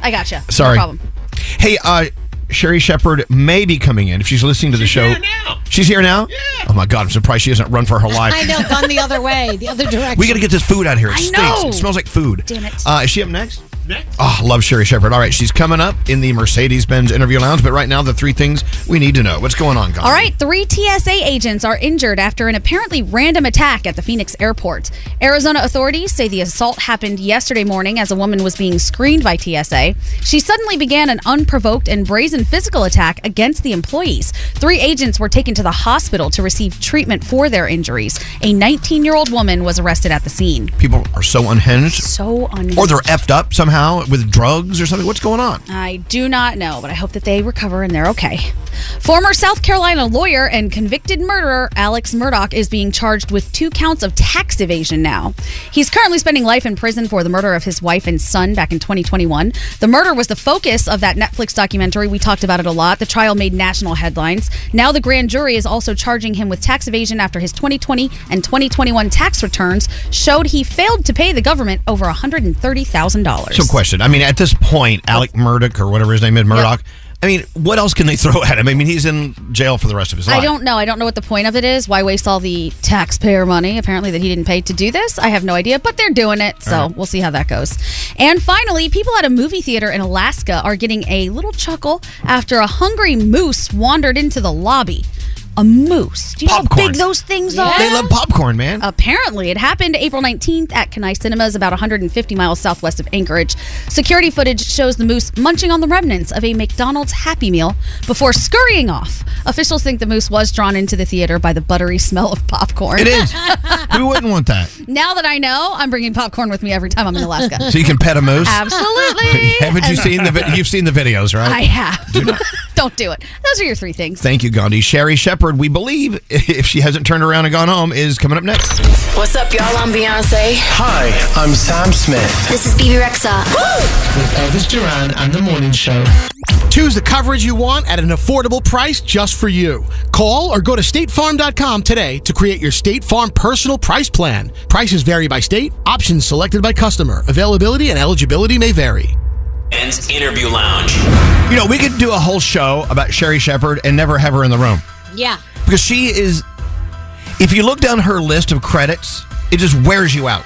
[SPEAKER 8] I gotcha.
[SPEAKER 4] sorry.
[SPEAKER 8] No problem.
[SPEAKER 4] Hey, uh, Sherry Shepard may be coming in if she's listening to the show. She's here now. Yeah. Oh my God, I'm surprised she hasn't run for her life.
[SPEAKER 24] I know, gone the other way, the other direction.
[SPEAKER 4] We got to get this food out of here. It
[SPEAKER 24] I
[SPEAKER 4] stinks.
[SPEAKER 24] know.
[SPEAKER 4] It smells like food.
[SPEAKER 24] Damn it.
[SPEAKER 4] Uh, is she up next? Oh, love Sherry Shepard. All right, she's coming up in the Mercedes Benz interview lounge, but right now, the three things we need to know. What's going on, guys?
[SPEAKER 8] All right, three TSA agents are injured after an apparently random attack at the Phoenix airport. Arizona authorities say the assault happened yesterday morning as a woman was being screened by TSA. She suddenly began an unprovoked and brazen physical attack against the employees. Three agents were taken to the hospital to receive treatment for their injuries. A 19 year old woman was arrested at the scene.
[SPEAKER 4] People are so unhinged.
[SPEAKER 8] So unhinged.
[SPEAKER 4] Or they're effed up somehow with drugs or something. What's going on?
[SPEAKER 8] I do not know, but I hope that they recover and they're okay. Former South Carolina lawyer and convicted murderer Alex Murdoch is being charged with two counts of tax evasion now. He's currently spending life in prison for the murder of his wife and son back in 2021. The murder was the focus of that Netflix documentary. We talked about it a lot. The trial made national headlines. Now the grand jury is also charging him with tax evasion after his 2020 and 2021 tax returns showed he failed to pay the government over $130,000.
[SPEAKER 4] So, question. I mean, at this point, Alec Murdoch or whatever his name is, Murdoch. I mean, what else can they throw at him? I mean, he's in jail for the rest of his life.
[SPEAKER 8] I don't know. I don't know what the point of it is. Why waste all the taxpayer money, apparently, that he didn't pay to do this? I have no idea, but they're doing it. So
[SPEAKER 4] All right.
[SPEAKER 8] we'll see how that goes. And finally, people at a movie theater in Alaska are getting a little chuckle after a hungry moose wandered into the lobby. A moose. Do you know how
[SPEAKER 4] Popcorn.
[SPEAKER 8] big those things are?
[SPEAKER 4] They love popcorn, man.
[SPEAKER 8] Apparently, it happened April 19th at Kenai Cinemas, about 150 miles southwest of Anchorage. Security footage shows the moose munching on the remnants of a McDonald's Happy Meal before scurrying off. Officials think the moose was drawn into the theater by the buttery smell of popcorn.
[SPEAKER 4] It is. Who wouldn't want that?
[SPEAKER 8] now that I know, I'm bringing popcorn with me every time I'm in Alaska.
[SPEAKER 4] So you can pet a moose.
[SPEAKER 8] Absolutely.
[SPEAKER 4] Haven't you seen the? vi- You've seen the videos, right?
[SPEAKER 8] I have. Don't do it. Those are your three things.
[SPEAKER 4] Thank you, Gandhi. Sherry Shepard, we believe, if she hasn't turned around and gone home, is coming up next.
[SPEAKER 7] What's up, y'all? I'm Beyonce.
[SPEAKER 4] Hi, I'm Sam Smith.
[SPEAKER 7] This is BB Rexa.
[SPEAKER 15] With Elvis Duran and the Morning Show. Choose the coverage you want at an affordable price just for you. Call or go to statefarm.com today to create your State Farm personal price plan. Prices vary by state, options selected by customer. Availability and eligibility may vary.
[SPEAKER 2] Ben's Interview Lounge.
[SPEAKER 4] You know, we could do a whole show about Sherry Shepard and never have her in the room
[SPEAKER 24] Yeah.
[SPEAKER 4] because she is. If you look down her list of credits, it just wears you out.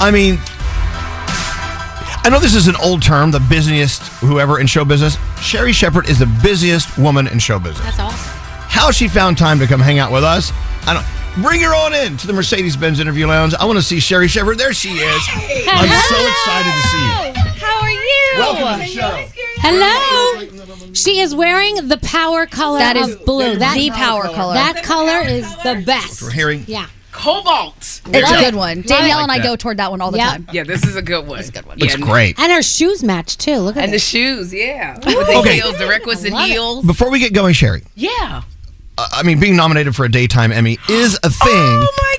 [SPEAKER 4] I mean, I know this is an old term, the busiest whoever in show business. Sherry Shepard is the busiest woman in show business.
[SPEAKER 24] That's awesome.
[SPEAKER 4] How she found time to come hang out with us, I don't. Bring her on in to the Mercedes Benz Interview Lounge. I want to see Sherry Shepard. There she is. I'm so excited to see you.
[SPEAKER 8] How are you?
[SPEAKER 4] Welcome to the show.
[SPEAKER 24] Hello. She is wearing the power color
[SPEAKER 8] That
[SPEAKER 24] of
[SPEAKER 8] is
[SPEAKER 24] blue. That
[SPEAKER 8] the power color.
[SPEAKER 24] That color is the best.
[SPEAKER 4] We're hearing.
[SPEAKER 24] Yeah.
[SPEAKER 8] Cobalt. It's
[SPEAKER 24] Yeah.
[SPEAKER 8] a good one. Danielle
[SPEAKER 24] Like
[SPEAKER 8] and I
[SPEAKER 24] that.
[SPEAKER 8] go toward that one all the
[SPEAKER 24] Yeah.
[SPEAKER 8] time.
[SPEAKER 12] Yeah, this is a good one. It's a good one. Yeah.
[SPEAKER 24] And her shoes match too. Look at
[SPEAKER 12] And
[SPEAKER 24] it.
[SPEAKER 12] the shoes, yeah. With the
[SPEAKER 4] Okay.
[SPEAKER 12] heels, the requisite
[SPEAKER 24] I love it.
[SPEAKER 12] heels.
[SPEAKER 4] Before we get going, Sherry,
[SPEAKER 12] Yeah.
[SPEAKER 4] uh, I mean, being nominated for a daytime Emmy is a thing. Oh my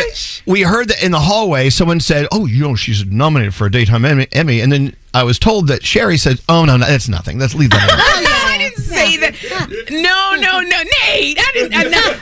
[SPEAKER 4] gosh! But we heard that in the hallway, someone said, "Oh, you know, she's nominated for a daytime Emmy." Emmy. And then I was told that Sherry said, "Oh no, no that's nothing. Let's leave that." alone."
[SPEAKER 12] I didn't say that. No, no, no, Nate. I didn't. I'm not.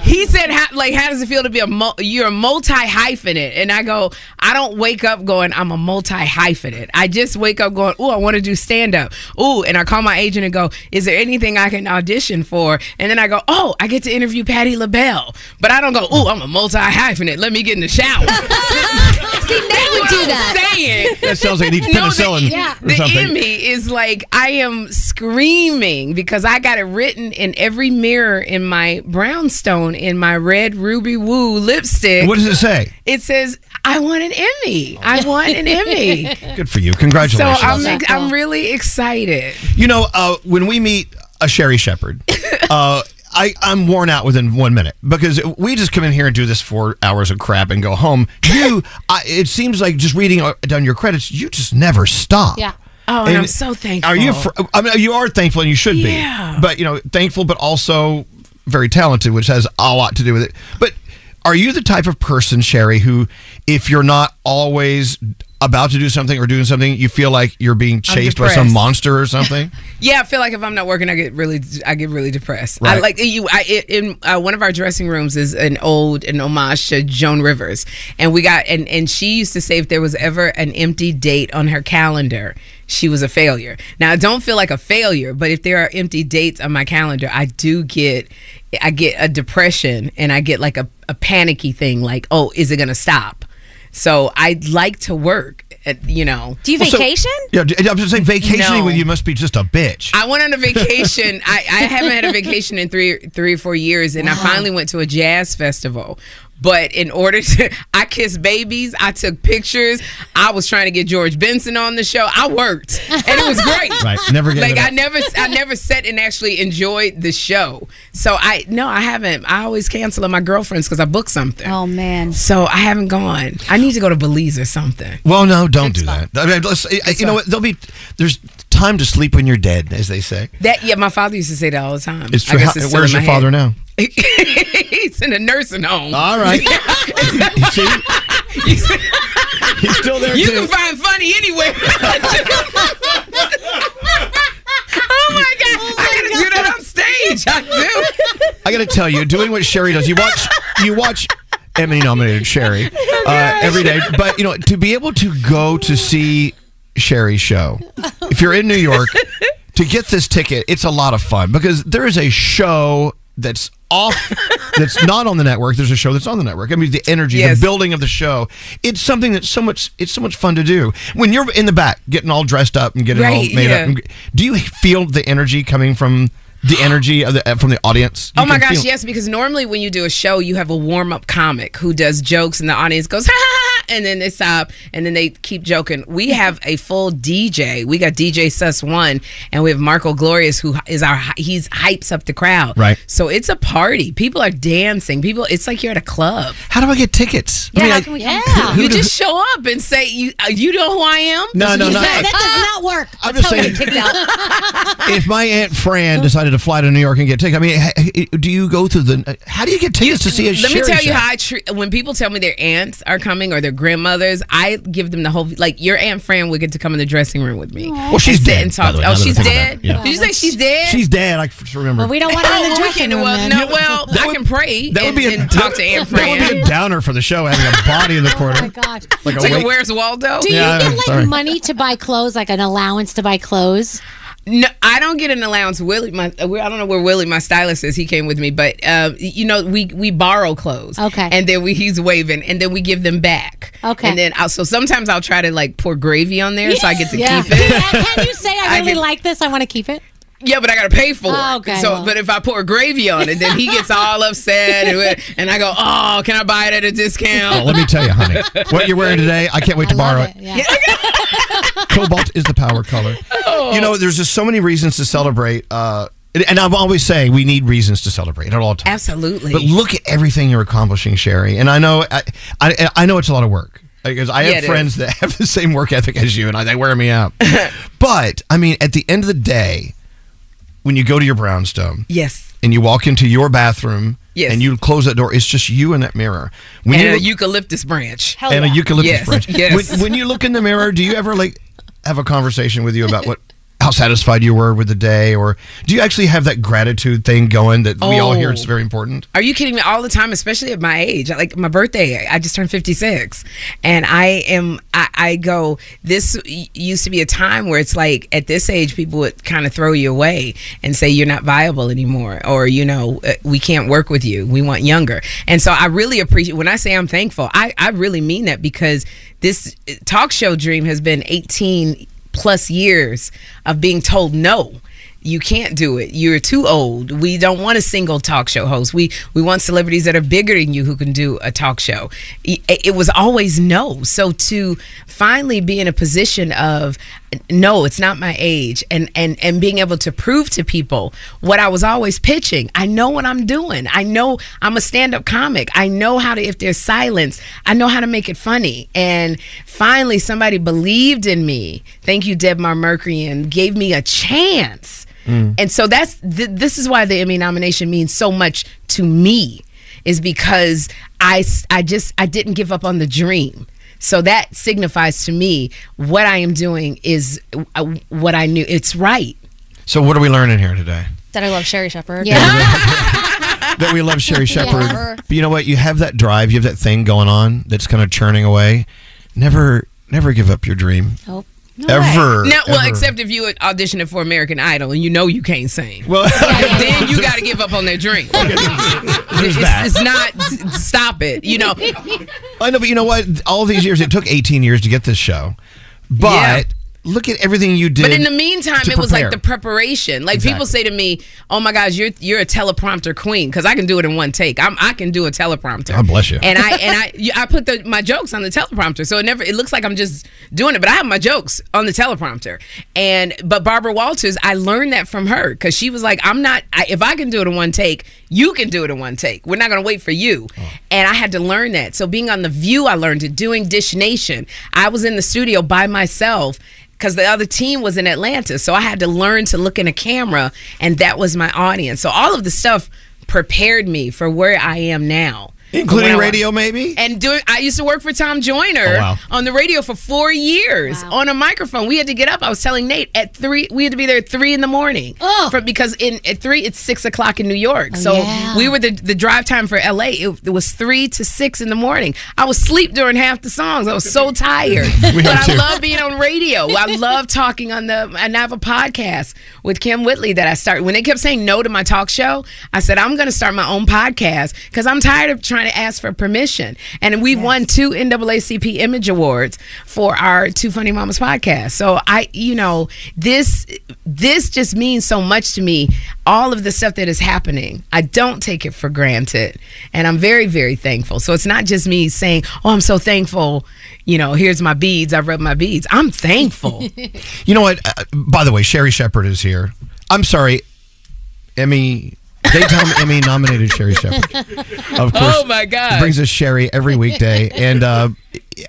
[SPEAKER 12] He said, how, "Like, how does it feel to be a mul- you're a multi hyphenate?" And I go, "I don't wake up going I'm a multi hyphenate. I just wake up going, oh, I want to do stand up. Ooh, and I call my agent and go, is there anything I can audition for? And then I go, oh, I get to interview Patty LaBelle. But I don't go, ooh, I'm a multi hyphenate. Let me get in the shower.
[SPEAKER 8] See, Nate would do that.
[SPEAKER 12] Saying
[SPEAKER 4] That sounds like it needs penicillin
[SPEAKER 12] the,
[SPEAKER 4] Yeah. or
[SPEAKER 12] the
[SPEAKER 4] something.
[SPEAKER 12] Emmy is like I am screaming because I got it written in every mirror in my brownstone in my red ruby woo lipstick.
[SPEAKER 4] what does it say?
[SPEAKER 12] It says I want an Emmy. I want an Emmy.
[SPEAKER 4] Good for you.
[SPEAKER 12] So
[SPEAKER 4] Congratulations.
[SPEAKER 12] I'm ex- I'm really excited.
[SPEAKER 4] You know, uh, when we meet a Sherry Shepherd, uh, I, I'm worn out within one minute because we just come in here and do this four hours of crap and go home. You, I, it seems like just reading uh, down your credits, you just never stop.
[SPEAKER 12] Yeah. Oh, and, I'm so thankful.
[SPEAKER 4] Are you? Fr- I mean, you are thankful, and you should
[SPEAKER 12] Yeah.
[SPEAKER 4] be. But you know, thankful, but also very talented, which has a lot to do with it. But are you the type of person, Sherry, who, if you're not always about to do something or doing something, you feel like you're being chased by some
[SPEAKER 12] depressed.
[SPEAKER 4] monster or something?
[SPEAKER 12] Yeah, I feel like if I'm not working, I get really, I get really depressed. I
[SPEAKER 4] Right.
[SPEAKER 12] like you. I it- in uh, one of our dressing rooms is an old an homage to Joan Rivers, and we got and and she used to say if there was ever an empty date on her calendar, she was a failure. Now I don't feel like a failure, but if there are empty dates on my calendar, I do get. I get a depression and I get like a, a panicky thing like, oh, is it going to stop? So I like to work. at, you know.
[SPEAKER 8] Do you
[SPEAKER 6] Well, so-
[SPEAKER 8] vacation?
[SPEAKER 6] Yeah, d- I'm just saying vacationing
[SPEAKER 12] No.
[SPEAKER 6] with you must be just a bitch.
[SPEAKER 12] I went on a vacation. I, I haven't had a vacation in three, three or four years, and I finally went to a jazz festival. But in order to, I kissed babies. I took pictures. I was trying to get George Benson on the show. I worked, and it was great.
[SPEAKER 4] Right, never gave
[SPEAKER 12] like
[SPEAKER 4] it
[SPEAKER 12] I
[SPEAKER 4] up.
[SPEAKER 12] never, I never sat and actually enjoyed the show. So I no, I haven't. I always cancel on my girlfriends because I booked something. Oh
[SPEAKER 8] man,
[SPEAKER 12] so I haven't gone. I need to go to Belize or something.
[SPEAKER 4] Well, no, don't do that. I mean, let's- I- I- you know
[SPEAKER 12] fine.
[SPEAKER 4] what? There'll be there's time to sleep when you're dead, as they say.
[SPEAKER 12] That yeah, my father used to say that all the time.
[SPEAKER 4] It's
[SPEAKER 12] I
[SPEAKER 4] true.
[SPEAKER 12] guess
[SPEAKER 4] How-
[SPEAKER 12] still
[SPEAKER 4] Where's
[SPEAKER 12] in
[SPEAKER 4] your
[SPEAKER 12] my
[SPEAKER 4] father
[SPEAKER 12] head.
[SPEAKER 4] now?
[SPEAKER 12] He's in a nursing home.
[SPEAKER 4] All right. You see?
[SPEAKER 6] He's still there
[SPEAKER 12] You
[SPEAKER 6] too.
[SPEAKER 12] can find funny anywhere. oh my god! I gotta do that on stage. I do.
[SPEAKER 6] I
[SPEAKER 4] gotta tell you, doing what Sherry does, you watch you watch Emmy nominated Sherry uh, every day. But you know, to be able to go to see Sherry's show, if you're in New York, to get this ticket, it's a lot of fun because there is a show that's off that's not on the network there's a show that's on the network i mean the energy the building of the show it's something that's so much it's so much fun to do when you're in the back getting all dressed up and getting all
[SPEAKER 12] Right,
[SPEAKER 4] made
[SPEAKER 12] yeah.
[SPEAKER 4] up and- do you feel the energy coming from the energy of the uh, from the audience You
[SPEAKER 12] oh my
[SPEAKER 4] can
[SPEAKER 12] gosh,
[SPEAKER 4] feel-
[SPEAKER 12] yes, because normally when you do a show, you have a warm up comic who does jokes and the audience goes, ha ha, ha, and then they stop and then they keep joking. We have a full DJ. We got DJ Sus One and we have Marco Glorious who is our, he's hypes up the crowd.
[SPEAKER 4] Right.
[SPEAKER 12] So it's a party. People are dancing. People, it's like you're at a club.
[SPEAKER 4] How do I get tickets?
[SPEAKER 12] Yeah,
[SPEAKER 4] I mean,
[SPEAKER 12] how
[SPEAKER 4] I-
[SPEAKER 12] can we
[SPEAKER 4] Yeah.
[SPEAKER 12] yeah.
[SPEAKER 4] Who
[SPEAKER 12] You
[SPEAKER 4] do-
[SPEAKER 12] just show up and say, you, uh, you know who I am?
[SPEAKER 4] No,
[SPEAKER 12] That's
[SPEAKER 4] no,
[SPEAKER 12] what you
[SPEAKER 4] no.
[SPEAKER 12] say.
[SPEAKER 4] That
[SPEAKER 24] does not work.
[SPEAKER 4] I'm just saying-
[SPEAKER 24] Kicked out.
[SPEAKER 4] if my aunt Fran decided to fly to New York and get tickets, I mean, h- h- do you go through the? uh, How do you get tickets to see a
[SPEAKER 12] Let
[SPEAKER 4] Sherry
[SPEAKER 12] me tell you
[SPEAKER 4] show?
[SPEAKER 12] how I treat when people tell me their aunts are coming or their grandmothers. I give them the whole like your aunt Fran would get to come in the dressing room with me.
[SPEAKER 4] Well, she's
[SPEAKER 12] and sit
[SPEAKER 4] dead,
[SPEAKER 12] And
[SPEAKER 4] by
[SPEAKER 12] talk.
[SPEAKER 4] the way,
[SPEAKER 12] oh,
[SPEAKER 4] now that I
[SPEAKER 12] she's
[SPEAKER 4] think about
[SPEAKER 12] dead.
[SPEAKER 4] it. Yeah.
[SPEAKER 12] Did you say she's dead?
[SPEAKER 4] She's dead. I f- remember.
[SPEAKER 12] Oh, we can- well, No, well,
[SPEAKER 4] That
[SPEAKER 12] I
[SPEAKER 4] would-
[SPEAKER 12] can pray
[SPEAKER 4] That
[SPEAKER 12] and,
[SPEAKER 4] would be a
[SPEAKER 12] and talk to Aunt
[SPEAKER 4] that,
[SPEAKER 12] Fran.
[SPEAKER 4] would be a downer for the show having a body in the corner. Oh my
[SPEAKER 24] gosh!
[SPEAKER 4] Like a
[SPEAKER 12] It's like a
[SPEAKER 4] wake-
[SPEAKER 12] Where's Waldo?
[SPEAKER 24] Do you
[SPEAKER 4] Yeah,
[SPEAKER 24] get like
[SPEAKER 4] sorry.
[SPEAKER 24] money to buy clothes, like an allowance to buy clothes?
[SPEAKER 12] No, I don't get an allowance. Willie, my uh, I don't know where Willie, my stylist, is. He came with me, but uh, you know, we we borrow clothes. Okay, and then we he's waving, and then we give them back.
[SPEAKER 24] Okay.
[SPEAKER 12] and then I'll, so sometimes I'll try to like pour gravy on there, so I get to
[SPEAKER 24] Yeah.
[SPEAKER 12] keep it.
[SPEAKER 24] Can you say I
[SPEAKER 12] I
[SPEAKER 24] really
[SPEAKER 12] get-
[SPEAKER 24] like this? I want to keep it.
[SPEAKER 12] Yeah, but I gotta pay for it.
[SPEAKER 24] Oh, okay,
[SPEAKER 12] So,
[SPEAKER 24] well.
[SPEAKER 12] but if I pour gravy on it, then he gets all upset, and- and I go, "Oh, can I buy it at a discount?"
[SPEAKER 4] Well, Oh, let me tell you, honey, what you're wearing today, I can't wait to borrow it. Cobalt is the power color.
[SPEAKER 12] Oh.
[SPEAKER 4] You know, there's just so many reasons to celebrate. Uh, and- and I'm always saying we need reasons to celebrate at all times.
[SPEAKER 12] Absolutely.
[SPEAKER 4] But look at everything you're accomplishing, Sherry. And I know, I, I, I know it's a lot of work because I
[SPEAKER 12] Yeah,
[SPEAKER 4] have
[SPEAKER 12] it
[SPEAKER 4] friends
[SPEAKER 12] is.
[SPEAKER 4] that have the same work ethic as you, and I, they wear me out. but I mean, at the end of the day, when you go to your brownstone,
[SPEAKER 12] Yes.
[SPEAKER 4] and you walk into your bathroom,
[SPEAKER 12] Yes.
[SPEAKER 4] and you close that door, it's just you and that mirror. When
[SPEAKER 12] and
[SPEAKER 4] you
[SPEAKER 12] a
[SPEAKER 4] look-
[SPEAKER 12] eucalyptus branch.
[SPEAKER 4] and a eucalyptus
[SPEAKER 12] yes.
[SPEAKER 4] branch.
[SPEAKER 12] Yes.
[SPEAKER 4] When, when you look in the mirror, do you ever like have a conversation with you about what how satisfied you were with the day, or do you actually have that gratitude thing going that we all hear
[SPEAKER 12] Oh.
[SPEAKER 4] it's very important?
[SPEAKER 12] Are you kidding me? All the time, especially at my age. Like my birthday, I just turned 56. And I am, I, I go, this y- used to be a time where it's like at this age, people would kind of throw you away and say you're not viable anymore or, you know, uh, we can't work with you. We want younger. And so I really appreciate, when I say I'm thankful, I, I really mean that because this uh, talk show dream has been 18 plus years of being told no you can't do it. You're too old. We don't want a single talk show host. We we want celebrities that are bigger than you who can do a talk show. It, it was always no. So to finally be in a position of no, it's not my age, and and and being able to prove to people what I was always pitching. I know what I'm doing. I know I'm a stand-up comic. I know how to if there's silence, I know how to make it funny. And finally, somebody believed in me. Thank you, Deb Marmurkian, gave me a chance.
[SPEAKER 9] Mm.
[SPEAKER 12] And so that's th- this is why the Emmy nomination means so much to me is because I s- I just I didn't give up on the dream. So that signifies to me what I am doing is uh, what I knew. It's right.
[SPEAKER 4] So, what are we learning here today?
[SPEAKER 8] That I love Sherry Shepherd.
[SPEAKER 4] That we love
[SPEAKER 8] Yeah.
[SPEAKER 4] Sherry Shepherd. But you know what? You have that drive, you have that thing going on that's kind of churning away. Never, never give up your dream.
[SPEAKER 8] Nope.
[SPEAKER 4] ever.
[SPEAKER 12] No, well,
[SPEAKER 4] ever.
[SPEAKER 12] except if you had auditioned for American Idol and you know you can't sing.
[SPEAKER 4] Well,
[SPEAKER 12] then you got to give up on that drink.
[SPEAKER 4] There's
[SPEAKER 12] it's,
[SPEAKER 4] that.
[SPEAKER 12] it's not. s- Stop it. You know.
[SPEAKER 4] I know, but you know what? All these years, it took 18 years to get this show, but
[SPEAKER 12] Yeah.
[SPEAKER 4] look at everything you did.
[SPEAKER 12] But in the meantime,
[SPEAKER 4] to
[SPEAKER 12] it was like
[SPEAKER 4] prepare.
[SPEAKER 12] the preparation. Like people say
[SPEAKER 4] Exactly.
[SPEAKER 12] to me, "Oh my gosh, you're you're a teleprompter queen," because I can do it in one take. I'm, I can do a teleprompter.
[SPEAKER 4] God bless you.
[SPEAKER 12] And I and I you- I put the, my jokes on the teleprompter, so it never it looks like I'm just doing it, but I have my jokes on the teleprompter. And but Barbara Walters, I learned that from her because she was like, "I'm not. I, if I can do it in one take, you can do it in one take. We're not going to wait for you." And I had to learn that. So being on the View, I learned it. Doing Dish Nation, I was in the studio by myself because the other team was in Atlanta. So I had to learn to look in a camera, and that was my audience. So all of the stuff prepared me for where I am now.
[SPEAKER 4] Including
[SPEAKER 12] When I-
[SPEAKER 4] radio, maybe?
[SPEAKER 12] And doing, I used to work for Tom Joyner
[SPEAKER 4] Oh, wow.
[SPEAKER 12] on the radio for four years on a microphone. We had to get up. I was telling Nate at three, we had to be there at three in the morning. From, because in at three, it's six o'clock in New York. so
[SPEAKER 9] yeah.
[SPEAKER 12] we were the, the drive time for LA. It, it was three to six in the morning. I was asleep during half the songs. I was so tired.
[SPEAKER 9] We
[SPEAKER 12] but
[SPEAKER 9] are
[SPEAKER 12] I
[SPEAKER 9] too.
[SPEAKER 12] love being on radio. I love talking on the, and I have a podcast with Kim Whitley that I started. When they kept saying no to my talk show, I said, I'm going to start my own podcast because I'm tired of trying to ask for permission. And we won two NAACP Image Awards for our Two Funny Mamas podcast. So I, you know, this, this just means so much to me. All of the stuff that is happening, I don't take it for granted. And I'm very, very thankful. So it's not just me saying, oh, I'm so thankful. You know, here's my beads. I rub my beads. I'm thankful.
[SPEAKER 4] You know what? Uh, by the way, Sherry Shepard is here. I'm sorry, Emmy. Daytime Emmy nominated Sherry Shepard. Of course.
[SPEAKER 12] Oh my God.
[SPEAKER 4] Brings us Sherry every weekday, and uh,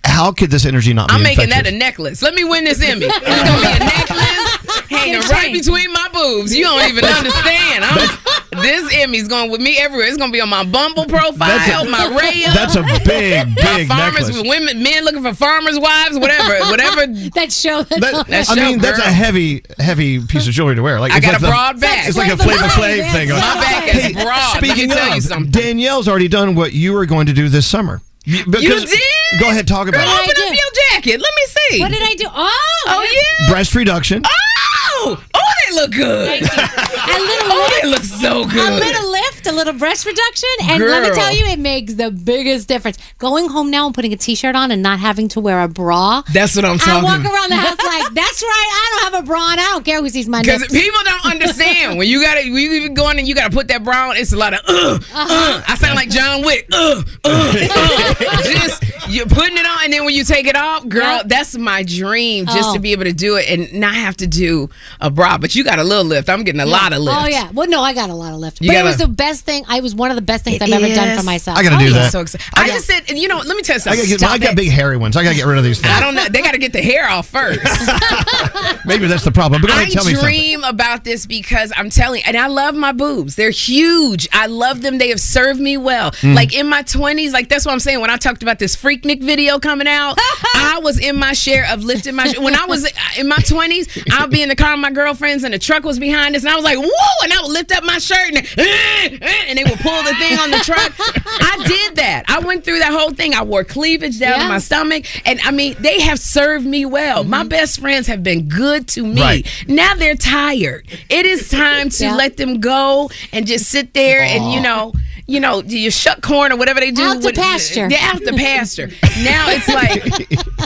[SPEAKER 4] how could this energy not be?
[SPEAKER 12] I'm making
[SPEAKER 4] infectious?
[SPEAKER 12] that a necklace. Let me win this Emmy. It's gonna be a necklace hanging right between my boobs. You don't even understand. I'm, this Emmy's going with me everywhere. It's gonna be on my Bumble profile,
[SPEAKER 4] That's a-
[SPEAKER 12] my rail.
[SPEAKER 4] That's a big, big
[SPEAKER 12] farmers
[SPEAKER 4] necklace.
[SPEAKER 12] with women, men looking for farmers' wives, whatever, whatever. that show. That, that show,
[SPEAKER 4] I mean, that's
[SPEAKER 12] girl.
[SPEAKER 4] a heavy, heavy piece of jewelry to wear. Like
[SPEAKER 12] I
[SPEAKER 4] it's
[SPEAKER 12] got
[SPEAKER 4] like
[SPEAKER 12] a
[SPEAKER 4] the-
[SPEAKER 12] broad back.
[SPEAKER 4] It's like a flavor play thing.
[SPEAKER 12] My back is
[SPEAKER 4] Hey,
[SPEAKER 12] broad. Let
[SPEAKER 4] Speaking
[SPEAKER 12] me tell you something.
[SPEAKER 4] of, Danielle's already done what you were going to do this summer. You, because-
[SPEAKER 12] did?
[SPEAKER 4] Go ahead, talk
[SPEAKER 12] Girl,
[SPEAKER 4] about it.
[SPEAKER 12] open up your jacket. Let me see. What did I do? Oh, oh yeah.
[SPEAKER 4] Breast reduction.
[SPEAKER 12] Oh, oh, they look good.
[SPEAKER 24] A little
[SPEAKER 12] Oh,
[SPEAKER 24] lift,
[SPEAKER 12] they look so
[SPEAKER 24] A
[SPEAKER 12] good.
[SPEAKER 24] little lift, a little breast reduction, and let me
[SPEAKER 12] Girl.
[SPEAKER 24] tell you, it makes the biggest difference. Going home now and putting a t-shirt on and not having to wear a bra.
[SPEAKER 12] That's what I'm
[SPEAKER 24] I
[SPEAKER 12] talking
[SPEAKER 24] walk
[SPEAKER 12] about.
[SPEAKER 24] around the house like, that's right. I don't have a bra on. I don't care who sees my
[SPEAKER 12] Because
[SPEAKER 24] nips."
[SPEAKER 12] people don't understand when you gotta when you go in and you gotta put that bra on. It's a lot of uh,
[SPEAKER 24] Uh-huh.
[SPEAKER 12] uh. I sound like John Wick. Uh, uh, uh. Just you're putting it on, and then when you take it off, girl, that's my dream, just
[SPEAKER 24] Oh.
[SPEAKER 12] to be able to do it and not have to do a bra. But you got a little lift. I'm getting a lot of lift.
[SPEAKER 24] Oh yeah. Well, no, I got a lot of lift.
[SPEAKER 12] You
[SPEAKER 24] but
[SPEAKER 12] gotta-
[SPEAKER 24] it was the best thing. I was one of the best things I've ever done for
[SPEAKER 12] Yes.
[SPEAKER 24] myself.
[SPEAKER 4] do
[SPEAKER 12] yeah.
[SPEAKER 4] that.
[SPEAKER 12] Oh, So excited. I, just said, and you know, let me tell you
[SPEAKER 4] I
[SPEAKER 12] something.
[SPEAKER 4] gotta get,
[SPEAKER 12] Stop
[SPEAKER 4] I got
[SPEAKER 12] that.
[SPEAKER 4] big hairy ones. I gotta get rid of these things.
[SPEAKER 12] I don't know. They got to get the hair off first.
[SPEAKER 4] Maybe that's the problem. But go
[SPEAKER 12] I
[SPEAKER 4] ahead, tell me something.
[SPEAKER 12] dream about this because I'm telling, and I love my boobs. They're huge. I love them. They have served me well.
[SPEAKER 9] Mm.
[SPEAKER 12] Like in my 20s, like that's what I'm saying. When I talked about this Freaknik video coming out, I was in my share of lifting my. When I was in my 20s, I'd be in the car with my girlfriends, and the truck was behind us, and I was like, "Whoa!" And I would lift up my shirt, and, eh, eh, and they would pull the thing on the truck. I did that. I went through that whole thing. I wore cleavage down to
[SPEAKER 9] Yeah.
[SPEAKER 12] my stomach, and I mean, they have served me well. My best friends have been good to me.
[SPEAKER 9] Right.
[SPEAKER 12] Now they're tired. It is time to
[SPEAKER 9] Yeah.
[SPEAKER 12] let them go and just sit there and you
[SPEAKER 9] Aw.
[SPEAKER 12] know, you know, you shut corn or whatever they do.
[SPEAKER 9] Out to
[SPEAKER 12] with-
[SPEAKER 9] pasture.
[SPEAKER 12] They're out to pasture. now it's like,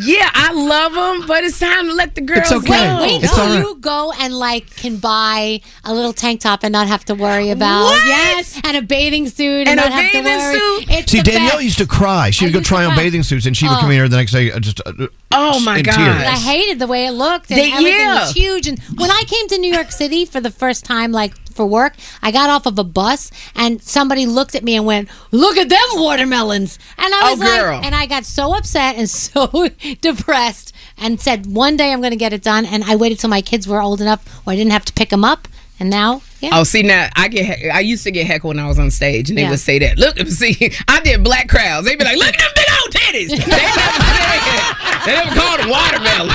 [SPEAKER 12] yeah, I love them, but it's time to let the girls go.
[SPEAKER 24] Wait, wait
[SPEAKER 12] It's
[SPEAKER 24] till
[SPEAKER 12] all right.
[SPEAKER 24] you go and like can buy a little tank top and not have to worry about
[SPEAKER 12] What?
[SPEAKER 24] yes, and a bathing suit and,
[SPEAKER 12] And a
[SPEAKER 24] not have to
[SPEAKER 12] bathing
[SPEAKER 24] worry.
[SPEAKER 12] suit?
[SPEAKER 24] It's
[SPEAKER 4] See,
[SPEAKER 24] the
[SPEAKER 4] Danielle
[SPEAKER 24] best.
[SPEAKER 4] used to cry. She would go try on
[SPEAKER 24] cry.
[SPEAKER 4] bathing suits, and she would
[SPEAKER 24] Oh.
[SPEAKER 4] come in here the next day uh, just. Uh,
[SPEAKER 24] Oh
[SPEAKER 4] my in
[SPEAKER 24] god!
[SPEAKER 4] God. tears.
[SPEAKER 24] I hated the way it looked and
[SPEAKER 9] They-
[SPEAKER 24] everything
[SPEAKER 9] yeah.
[SPEAKER 24] was huge. And when I came to New York City for the first time, like for work, I got off of a bus and somebody looked at me and went, "Look at them watermelons!" And I
[SPEAKER 9] Oh,
[SPEAKER 24] was like,
[SPEAKER 9] girl.
[SPEAKER 24] and I got so upset and so depressed, and said, "One day I'm going to get it done." And I waited till my kids were old enough where I didn't have to pick them up, and now, yeah.
[SPEAKER 12] Oh, see now I get he- I used to get heckled when I was on stage, and they
[SPEAKER 24] Yeah.
[SPEAKER 12] would say that. Look, see, I did black crowds. They'd be like, "Look at them big old titties." They never said they never called them watermelon.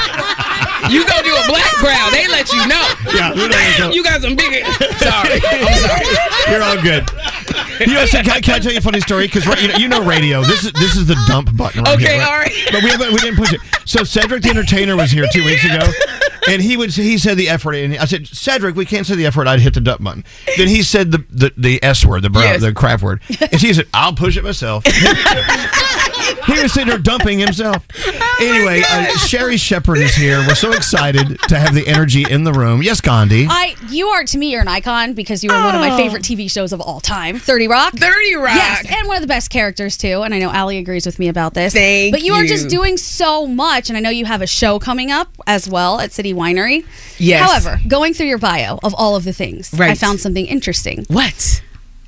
[SPEAKER 12] You go do a black crowd, they let you know.
[SPEAKER 4] Yeah, we don't
[SPEAKER 12] Damn,
[SPEAKER 4] know.
[SPEAKER 12] you got some big. Sorry, I'm sorry.
[SPEAKER 4] You're all good. You know, so can, can I tell you a funny story? Because you know, you know radio. This is this is the dump button. Right
[SPEAKER 9] Okay,
[SPEAKER 4] here, right?
[SPEAKER 9] all right.
[SPEAKER 4] But we haven't, we didn't push it. So Cedric the Entertainer was here two weeks ago, and he would he said the F word, and I said Cedric, we can't say the F word. I'd hit the dump button. Then he said the the, the S word, the bro,
[SPEAKER 9] Yes.
[SPEAKER 4] the crap word, and she said, "I'll push it myself." He was sitting there dumping himself.
[SPEAKER 9] Oh
[SPEAKER 4] anyway, uh, Sherry Shepard is here. We're so excited to have the energy in the room. Yes, Gandhi.
[SPEAKER 8] I, you are to me, you're an icon because you are one of my
[SPEAKER 4] Oh.
[SPEAKER 8] favorite TV shows of all time, Thirty Rock. Thirty
[SPEAKER 12] Rock.
[SPEAKER 8] yes, and one of the best characters too. And I know Allie agrees with me about this.
[SPEAKER 12] Thank
[SPEAKER 8] but you, are just
[SPEAKER 12] you.
[SPEAKER 8] doing so much, and I know you have a show coming up as well at City Winery.
[SPEAKER 12] Yes.
[SPEAKER 8] However, going through your bio of all of the things, I
[SPEAKER 12] Right.
[SPEAKER 8] found something interesting.
[SPEAKER 12] What?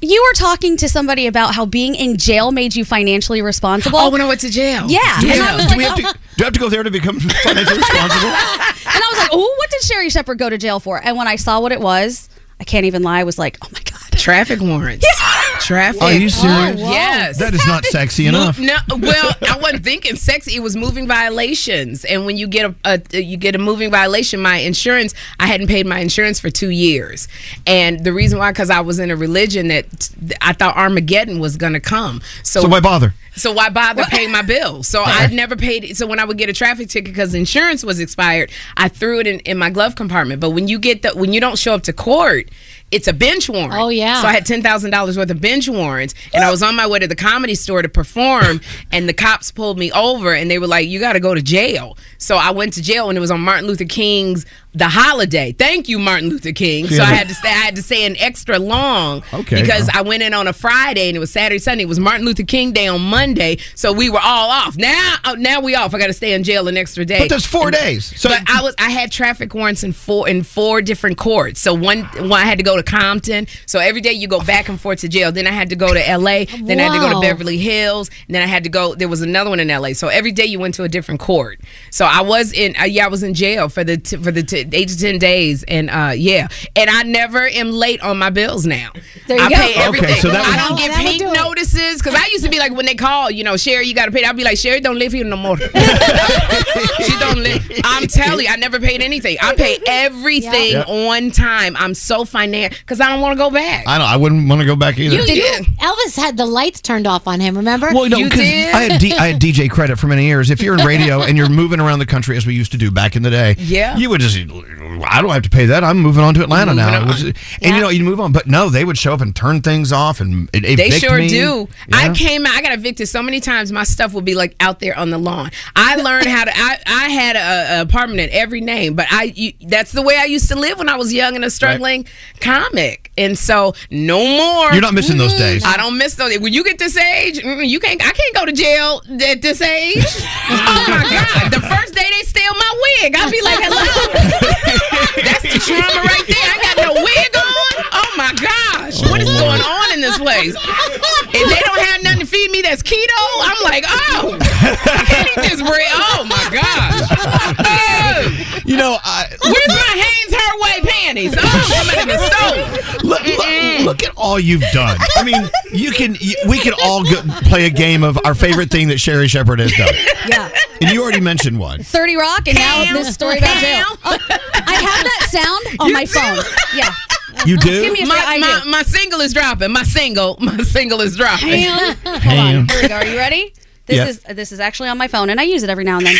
[SPEAKER 8] You were talking to somebody about how being in jail made you financially responsible. Oh,
[SPEAKER 12] when I went to jail.
[SPEAKER 8] Yeah.
[SPEAKER 4] Do we,
[SPEAKER 8] And I
[SPEAKER 4] have,
[SPEAKER 8] was
[SPEAKER 4] do, we
[SPEAKER 8] like,
[SPEAKER 4] have to,
[SPEAKER 12] oh.
[SPEAKER 4] do I have to go there to become financially responsible?
[SPEAKER 8] And I was like, oh, what did Sherry Shepard go to jail for? And when I saw what it was, I can't even lie, I was like, oh my God.
[SPEAKER 12] Traffic warrants. Traffic.
[SPEAKER 4] Are you serious?
[SPEAKER 12] Yes.
[SPEAKER 4] Oh, That is not sexy enough.
[SPEAKER 12] No, well, I wasn't thinking sexy. It was moving violations, and when you get a, a you get a moving violation, my insurance I hadn't paid my insurance for two years, and the reason why because I was in a religion that I thought Armageddon was going to come. So,
[SPEAKER 4] So why bother?
[SPEAKER 12] So why bother paying my bill? So I never paid. it. So when I would get a traffic ticket because insurance was expired, I threw it in, in my glove compartment. But when you get the when you don't show up to court, it's a bench warrant. Oh yeah. So I had ten thousand dollars worth of bench warrants, and I was on my way to the comedy store to perform, and the cops pulled me over, and they were like, "You got to go to jail." So I went to jail, and it was on Martin Luther King's the holiday. Thank you, Martin Luther King. So I
[SPEAKER 9] Yeah.
[SPEAKER 12] had to stay. I had to stay an extra long
[SPEAKER 9] Okay.
[SPEAKER 12] because I went in on a Friday and it was Saturday, Sunday. It was Martin Luther King Day on Monday, so we were all off. Now, oh, now we off. I got to stay in jail an extra day.
[SPEAKER 4] But there's four days. So-
[SPEAKER 12] but I was I had traffic warrants in four in four different courts. So one one I had to go to Compton. So every day you go back and forth to jail. Then I had to go to L.A. Then I had to go to
[SPEAKER 9] Wow.
[SPEAKER 12] Beverly Hills. And then I had to go. There was another one in L.A. So every day you went to a different court. So I was in. Uh, yeah, I was in jail for the t- for the t- eight to ten days. And uh, yeah, and I never am late on my bills now.
[SPEAKER 9] There you
[SPEAKER 12] I
[SPEAKER 9] go.
[SPEAKER 12] pay
[SPEAKER 9] Okay,
[SPEAKER 12] everything.
[SPEAKER 9] so that
[SPEAKER 12] I
[SPEAKER 9] was-
[SPEAKER 12] don't get
[SPEAKER 9] That'll
[SPEAKER 12] pink
[SPEAKER 9] do it.
[SPEAKER 12] notices because I used to be like when they call, you know, Sherry, you got to pay. I'd be like, Sherry, don't live here no more. she don't live. I'm telling you, I never paid anything. I pay everything
[SPEAKER 4] Yeah.
[SPEAKER 12] on time. I'm so financial because I don't want to go back.
[SPEAKER 4] I don't. I wouldn't want to go back either.
[SPEAKER 24] Did you- Elvis had the lights turned off on him, remember?
[SPEAKER 4] Well, no, 'cause I had D- I had DJ credit for many years. If you're in radio and you're moving around the country as we used to do back in the day,
[SPEAKER 24] Yeah.
[SPEAKER 4] you would just. I don't have to pay that. I'm moving on to Atlanta
[SPEAKER 12] Moving
[SPEAKER 4] now,
[SPEAKER 12] on.
[SPEAKER 4] Which is- and you know you move on. But no, they would show up and turn things off, and it,
[SPEAKER 12] They
[SPEAKER 4] evict
[SPEAKER 12] sure
[SPEAKER 4] me.
[SPEAKER 12] do.
[SPEAKER 4] Yeah.
[SPEAKER 12] I came out. I got evicted so many times. My stuff would be like out there on the lawn. I learned how to. I, I had a, a apartment in every name, but I. You, that's the way I used to live when I was young and a struggling comic. And so no more.
[SPEAKER 4] You're not missing those days.
[SPEAKER 12] I don't miss those. When you get this age, mm, you can't. I can't go to jail at this age. oh my god! The first day they steal my wig, I'll be like, hello. that's the trauma right there. I got no wig on. Oh my gosh! What is going on in this place? If they don't have nothing to feed me that's keto, I'm like, oh, I can't eat this bread. Oh my gosh!
[SPEAKER 4] You know, I,
[SPEAKER 12] Where's my Hanes her way panties? Oh, I'm in the stove.
[SPEAKER 4] Look, look, look at all you've done. I mean, you can. You, we could all go, play a game of our favorite thing that Sherry Shepard has done.
[SPEAKER 8] Yeah.
[SPEAKER 4] And you already mentioned one.
[SPEAKER 8] 30 Rock, and now this story about jail. Oh, I have that sound on
[SPEAKER 12] You
[SPEAKER 8] my
[SPEAKER 12] do?
[SPEAKER 8] phone. Yeah.
[SPEAKER 4] You do?
[SPEAKER 8] Give me a
[SPEAKER 12] my,
[SPEAKER 8] sec- I
[SPEAKER 12] my,
[SPEAKER 8] do.
[SPEAKER 12] my single is dropping. My single, my single is dropping.
[SPEAKER 8] Ham. Hold on. Here we go. Are you ready? This
[SPEAKER 12] Yeah.
[SPEAKER 8] is this is actually on my phone, and I use it every now and then.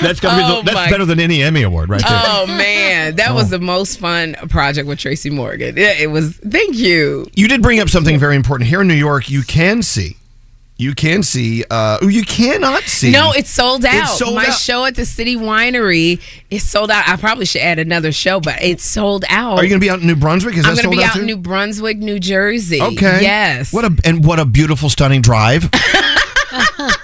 [SPEAKER 4] That's gotta
[SPEAKER 12] Oh,
[SPEAKER 4] be the,
[SPEAKER 12] my-
[SPEAKER 4] that's better than any Emmy award, right there.
[SPEAKER 12] Oh man, that was the most fun project with Tracy Morgan. It, it was. Thank you.
[SPEAKER 4] You did bring up something very important here in New York. You can see, you can see, uh, oh, you cannot see.
[SPEAKER 12] No, it's sold out.
[SPEAKER 4] It's sold
[SPEAKER 12] My
[SPEAKER 4] out.
[SPEAKER 12] show at the City Winery is sold out. I probably should add another show, but it's sold out.
[SPEAKER 4] Are you going to be out in New Brunswick? Is
[SPEAKER 12] I'm
[SPEAKER 4] that
[SPEAKER 12] gonna
[SPEAKER 4] sold
[SPEAKER 12] be
[SPEAKER 4] out
[SPEAKER 12] out
[SPEAKER 4] too?
[SPEAKER 12] in New Brunswick, New Jersey.
[SPEAKER 4] okay.
[SPEAKER 12] Yes.
[SPEAKER 4] What a and what a beautiful, stunning drive.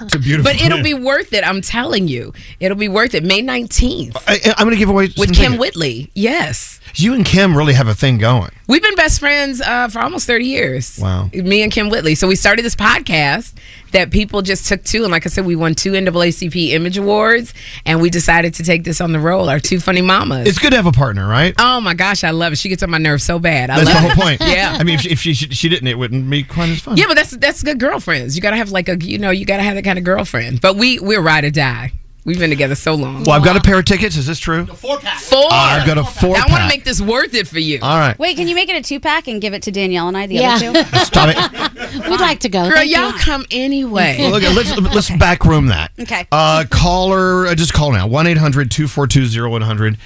[SPEAKER 4] it's a beautiful.
[SPEAKER 12] But it'll be worth it. I'm telling you, it'll be worth it. May 19th
[SPEAKER 4] I, I'm going to give away some
[SPEAKER 12] with Kim
[SPEAKER 4] tickets.
[SPEAKER 12] Whitley. Yes,
[SPEAKER 4] You and Kim really have a thing going.
[SPEAKER 12] we've been best friends uh, for almost 30 years.
[SPEAKER 4] Wow.
[SPEAKER 12] me and Kim Whitley. So we started this podcast that people just took to, and like I said, we won two NAACP Image Awards, and we decided to take this on the road. Our two funny mamas.
[SPEAKER 4] It's good to have a partner, right?
[SPEAKER 12] Oh my gosh, I love it. She gets on my nerves so bad. I
[SPEAKER 4] That's
[SPEAKER 12] love
[SPEAKER 4] the whole
[SPEAKER 12] it.
[SPEAKER 4] point.
[SPEAKER 12] Yeah.
[SPEAKER 4] I mean, if she, if she she didn't, it wouldn't be quite as fun.
[SPEAKER 12] Yeah, but that's that's good girlfriends. You gotta have like a you know you gotta have that kind of girlfriend. But we we're ride or die. We've been together so long.
[SPEAKER 4] Well, I've got a pair of tickets. Is this true?
[SPEAKER 12] four pack. Four.
[SPEAKER 4] Uh, I've got a four
[SPEAKER 12] I want to
[SPEAKER 4] pack.
[SPEAKER 12] make this worth it for you.
[SPEAKER 4] All right.
[SPEAKER 8] Wait, can you make it a two pack and give it to Danielle and I? The
[SPEAKER 12] Yeah.
[SPEAKER 8] other two.
[SPEAKER 4] Stop it.
[SPEAKER 8] We'd like to go.
[SPEAKER 12] Girl, y'all come anyway.
[SPEAKER 4] Well, look, let's let's backroom that.
[SPEAKER 8] Okay.
[SPEAKER 4] Uh, caller, uh, just call now. 1 800 242 0100.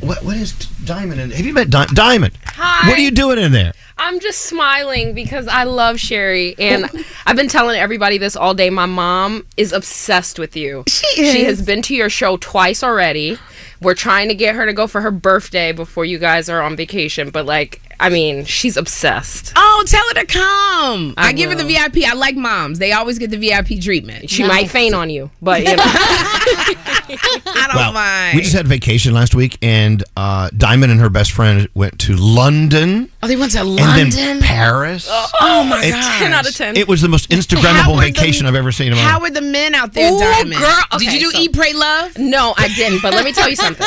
[SPEAKER 4] What, what is Diamond in? Have you met Di- Diamond?
[SPEAKER 9] Hi.
[SPEAKER 4] What are you doing in there?
[SPEAKER 9] I'm just smiling because I love Sherry, and I've been telling everybody this all day. My mom is obsessed with you. She She
[SPEAKER 8] is.
[SPEAKER 9] has been to your show twice already. We're trying to get her to go for her birthday before you guys are on vacation, but like, I mean, she's obsessed.
[SPEAKER 12] Oh, tell her to come. I,
[SPEAKER 9] I
[SPEAKER 12] give her the
[SPEAKER 9] will.
[SPEAKER 12] VIP. I like moms. They always get the VIP treatment.
[SPEAKER 9] She might faint on you, but you know.
[SPEAKER 12] I don't mind.
[SPEAKER 4] We just had vacation last week, and uh, Diamond and her best friend went to London.
[SPEAKER 12] oh, they went to
[SPEAKER 4] And
[SPEAKER 12] London.
[SPEAKER 4] then Paris.
[SPEAKER 12] Oh, my
[SPEAKER 4] It-
[SPEAKER 12] god.
[SPEAKER 4] It was the most Instagrammable vacation I've ever seen in my
[SPEAKER 12] How
[SPEAKER 4] life.
[SPEAKER 12] were the men out there,
[SPEAKER 9] Ooh,
[SPEAKER 12] Diamond?
[SPEAKER 9] girl.
[SPEAKER 12] Did you
[SPEAKER 9] Okay,
[SPEAKER 12] do
[SPEAKER 9] so-
[SPEAKER 12] Eat, Pray, Love?
[SPEAKER 9] No, I didn't. But let me tell you something.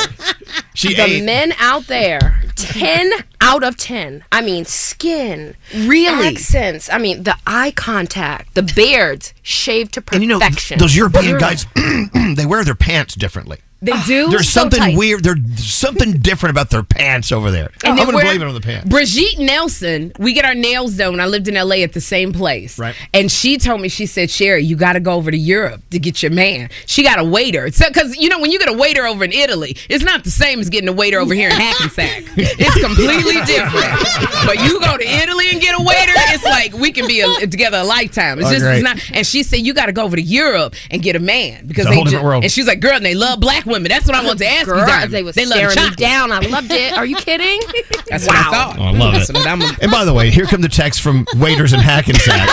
[SPEAKER 4] She
[SPEAKER 9] the
[SPEAKER 4] ate-
[SPEAKER 9] men out there, ten out of ten. I mean, skin,
[SPEAKER 12] Really?
[SPEAKER 9] accents. I mean, the eye contact, the beards, shaved to perfection.
[SPEAKER 4] Those European guys, Ah, they wear their pants differently.
[SPEAKER 9] They do.
[SPEAKER 4] There's
[SPEAKER 9] So
[SPEAKER 4] something
[SPEAKER 9] tight.
[SPEAKER 4] weird. There's something different about their pants over there. I'm
[SPEAKER 12] then
[SPEAKER 4] going to
[SPEAKER 12] we're-
[SPEAKER 4] blame it on the pants.
[SPEAKER 12] Brigitte Nelson, we get our nails done when I lived in LA at the same place.
[SPEAKER 4] Right.
[SPEAKER 12] And she told me, she said, Sherry, you got to go over to Europe to get your man. She got a waiter. Because, you know, when you get a waiter over in Italy, it's not the same as getting a waiter over here in Hackensack. it's completely different. But you go to Italy and get a waiter, it's like we can be a, together a lifetime. It's
[SPEAKER 4] Oh,
[SPEAKER 12] just,
[SPEAKER 4] great.
[SPEAKER 12] it's not. And she said, you got to go over to Europe and get a man. because
[SPEAKER 4] It's a
[SPEAKER 12] they
[SPEAKER 4] whole different
[SPEAKER 12] ju-
[SPEAKER 4] world.
[SPEAKER 12] And she's like, girl, and they love black women. That's what I wanted to ask you,
[SPEAKER 9] Girl,
[SPEAKER 12] Diamond.
[SPEAKER 9] they was
[SPEAKER 12] love
[SPEAKER 9] staring me
[SPEAKER 12] chocolate.
[SPEAKER 9] down. I loved it. Are you kidding?
[SPEAKER 12] That's
[SPEAKER 9] wow.
[SPEAKER 12] what I thought.
[SPEAKER 4] Oh, I love it.
[SPEAKER 12] That's what I'm a-
[SPEAKER 4] and by the way, here come the texts from waiters and Hackensack.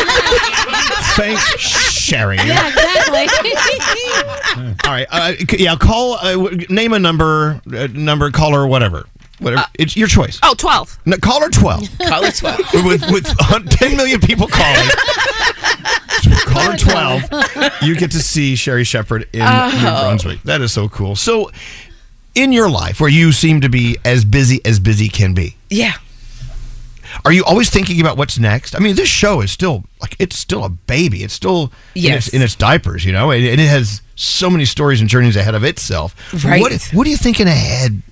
[SPEAKER 4] Thanks, Sherry.
[SPEAKER 24] exactly.
[SPEAKER 4] All right. Uh, c- yeah, call, uh, w- name a number, uh, number, caller, or whatever. Whatever. it's your choice.
[SPEAKER 9] Oh, 12.
[SPEAKER 4] No, caller 12.
[SPEAKER 12] Call it 12.
[SPEAKER 4] with with uh, 10 million people calling. caller 12. You get to see Sherry Shepard in New
[SPEAKER 9] Oh.
[SPEAKER 4] Brunswick. That is so cool. So, in your life, where you seem to be as busy as busy can be,
[SPEAKER 12] Yeah.
[SPEAKER 4] are you always thinking about what's next? I mean, this show is still like it's still a baby. It's still
[SPEAKER 12] Yes.
[SPEAKER 4] in, its, in its diapers, you know, and, and it has so many stories and journeys ahead of itself.
[SPEAKER 12] Right.
[SPEAKER 4] What, what are you thinking ahead?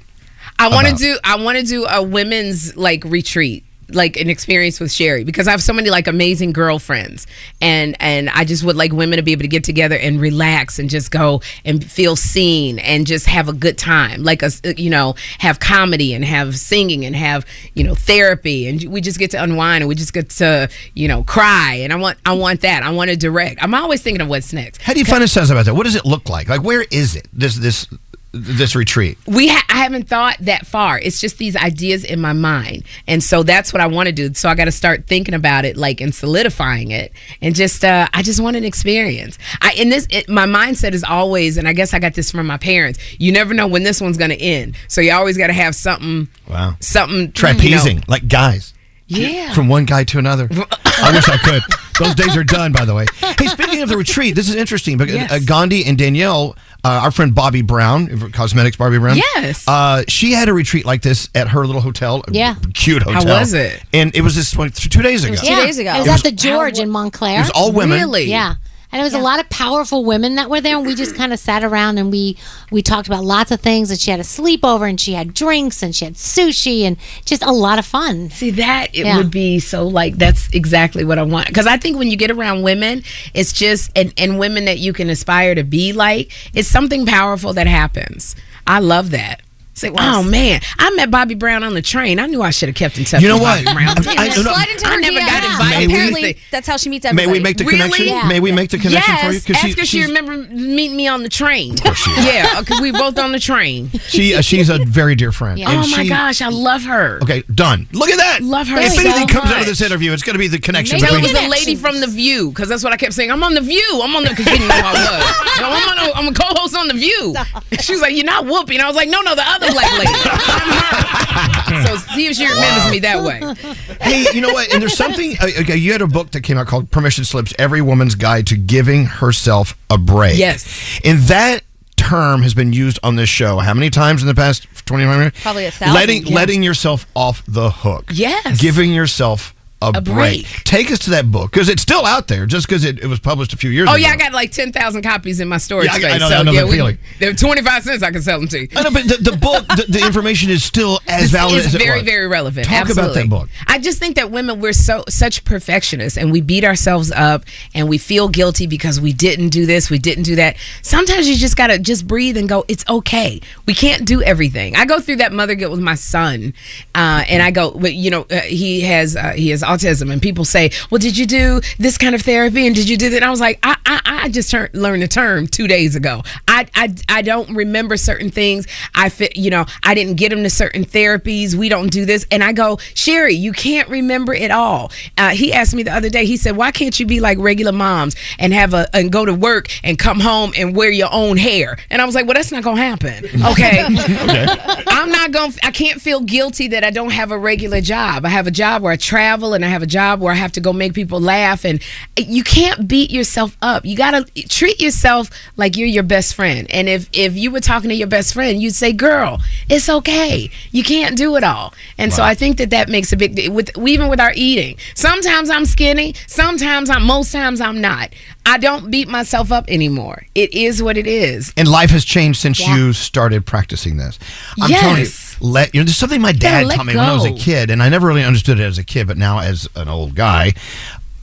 [SPEAKER 12] I want to
[SPEAKER 4] about?
[SPEAKER 12] do I want to do a women's like retreat like an experience with Sherry because I have so many like amazing girlfriends and and I just would like women to be able to get together and relax and just go and feel seen and just have a good time like us you know have comedy and have singing and have you know therapy and we just get to unwind and we just get to you know cry and I want I want that I want to direct I'm always thinking of what's next
[SPEAKER 4] How do you find a sense about that? What does it look like? Like, where is it? This this this retreat.
[SPEAKER 12] we ha- I haven't thought that far. It's just these ideas in my mind, and so that's what I want to do. So I got to start thinking about it, like and solidifying it, and just uh, I just want an experience. I in this it, my mindset is always, and I guess I got this from my parents. You never know when this one's going to end, so you always got to have something,
[SPEAKER 4] Wow.
[SPEAKER 12] something
[SPEAKER 4] Trapezing,
[SPEAKER 12] you know.
[SPEAKER 4] like guys.
[SPEAKER 12] Yeah.
[SPEAKER 4] From one guy to another. I wish I could. Those days are done, by the way. Hey, speaking of the retreat, this is interesting because
[SPEAKER 12] Yes.
[SPEAKER 4] uh, Gandhi and Danielle, uh, our friend Bobby Brown, cosmetics Bobby Brown.
[SPEAKER 12] Yes.
[SPEAKER 4] Uh, she had a retreat like this at her little hotel.
[SPEAKER 24] Yeah.
[SPEAKER 4] Cute
[SPEAKER 24] How
[SPEAKER 4] hotel.
[SPEAKER 24] was it?
[SPEAKER 4] And it was this like, th- two days ago.
[SPEAKER 24] Yeah, It was at the George in Montclair.
[SPEAKER 4] It was all women. Really?
[SPEAKER 24] Yeah. And it was a lot of powerful women that were there, and we just kind of sat around and we we talked about lots of things. And she had a sleepover, and she had drinks, and she had sushi, and just a lot of fun.
[SPEAKER 12] See that it
[SPEAKER 24] Yeah.
[SPEAKER 12] would be so like that's exactly what I want because I think when you get around women, it's just and and women that you can aspire to be like, it's something powerful that happens. I love that. It's like, oh man, I met Bobby Brown on the train. I knew I should have kept in touch.
[SPEAKER 4] You know
[SPEAKER 12] with
[SPEAKER 4] what?
[SPEAKER 12] Bobby Brown.
[SPEAKER 4] I- I- no, no. Slide
[SPEAKER 8] into
[SPEAKER 12] I
[SPEAKER 8] her
[SPEAKER 12] never
[SPEAKER 8] DM.
[SPEAKER 12] got
[SPEAKER 8] Yeah.
[SPEAKER 12] invited. to
[SPEAKER 8] Apparently,
[SPEAKER 12] anything.
[SPEAKER 8] that's how she meets
[SPEAKER 4] May
[SPEAKER 8] everybody.
[SPEAKER 4] we make the connection? May we make the connection
[SPEAKER 12] yes.
[SPEAKER 4] for you?
[SPEAKER 12] Ask her if she
[SPEAKER 4] she's,
[SPEAKER 12] remember meeting me on the train. yeah, okay, we both on the train.
[SPEAKER 4] she, uh, she's a very dear friend.
[SPEAKER 12] Yeah.
[SPEAKER 4] And
[SPEAKER 12] Oh my
[SPEAKER 4] she-
[SPEAKER 12] gosh, I love her.
[SPEAKER 4] Okay, done. Look at that.
[SPEAKER 12] Love her.
[SPEAKER 4] If
[SPEAKER 12] so
[SPEAKER 4] anything comes out
[SPEAKER 12] much.
[SPEAKER 4] of this interview, it's going to be the connection
[SPEAKER 12] Tell it
[SPEAKER 4] between
[SPEAKER 12] was a lady from The View, because that's what I kept saying. I'm on The View. I'm on the, because you didn't know who I was. No, I'm, on a, I'm a co-host on The View. She was like, you're not Whoopi. And I was like, no, no, the other black lady. I'm her. So see if she remembers
[SPEAKER 4] Wow.
[SPEAKER 12] me that way.
[SPEAKER 4] hey, you know what? And there's something. uh, Okay, you had a book that came out called "Permission Slips: Every Woman's Guide to Giving Herself a Break."
[SPEAKER 12] Yes.
[SPEAKER 4] and that term has been used on this show. How many times in the past 25 minutes?
[SPEAKER 8] Probably a thousand,
[SPEAKER 4] Letting
[SPEAKER 8] yeah.
[SPEAKER 4] letting yourself off the hook.
[SPEAKER 8] Yes.
[SPEAKER 4] giving yourself a,
[SPEAKER 12] A
[SPEAKER 4] break.
[SPEAKER 12] break.
[SPEAKER 4] Take us to that book because it's still out there just because it, it was published a few years
[SPEAKER 12] Oh
[SPEAKER 4] ago.
[SPEAKER 12] yeah, I got like ten thousand copies in my storage
[SPEAKER 4] Yeah, I- I
[SPEAKER 12] space.
[SPEAKER 4] know- I
[SPEAKER 12] so
[SPEAKER 4] know
[SPEAKER 12] yeah,
[SPEAKER 4] that
[SPEAKER 12] we-
[SPEAKER 4] feeling.
[SPEAKER 12] they're twenty five cents. I can sell them to you.
[SPEAKER 4] I know, but the, the book, the, the information is still as valid
[SPEAKER 12] it's
[SPEAKER 4] as it
[SPEAKER 12] very
[SPEAKER 4] was.
[SPEAKER 12] very relevant
[SPEAKER 4] Talk
[SPEAKER 12] absolutely.
[SPEAKER 4] about that book.
[SPEAKER 12] i just think that women we're so such perfectionists and we beat ourselves up and we feel guilty because we didn't do this we didn't do that sometimes you just gotta just breathe and go it's okay we can't do everything i go through that mother guilt with my son uh, and i go well, you know uh, he has uh, he has autism and people say well did you do this kind of therapy and did you do that and i was like i i, I just turn, learned the term two days ago I, I i don't remember certain things i fit you know i didn't get him to certain therapies we don't do this and i go sherry you can't remember it all uh, he asked me the other day he said why can't you be like regular moms and have a and go to work and come home and wear your own hair and i was like well that's not gonna happen okay I'm not going to I can't feel guilty that I don't have a regular job. I have a job where I travel and I have a job where I have to go make people laugh and eh, you can't beat yourself up. You got to treat yourself like you're your best friend. And if if you were talking to your best friend, you'd say, "Girl, it's okay. You can't do it all." And so
[SPEAKER 13] Wow.
[SPEAKER 12] I think that that makes a big di- with even with our eating. Sometimes I'm skinny, sometimes I'm most times I'm not. I don't beat myself up anymore. It is what it is.
[SPEAKER 4] And life has changed since
[SPEAKER 12] Yeah.
[SPEAKER 4] you started practicing this. I'm telling you,
[SPEAKER 12] Yes.
[SPEAKER 4] let you know, there's something my
[SPEAKER 12] Gotta
[SPEAKER 4] dad
[SPEAKER 12] let
[SPEAKER 4] taught me when I was a
[SPEAKER 12] go.
[SPEAKER 4] kid, and I never really understood it as a kid, but now as an old guy,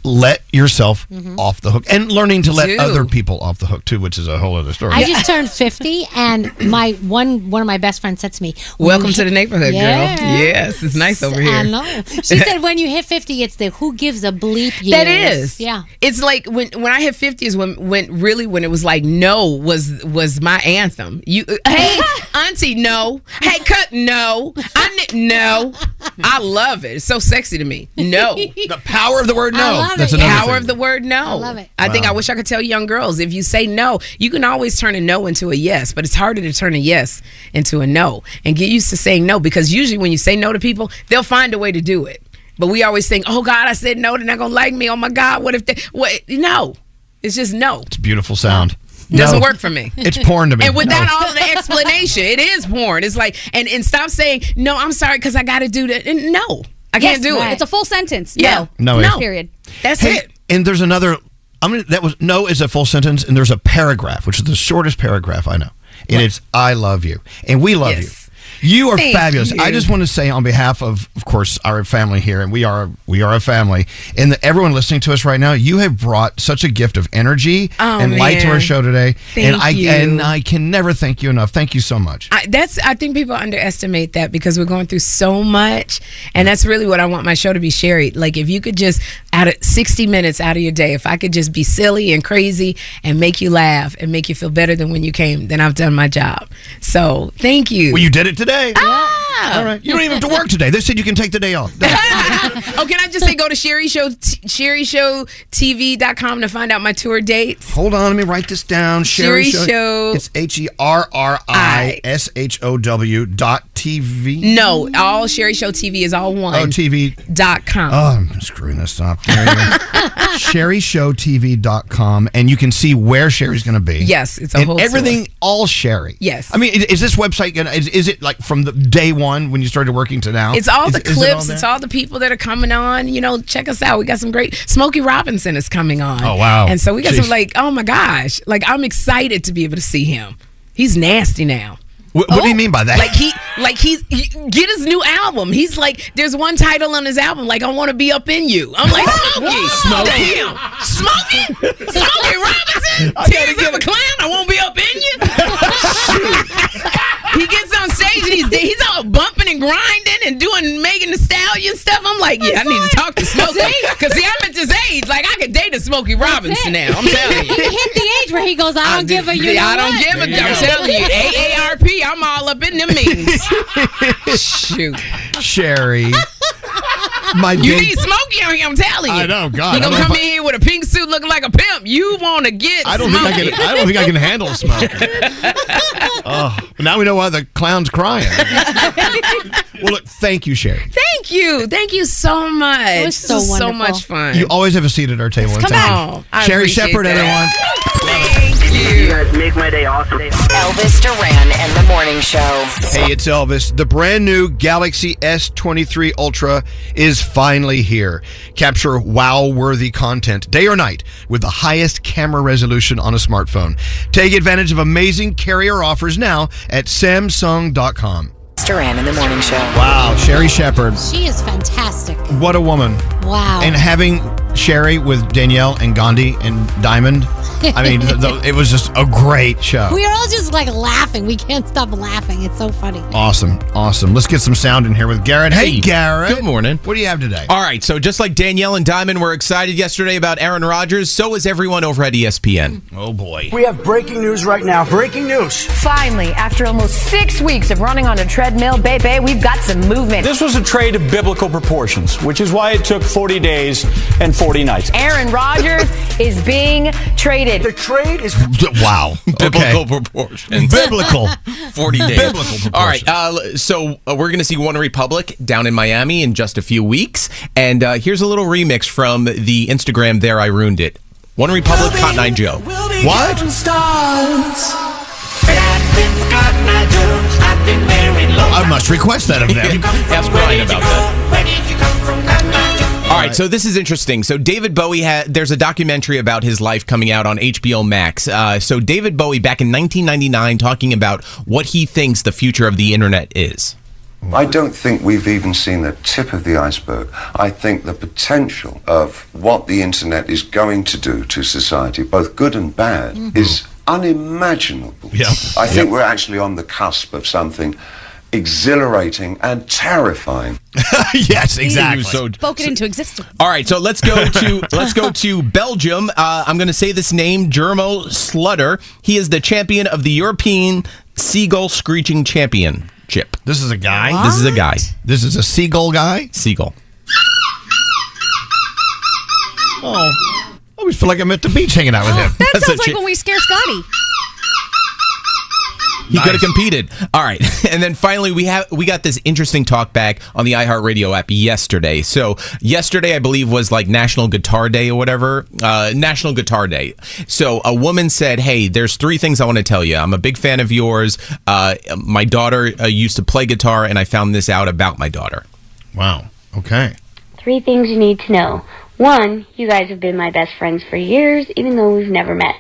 [SPEAKER 4] let yourself
[SPEAKER 12] Mm-hmm.
[SPEAKER 4] off the hook, and learning to let
[SPEAKER 24] Do.
[SPEAKER 4] other people off the hook too, which is a whole other story.
[SPEAKER 24] I just turned 50, and my one one of my best friends said to me,
[SPEAKER 12] Welcome to the neighborhood, girl.
[SPEAKER 24] Yeah.
[SPEAKER 12] Yes, it's nice over here.
[SPEAKER 24] I know. She said, when you hit 50, it's the who gives a bleep years.
[SPEAKER 12] That is.
[SPEAKER 24] Yeah.
[SPEAKER 12] It's like when when I hit 50 is when when really when it was like no was was my anthem. You uh, hey auntie no. Hey cut no. I n- no. I love it. It's so sexy to me. No. the
[SPEAKER 4] power of the word
[SPEAKER 12] no.
[SPEAKER 4] I love That's it, another
[SPEAKER 12] power
[SPEAKER 4] thing.
[SPEAKER 12] of the word no. I
[SPEAKER 24] love it.
[SPEAKER 12] think I
[SPEAKER 4] Wow.
[SPEAKER 12] wish I could tell young girls if you say no, you can always turn a no into a yes, but it's harder to turn a yes into a no. And get used to saying no because usually when you say no to people, they'll find a way to do it. But we always think, "Oh God, I said no. They're not gonna like me. Oh my God, what if they? What? No, it's just no.
[SPEAKER 4] It's beautiful sound.
[SPEAKER 12] Doesn't
[SPEAKER 4] No.
[SPEAKER 12] work for me.
[SPEAKER 4] It's porn to me.
[SPEAKER 12] And without
[SPEAKER 4] No.
[SPEAKER 12] all of the explanation, it is porn. It's like, and and stop saying no. I'm sorry because I got to do that. And no, I can't do it.
[SPEAKER 8] It's a full sentence.
[SPEAKER 12] Yeah.
[SPEAKER 4] No, it
[SPEAKER 8] No.
[SPEAKER 4] is.
[SPEAKER 8] Period.
[SPEAKER 12] That's
[SPEAKER 4] Hey, And there's another. I mean, that was no is a full sentence, and there's a paragraph, which is the shortest paragraph I know, and it's "I love you" and "We love you." You are
[SPEAKER 6] Thank
[SPEAKER 4] fabulous. I
[SPEAKER 6] you.
[SPEAKER 4] just want to say, on behalf of, of course, our family here, and we are we are a family, and the, everyone listening to us right now, you have brought such a gift of energy
[SPEAKER 12] Oh,
[SPEAKER 4] and light to our
[SPEAKER 12] man.
[SPEAKER 4] show today, and
[SPEAKER 12] Thank
[SPEAKER 4] I
[SPEAKER 12] you.
[SPEAKER 4] and I can never thank you enough. Thank you so much.
[SPEAKER 12] I, that's I think people underestimate that because we're going through so much, and that's really what I want my show to be shared. Like if you could just out of sixty minutes out of your day, if I could just be silly and crazy and make you laugh and make you feel better than when you came, then I've done my job. So thank you.
[SPEAKER 4] Well, you did it today.
[SPEAKER 12] Ah!
[SPEAKER 4] All right, you don't even have to work today. They said you can take the day off.
[SPEAKER 12] oh, can I just say go to Sherry Show t- SherryShowTV.com to find out my tour dates.
[SPEAKER 4] Hold on, let me write this down. Sherry,
[SPEAKER 12] Sherry Show.
[SPEAKER 4] It's H E R R I S H O W dot TV.
[SPEAKER 12] No, all Sherry Show TV is all one.
[SPEAKER 4] Oh, TV.
[SPEAKER 12] Dot com.
[SPEAKER 4] Oh, I'm screwing this up. There you go. SherryShowTV.com, and you can see where Sherry's going to be.
[SPEAKER 12] Yes, it's a
[SPEAKER 4] and
[SPEAKER 12] whole
[SPEAKER 4] everything,
[SPEAKER 12] tour.
[SPEAKER 4] all Sherry.
[SPEAKER 12] Yes.
[SPEAKER 4] I mean, is, is this website going to, is, is it like from the day one when you started working to now?
[SPEAKER 12] It's all
[SPEAKER 4] Is-
[SPEAKER 12] the
[SPEAKER 4] is it
[SPEAKER 12] clips.
[SPEAKER 4] there?
[SPEAKER 12] it's all the people that are coming on. You know, check us out. We got some great. Smokey Robinson is coming on.
[SPEAKER 4] Oh, wow.
[SPEAKER 12] And so we got
[SPEAKER 4] Jeez.
[SPEAKER 12] some like, oh my gosh, like I'm excited to be able to see him. He's nasty now. Oh,
[SPEAKER 4] What, what do you mean by that?
[SPEAKER 12] Like he, like he's he, get his new album. He's like, there's one title on his album, like I want to be up in you. I'm like Smokey,
[SPEAKER 13] Smokey.
[SPEAKER 12] Damn. Smokey, Smokey Robinson, Tears of a Clown. I won't be up in you. Shoot. he gets on stage and he's he's all bumping and grinding and doing Megan the Stallion stuff. I'm like, yeah, I need to talk to Smokey because see, I'm at this age, like I could date a Smokey Robinson now. I'm telling
[SPEAKER 24] He
[SPEAKER 12] you.
[SPEAKER 24] hit the age where he goes, I don't give a you.
[SPEAKER 12] Yeah,
[SPEAKER 24] know
[SPEAKER 12] I don't
[SPEAKER 24] what."
[SPEAKER 12] give a. I'm telling you, AARP. I'm all up in them meetings. Shoot.
[SPEAKER 4] Sherry. My
[SPEAKER 12] you
[SPEAKER 4] day-
[SPEAKER 12] need Smokey on here. I'm telling you.
[SPEAKER 4] I know, God,
[SPEAKER 12] He
[SPEAKER 4] I
[SPEAKER 12] gonna
[SPEAKER 4] don't
[SPEAKER 12] come
[SPEAKER 4] know
[SPEAKER 12] in here with a pink suit, looking like a pimp. You want to get?
[SPEAKER 4] I don't think I can. I don't think I can handle smoke. oh, now we know why the clown's crying. well, look, thank you, Sherry.
[SPEAKER 12] Thank you, thank you so much.
[SPEAKER 24] It was so
[SPEAKER 12] this is so
[SPEAKER 24] wonderful.
[SPEAKER 12] much fun.
[SPEAKER 4] You always have a seat at our table. and
[SPEAKER 12] Come
[SPEAKER 4] thank
[SPEAKER 12] on.
[SPEAKER 4] you.
[SPEAKER 12] I
[SPEAKER 4] Sherry
[SPEAKER 12] appreciate
[SPEAKER 4] Shepherd,
[SPEAKER 12] that.
[SPEAKER 4] everyone.
[SPEAKER 12] Thank you.
[SPEAKER 26] You guys make my day awesome.
[SPEAKER 7] Elvis Duran and the Morning Show.
[SPEAKER 4] Hey, it's Elvis. The brand new Galaxy S23 Ultra is finally here. Capture wow worthy content day or night with the highest camera resolution on a smartphone. Take advantage of amazing carrier offers now at Samsung.com.
[SPEAKER 7] Duran in the Morning Show.
[SPEAKER 4] Wow, Sherry Shepard.
[SPEAKER 3] She is fantastic.
[SPEAKER 4] What a woman.
[SPEAKER 3] Wow.
[SPEAKER 4] And having Sherry with Danielle and Gandhi and Diamond, I mean, th- th- it was just a great show.
[SPEAKER 3] we are all just like laughing. We can't stop laughing. It's so funny.
[SPEAKER 4] Awesome, awesome. Let's get some sound in here with Garrett. Hey, Garrett.
[SPEAKER 13] Good morning.
[SPEAKER 4] What do you have today?
[SPEAKER 13] All right, so just like Danielle and Diamond were excited yesterday about Aaron Rodgers, so is everyone over at ESPN. Oh boy.
[SPEAKER 27] We have breaking news right now. Breaking news.
[SPEAKER 2] Finally, after almost six weeks of running on a treadmill, Bebe, we've got some movement.
[SPEAKER 6] This was a trade of biblical proportions, which is why it took 40 days and 40 nights.
[SPEAKER 2] Aaron Rodgers is being traded. The
[SPEAKER 27] trade is
[SPEAKER 4] Wow.
[SPEAKER 13] Biblical proportions.
[SPEAKER 4] Biblical.
[SPEAKER 13] 40 days.
[SPEAKER 4] Biblical proportions.
[SPEAKER 13] All right. Uh, so uh, we're going to see One Republic down in Miami in just a few weeks. And uh, here's a little remix from the Instagram There I Ruined It. One Republic, Cotton Eye Joe.
[SPEAKER 27] What? Stars. And I think Scott and I do. I've been married long.
[SPEAKER 4] I must request that of them.
[SPEAKER 13] Ask Brian about that.
[SPEAKER 27] Where did you come from? Cotton Eye Joe?
[SPEAKER 13] All right, so this is interesting. So David Bowie had there's a documentary about his life coming out on HBO Max. Uh, so David Bowie back in 1999 talking about what he thinks the future of the internet is.
[SPEAKER 24] I don't think we've even seen the tip of the iceberg. I think the potential of what the internet is going to do to society, both good and bad, is unimaginable.
[SPEAKER 28] Yeah.
[SPEAKER 24] I think we're actually on the cusp of something exhilarating and terrifying.
[SPEAKER 4] yes,
[SPEAKER 13] exactly. So-
[SPEAKER 8] Spoken into existence.
[SPEAKER 13] All right, so let's go to let's go to Belgium. Uh, I'm going to say this name, Germo Slutter. He is the champion of the European Seagull Screeching Championship.
[SPEAKER 4] This is a guy.
[SPEAKER 13] This is a guy.
[SPEAKER 4] This is a seagull guy.
[SPEAKER 13] Seagull.
[SPEAKER 4] Oh, I always feel like I'm at the beach hanging out with him.
[SPEAKER 8] That sounds like when we scare Scotty.
[SPEAKER 13] He could have competed. All right, and then finally we have we got this interesting talk back on the iHeartRadio app yesterday. So yesterday I believe was like National Guitar Day or whatever, uh, National Guitar Day. So a woman said, "Hey, there's three things I want to tell you. I'm a big fan of yours. Uh, my daughter uh, used to play guitar, and I found this out about my daughter."
[SPEAKER 4] Wow. Okay.
[SPEAKER 29] Three things you need to know. One, you guys have been my best friends for years, even though we've never met.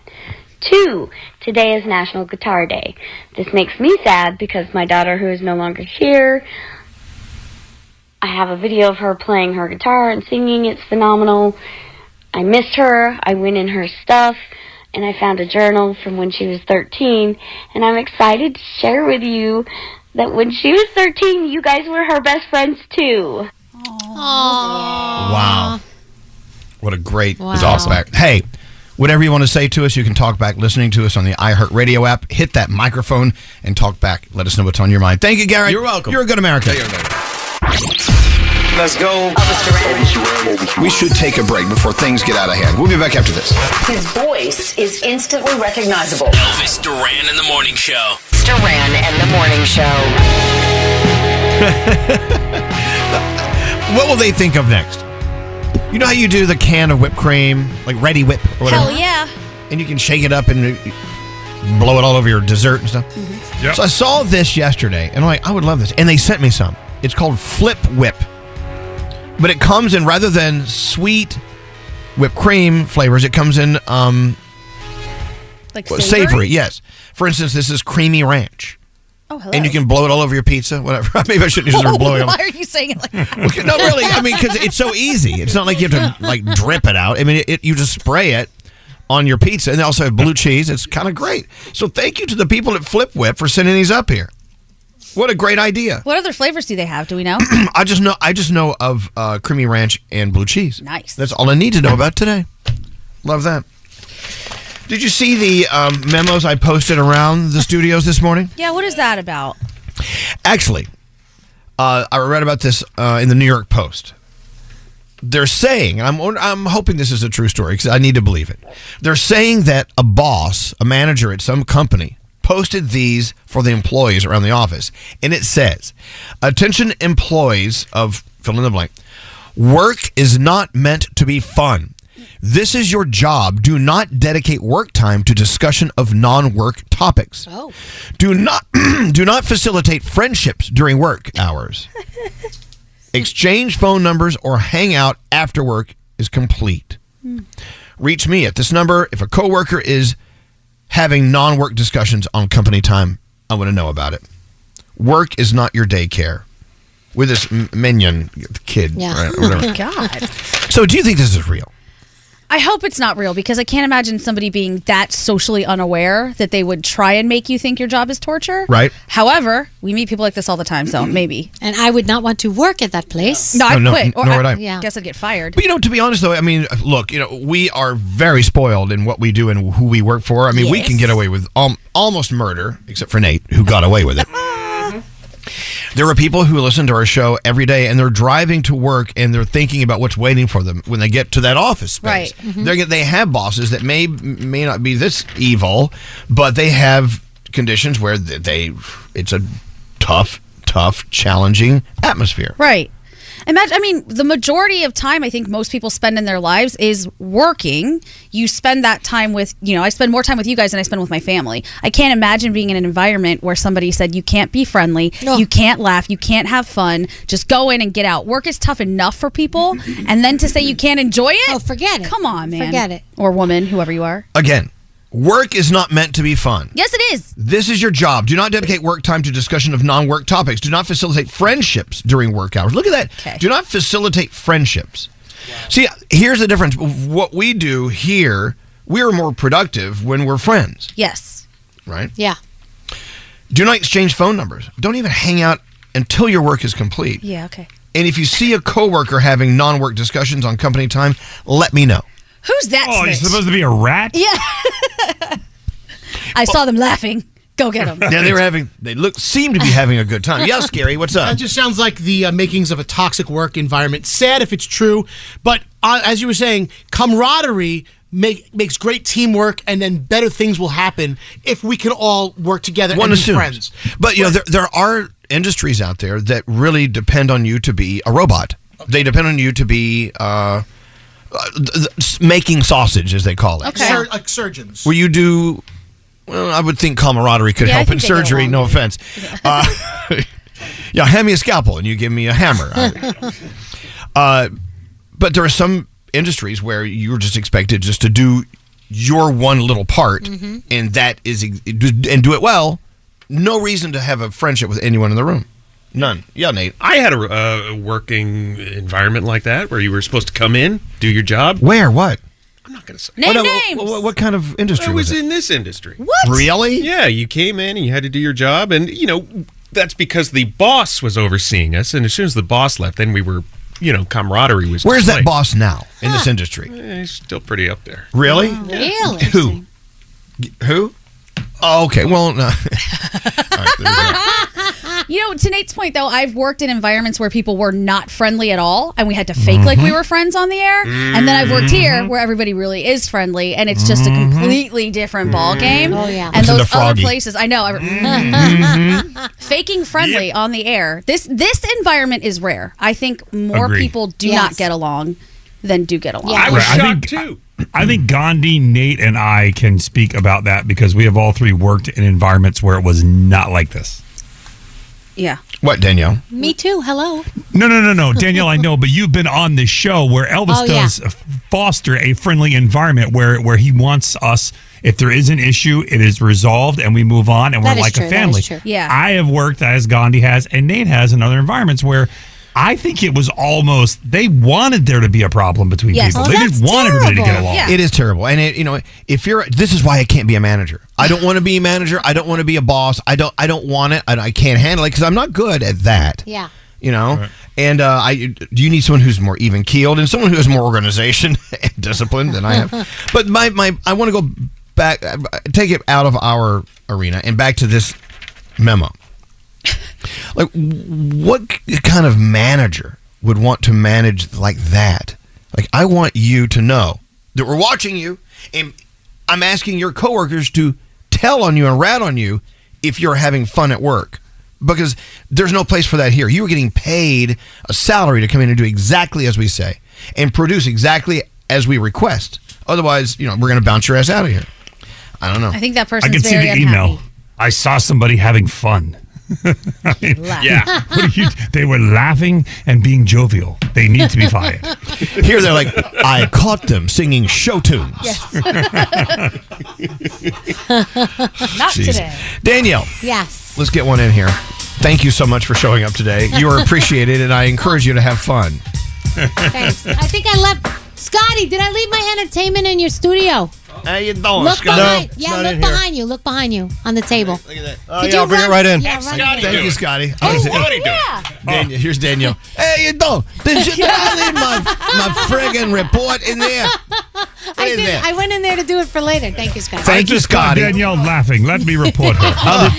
[SPEAKER 29] Two, today is National Guitar Day. This makes me sad because my daughter, who is no longer here, I have a video of her playing her guitar and singing. It's phenomenal. I missed her. I went in her stuff and I found a journal from when she was 13. And I'm excited to share with you that when she was 13, you guys were her best friends too.
[SPEAKER 4] Wow. What a great
[SPEAKER 29] Wow.
[SPEAKER 4] talkback. Hey, whatever you want to say to us, you can talk back listening to us on the iHeartRadio app. Hit that microphone and talk back. Let us know what's on your mind. Thank you, Garrett. You're welcome. You're a good American.
[SPEAKER 26] Let's go.
[SPEAKER 4] We should take a break before things get out of hand. We'll be back after this.
[SPEAKER 7] His voice is instantly recognizable.
[SPEAKER 30] Elvis Duran in the Morning Show.
[SPEAKER 7] Duran and the Morning Show.
[SPEAKER 4] What will they think of next? You know how you do the can of whipped cream, like Ready Whip or whatever?
[SPEAKER 8] Hell yeah.
[SPEAKER 4] and you can shake it up and blow it all over your dessert and stuff. So I saw this yesterday, and I'm like, I would love this. And they sent me some. It's called Flip Whip, but it comes in rather than sweet whipped cream flavors, it comes in um,
[SPEAKER 8] Like
[SPEAKER 4] savory? Yes. For instance, this is creamy ranch.
[SPEAKER 8] Oh, hello.
[SPEAKER 4] And you can blow it all over your pizza, whatever. Maybe I shouldn't use the word blowing.
[SPEAKER 8] Why are you saying it like
[SPEAKER 4] Okay, no, really. I mean, because it's so easy. It's not like you have to like drip it out. I mean, it, you just spray it on your pizza, and they also have blue cheese. It's kind of great. So thank you to the people at Flip Whip for sending these up here. What a great idea!
[SPEAKER 8] What other flavors do they have? Do we know?
[SPEAKER 4] I just know I just know of uh, creamy ranch and blue cheese.
[SPEAKER 8] Nice.
[SPEAKER 4] That's all I need to know about today. Love that. Did you see the um, memos I posted around the studios this morning?
[SPEAKER 8] yeah, what is that about?
[SPEAKER 4] Actually, uh, I read about this uh, in the New York Post. They're saying, and I'm I'm hoping this is a true story because I need to believe it. They're saying that a boss, a manager at some company, posted these for the employees around the office, and it says, "Attention employees of fill in the blank, work is not meant to be fun." This is your job. Do not dedicate work time to discussion of non-work topics.
[SPEAKER 3] Oh.
[SPEAKER 4] Do not do not facilitate friendships during work hours. Exchange phone numbers or hang out after work is complete. Reach me at this number if a coworker is having non-work discussions on company time. I want to know about it. Work is not your daycare. With this m- minion kid, right,
[SPEAKER 3] Oh
[SPEAKER 4] or whatever.
[SPEAKER 8] God.
[SPEAKER 4] So, do you think this is real?
[SPEAKER 8] I hope it's not real because I can't imagine somebody being that socially unaware that they would try and make you think your job is torture.
[SPEAKER 4] Right.
[SPEAKER 8] However, we meet people like this all the time, so maybe.
[SPEAKER 3] And I would not want to work at that place.
[SPEAKER 8] No,
[SPEAKER 4] No,
[SPEAKER 8] I'd
[SPEAKER 4] no,
[SPEAKER 8] quit. Or
[SPEAKER 4] nor
[SPEAKER 8] I,
[SPEAKER 4] would I.
[SPEAKER 8] yeah. guess I'd get fired.
[SPEAKER 4] But you know, to be honest though, I mean, look, you know, we are very spoiled in what we do and who we work for. I mean, we can
[SPEAKER 31] Yes.
[SPEAKER 4] get away with al- almost murder, except for Nate, who got away with it. There are people who listen to our show every day and they're driving to work and they're thinking about what's waiting for them when they get to that office space.
[SPEAKER 2] Right. Mhm.
[SPEAKER 4] They're, they have bosses that may may not be this evil, but they have conditions where th- they it's a tough, tough, challenging atmosphere.
[SPEAKER 8] Right. Imagine, I mean, the majority of time I think most people spend in their lives is working. You spend that time with, you know, I spend more time with you guys than I spend with my family. I can't imagine being in an environment where somebody said, you can't be friendly, you can't laugh, you can't have fun, just go in and get out. Work is tough enough for people. And then to say you can't enjoy it? Oh,
[SPEAKER 3] forget it.
[SPEAKER 8] Come on, man.
[SPEAKER 3] Forget it.
[SPEAKER 8] Or woman, whoever you are.
[SPEAKER 4] Again, work is not meant to be fun.
[SPEAKER 8] Yes, it is.
[SPEAKER 4] This is your job. Do not dedicate work time to discussion of non work topics. Do not facilitate friendships during work hours. Look at that. Do not facilitate friendships. See, here's the difference. What we do here, we are more productive when we're friends,
[SPEAKER 8] Yes.
[SPEAKER 4] right?
[SPEAKER 3] Yeah.
[SPEAKER 4] Do not exchange phone numbers. Don't even hang out until your work is complete.
[SPEAKER 8] Yeah, okay.
[SPEAKER 4] And if you see a coworker having non work discussions on company time, let me know.
[SPEAKER 8] Who's that?
[SPEAKER 17] Oh, he's
[SPEAKER 8] snitch?
[SPEAKER 17] supposed to be a rat?
[SPEAKER 8] Yeah. I saw them laughing. Go get them.
[SPEAKER 4] Yeah, they were having. They look seem to be having a good time. Yeah, scary. What's up?
[SPEAKER 15] That just sounds like the uh, makings of a toxic work environment. Sad if it's true, but uh, as you were saying, camaraderie make, makes great teamwork, and then better things will happen if we can all work together
[SPEAKER 4] One
[SPEAKER 15] and
[SPEAKER 4] assumes.
[SPEAKER 15] be friends.
[SPEAKER 4] But you know, there, there are industries out there that really depend on you to be a robot. They depend on you to be uh, uh, th- th- s- making sausage, as they call it.
[SPEAKER 15] Like, sur- like surgeons.
[SPEAKER 4] Where you do, well, I would think camaraderie could
[SPEAKER 15] Yeah, I
[SPEAKER 4] help in
[SPEAKER 15] think they get
[SPEAKER 4] surgery.
[SPEAKER 15] along.
[SPEAKER 4] No offense. Uh, yeah, hand me a scalpel and you give me a hammer. I- uh, but there are some industries where you're just expected just to do your one little part, and that is ex- and do it well. No reason to have a friendship with anyone in the room. None. Yeah, Nate.
[SPEAKER 16] I had a uh, working environment like that where you were supposed to come in, do your job.
[SPEAKER 4] Where? What?
[SPEAKER 16] I'm not going to say.
[SPEAKER 8] Name
[SPEAKER 16] Oh, no,
[SPEAKER 8] names.
[SPEAKER 4] What, what kind of industry
[SPEAKER 16] I
[SPEAKER 4] was,
[SPEAKER 16] was
[SPEAKER 4] it?
[SPEAKER 16] in this industry.
[SPEAKER 8] What?
[SPEAKER 4] Really?
[SPEAKER 16] Yeah, you came in and you had to do your job, and you know that's because the boss was overseeing us. And as soon as the boss left, then we were, you know, camaraderie was.
[SPEAKER 4] Where's that
[SPEAKER 16] displayed.
[SPEAKER 4] boss now in this industry?
[SPEAKER 16] Eh, he's still pretty up there.
[SPEAKER 4] Really?
[SPEAKER 3] Really?
[SPEAKER 4] Who? Who? Oh, okay. Well, no.
[SPEAKER 8] You know, to Nate's point, though, I've worked in environments where people were not friendly at all, and we had to fake like we
[SPEAKER 2] Mhm.
[SPEAKER 8] were friends on the air. And then I've worked here
[SPEAKER 2] Mhm.
[SPEAKER 8] where everybody really is friendly, and it's just a
[SPEAKER 2] Mhm.
[SPEAKER 8] completely different ball
[SPEAKER 2] Mhm.
[SPEAKER 8] game.
[SPEAKER 2] Oh, yeah.
[SPEAKER 8] And
[SPEAKER 2] Listen to
[SPEAKER 8] those other
[SPEAKER 2] Froggy.
[SPEAKER 8] places, I know, I- faking friendly on the air. This this environment is rare. I think more
[SPEAKER 17] Agree.
[SPEAKER 8] people do
[SPEAKER 17] Yes.
[SPEAKER 8] not get along than do get along.
[SPEAKER 17] Right, too. I think Gandhi, Nate, and I can speak about that because we have all three worked in environments where it was not like this.
[SPEAKER 8] yeah.
[SPEAKER 4] What, Danielle?
[SPEAKER 3] Me too. Hello.
[SPEAKER 17] No, no, no, no, Danielle. I know, but you've been on this show where Elvis
[SPEAKER 3] Oh, yeah.
[SPEAKER 17] does foster a friendly environment where where he wants us. If there is an issue, it is resolved, and we move on, and
[SPEAKER 8] That
[SPEAKER 17] we're
[SPEAKER 8] is
[SPEAKER 17] like
[SPEAKER 8] true,
[SPEAKER 17] a
[SPEAKER 8] that is
[SPEAKER 17] family.
[SPEAKER 8] true. Yeah.
[SPEAKER 17] I have worked as Gandhi has, and Nate has in other environments where. I think it was almost they wanted there to be a problem between
[SPEAKER 8] Yes.
[SPEAKER 17] people.
[SPEAKER 8] Oh,
[SPEAKER 17] they didn't
[SPEAKER 8] that's
[SPEAKER 17] want everybody to get
[SPEAKER 8] terrible.
[SPEAKER 17] along.
[SPEAKER 8] Yeah.
[SPEAKER 4] It is terrible. And it, you know, if you're this is why I can't be a manager. I don't want to be a manager. I don't want to be a boss. I don't I don't want it. And I can't handle it cuz I'm not good at that.
[SPEAKER 3] Yeah.
[SPEAKER 4] You know? And uh, I you need someone who's more even keeled and someone who has more organization and discipline than I have. but my my I want to go back take it out of our arena and back to this memo. Like what kind of manager would want to manage like that? Like I want you to know that we're watching you and I'm asking your coworkers to tell on you and rat on you if you're having fun at work. Because there's no place for that here. You are getting paid a salary to come in and do exactly as we say and produce exactly as we request. Otherwise, you know, we're going to bounce your ass out of here. I don't know.
[SPEAKER 8] I think that
[SPEAKER 17] I
[SPEAKER 8] person's
[SPEAKER 17] can see
[SPEAKER 8] very
[SPEAKER 17] the
[SPEAKER 8] unhappy.
[SPEAKER 17] email. I saw somebody having fun. I mean, yeah, What are you- they were laughing and being jovial. They need to be fired.
[SPEAKER 4] Here they're like, I caught them singing show tunes.
[SPEAKER 14] Not
[SPEAKER 4] Jeez. Danielle.
[SPEAKER 3] Yes.
[SPEAKER 4] Let's get one in here. Thank you so much for showing up today. You are appreciated, and I encourage you to have fun.
[SPEAKER 3] Thanks. I think I left. Scotty, did I leave my entertainment in your studio?
[SPEAKER 5] How you doing,
[SPEAKER 3] look
[SPEAKER 5] Scott?
[SPEAKER 3] behind.
[SPEAKER 5] No, it's
[SPEAKER 3] yeah,
[SPEAKER 5] not
[SPEAKER 3] look
[SPEAKER 5] in here.
[SPEAKER 3] behind you. Look behind you on the table. Look at that.
[SPEAKER 5] Oh, yeah, I'll bring it right in.
[SPEAKER 3] Yeah,
[SPEAKER 5] Excellent.
[SPEAKER 3] right
[SPEAKER 5] Thank
[SPEAKER 3] in.
[SPEAKER 5] you, Oh.
[SPEAKER 4] Scotty.
[SPEAKER 3] Oh,
[SPEAKER 4] Here's-
[SPEAKER 3] wow.
[SPEAKER 4] Daniel, here's Daniel. Hey, you know, did you did I leave my, my friggin' report in there?
[SPEAKER 3] I, did,
[SPEAKER 4] there.
[SPEAKER 3] I went in there to do it for later. Thank you, Scotty.
[SPEAKER 17] I just got Danielle laughing. Let me report her.
[SPEAKER 3] All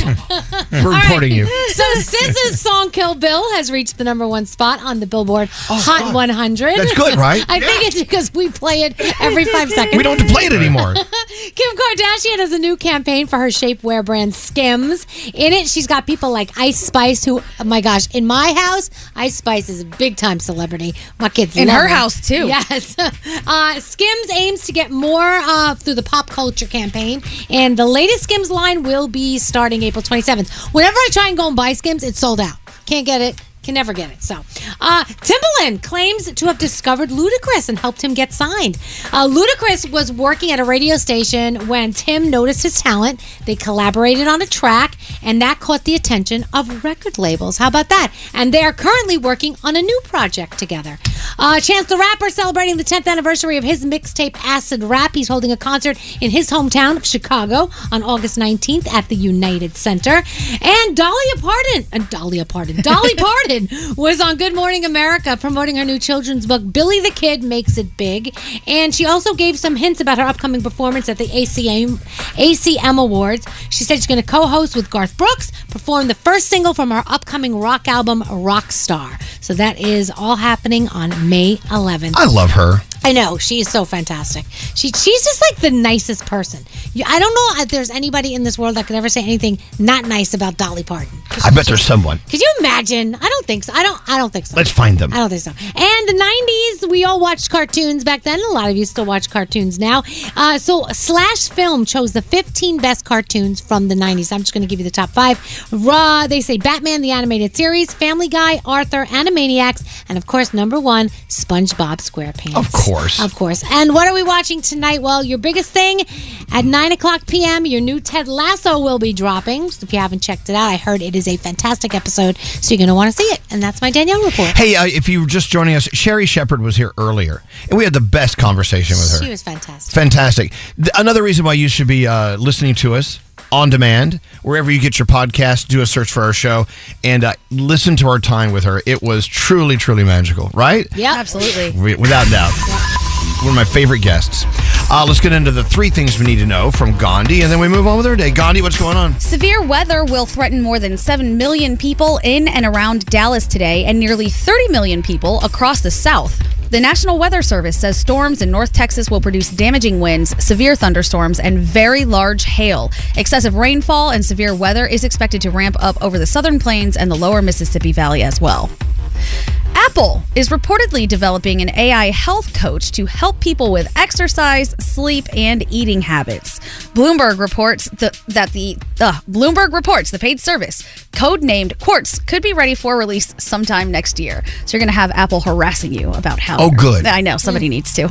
[SPEAKER 17] We're
[SPEAKER 3] right.
[SPEAKER 17] reporting you.
[SPEAKER 3] So SZA's song "Kill Bill" has reached the number one spot on the Billboard Hot 100.
[SPEAKER 4] Oh, That's good, right?
[SPEAKER 3] I think it's because we play it every five seconds.
[SPEAKER 4] We don't have to play it anymore.
[SPEAKER 3] Kim Kardashian has a new campaign for her shapewear brand Skims. In it, she's got people like Ice Spice, who, oh my gosh, in my house, Ice Spice is a big time celebrity. My kids
[SPEAKER 8] In
[SPEAKER 3] love
[SPEAKER 8] her
[SPEAKER 3] her.
[SPEAKER 8] house, too.
[SPEAKER 3] Yes. Uh, Skims aims to get more uh, through the pop culture campaign, and the latest Skims line will be starting April 27th. Whenever I try and go and buy Skims, it's sold out. Can't get it. Can never get it. So, uh, Timbaland claims to have discovered Ludacris and helped him get signed. Uh, Ludacris was working at a radio station when Tim noticed his talent. They collaborated on a track, and that caught the attention of record labels. How about that? And they are currently working on a new project together. Uh, Chance the Rapper celebrating the 10th anniversary of his mixtape Acid Rap. He's holding a concert in his hometown of Chicago on August 19th at the United Center. And Dolly Parton, uh, Dolly Parton, Dolly Parton was on Good Morning America promoting her new children's book, Billy the Kid Makes It Big. And she also gave some hints about her upcoming performance at the ACM, ACM Awards. She said she's going to co host with Garth Brooks, perform the first single from her upcoming rock album, Rockstar. So that is all happening on May 11th.
[SPEAKER 4] I love her.
[SPEAKER 3] I know she is so fantastic. She she's just like the nicest person. You, I don't know if there's anybody in this world that could ever say anything not nice about Dolly Parton.
[SPEAKER 4] I bet there's someone.
[SPEAKER 3] Could you imagine? I don't think so. I don't. I don't think so.
[SPEAKER 4] Let's find them.
[SPEAKER 3] I don't think so. And the '90s, we all watched cartoons back then. A lot of you still watch cartoons now. Uh, so Slash Film chose the 15 best cartoons from the '90s. I'm just going to give you the top five. Raw. They say Batman the animated series, Family Guy, Arthur, Animaniacs, and of course, number one, SpongeBob SquarePants. Of
[SPEAKER 4] course.
[SPEAKER 3] Of course. And what are we watching tonight? Well, your biggest thing at 9 o'clock p.m., your new Ted Lasso will be dropping. So if you haven't checked it out, I heard it is a fantastic episode. So you're going to want to see it. And that's my Danielle report.
[SPEAKER 4] Hey, uh, if you were just joining us, Sherry Shepard was here earlier, and we had the best conversation with her.
[SPEAKER 3] She was fantastic.
[SPEAKER 4] Fantastic. Th- Another reason why you should be uh, listening to us on demand, wherever you get your podcast, do a search for our show and uh, listen to our time with her. It was truly, truly magical, right?
[SPEAKER 3] Yeah, absolutely.
[SPEAKER 4] W- Without doubt. One of my favorite guests. Uh, let's get into the three things we need to know from Gandhi, and then we move on with our day. Gandhi, what's going on?
[SPEAKER 8] Severe weather will threaten more than 7 million people in and around Dallas today and nearly 30 million people across the South. The National Weather Service says storms in North Texas will produce damaging winds, severe thunderstorms, and very large hail. Excessive rainfall and severe weather is expected to ramp up over the southern plains and the lower Mississippi Valley as well. Apple is reportedly developing an AI health coach to help people with exercise, sleep, and eating habits. Bloomberg reports the, that the uh, Bloomberg reports the paid service, codenamed Quartz, could be ready for release sometime next year. So you're going to have Apple harassing you about how.
[SPEAKER 14] Oh, good.
[SPEAKER 8] I know somebody needs to.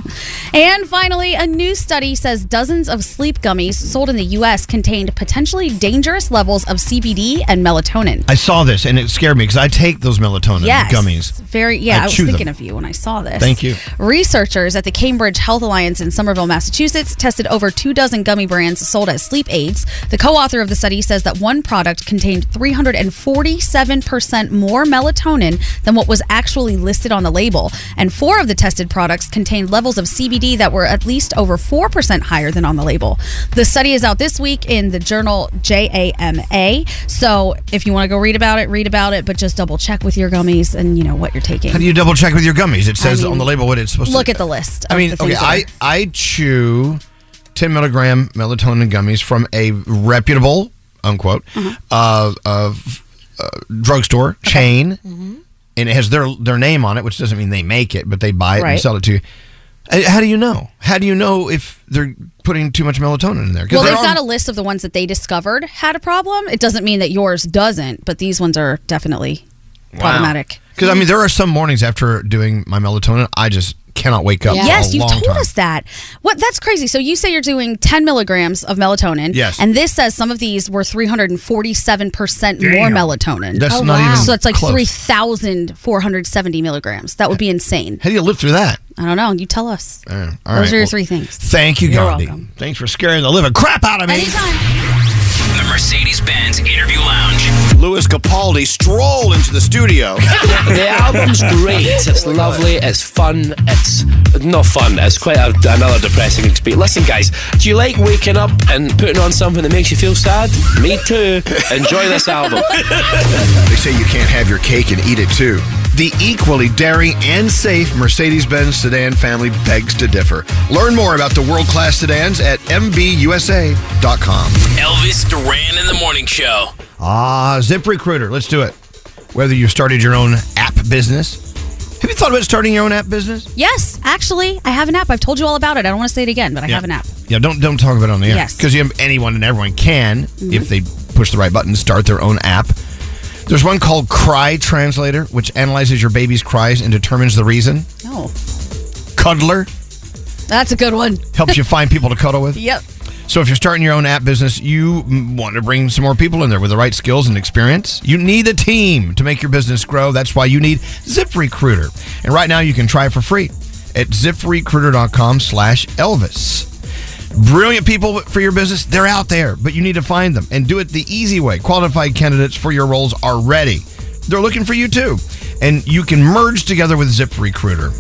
[SPEAKER 8] And finally, a new study says dozens of sleep gummies sold in the U.S. contained potentially dangerous levels of CBD and melatonin.
[SPEAKER 4] I saw this and it scared me because I take those melatonin
[SPEAKER 8] Yes.
[SPEAKER 4] gummies.
[SPEAKER 8] Very yeah,
[SPEAKER 4] I
[SPEAKER 8] I, was
[SPEAKER 4] chew them.
[SPEAKER 8] thinking of you when I saw this.
[SPEAKER 4] Thank you.
[SPEAKER 8] Researchers at the Cambridge Health Alliance in Somerville, Massachusetts, tested over two dozen gummy brands sold as sleep aids. The co author of the study says that one product contained 347% more melatonin than what was actually listed on the label. And four of the tested products contained levels of CBD that were at least over 4% higher than on the label. The study is out this week in the journal JAMA. So if you want to go read about it, read about it, but just double check with your gummies and you know what you're taking.
[SPEAKER 4] How do you double check with your gummies? It says
[SPEAKER 8] mean,
[SPEAKER 4] on the label what it's supposed to
[SPEAKER 8] Look at the list.
[SPEAKER 4] I
[SPEAKER 8] of
[SPEAKER 4] mean,
[SPEAKER 8] the
[SPEAKER 4] okay,
[SPEAKER 8] things that
[SPEAKER 4] I, I chew 10 milligram melatonin gummies from a reputable, unquote,
[SPEAKER 8] Mhm.
[SPEAKER 4] uh, of uh, drugstore
[SPEAKER 8] Mm-hmm.
[SPEAKER 4] chain, and it has their their name on it, which doesn't mean they make it, but they buy it
[SPEAKER 8] Right.
[SPEAKER 4] and sell it to you. Uh, How do you know? How do you know if they're putting too much melatonin in there? 'Cause
[SPEAKER 8] Well,
[SPEAKER 4] there
[SPEAKER 8] they've
[SPEAKER 4] are-
[SPEAKER 8] got a list of the ones that they discovered had a problem. It doesn't mean that yours doesn't, but these ones are definitely problematic.
[SPEAKER 4] Because I mean, there are some mornings after doing my melatonin, I just cannot wake up. for
[SPEAKER 8] Yes,
[SPEAKER 4] a
[SPEAKER 8] you've
[SPEAKER 4] long
[SPEAKER 8] told
[SPEAKER 4] time.
[SPEAKER 8] us that. What? That's crazy. So you say you're doing 10 milligrams of melatonin.
[SPEAKER 4] Yes.
[SPEAKER 8] And this says some of these were 347 percent more
[SPEAKER 4] Damn.
[SPEAKER 8] melatonin.
[SPEAKER 4] That's Oh, not wow. even
[SPEAKER 8] So it's like
[SPEAKER 4] close.
[SPEAKER 8] 3,470 milligrams. That would be insane.
[SPEAKER 4] How do you live through that? Uh,
[SPEAKER 8] I don't know. You tell us.
[SPEAKER 4] All right, all
[SPEAKER 8] Those
[SPEAKER 4] right,
[SPEAKER 8] are your
[SPEAKER 4] well,
[SPEAKER 8] three things.
[SPEAKER 4] Thank you,
[SPEAKER 8] You're
[SPEAKER 4] Gandhi. Thanks for scaring the living crap out of me.
[SPEAKER 32] The Mercedes Benz Interview Lounge.
[SPEAKER 33] Louis Capaldi stroll into the studio.
[SPEAKER 2] the album's great. It's lovely. It's fun. It's not fun. It's quite a, another depressing experience. Listen, guys, do you like waking up and putting on something that makes you feel sad? Me too. Enjoy this album.
[SPEAKER 4] They say you can't have your cake and eat it too. The equally dairy and safe Mercedes Benz sedan family begs to differ. Learn more about the world class sedans at MBUSA.com.
[SPEAKER 32] Elvis Duran in the Morning Show.
[SPEAKER 4] Ah, ZipRecruiter. Let's do it. Whether you started your own app business, have you thought about starting your own app business?
[SPEAKER 8] Yes, actually, I have an app. I've told you all about it. I don't want to say it again, but I
[SPEAKER 4] Yeah.
[SPEAKER 8] have an app.
[SPEAKER 4] Yeah, don't don't talk about it on the air.
[SPEAKER 8] Yes.
[SPEAKER 4] because anyone and everyone can,
[SPEAKER 8] Mhm.
[SPEAKER 4] if they push the right button, start their own app. There's one called Cry Translator, which analyzes your baby's cries and determines the reason.
[SPEAKER 8] No.
[SPEAKER 4] Cuddler
[SPEAKER 8] That's a good one.
[SPEAKER 4] helps you find people to cuddle with.
[SPEAKER 8] Yep.
[SPEAKER 4] So if you're starting your own app business, you mm, want to bring some more people in there with the right skills and experience. You need a team to make your business grow. That's why you need ZipRecruiter. And right now you can try it for free at ziprecruiter.com slash Elvis. Brilliant people for your business, they're out there, but you need to find them and do it the easy way. Qualified candidates for your roles are ready. They're looking for you too. And you can merge together with ZipRecruiter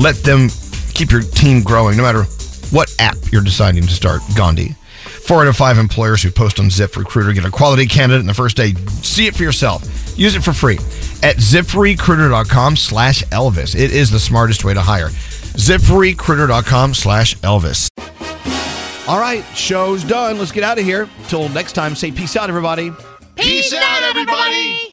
[SPEAKER 4] let them keep your team growing no matter what app you're deciding to start gandhi four out of five employers who post on ziprecruiter get a quality candidate in the first day see it for yourself use it for free at ziprecruiter.com slash elvis it is the smartest way to hire ziprecruiter.com slash elvis all right show's done let's get out of here till next time say peace out everybody
[SPEAKER 33] Peace out, everybody!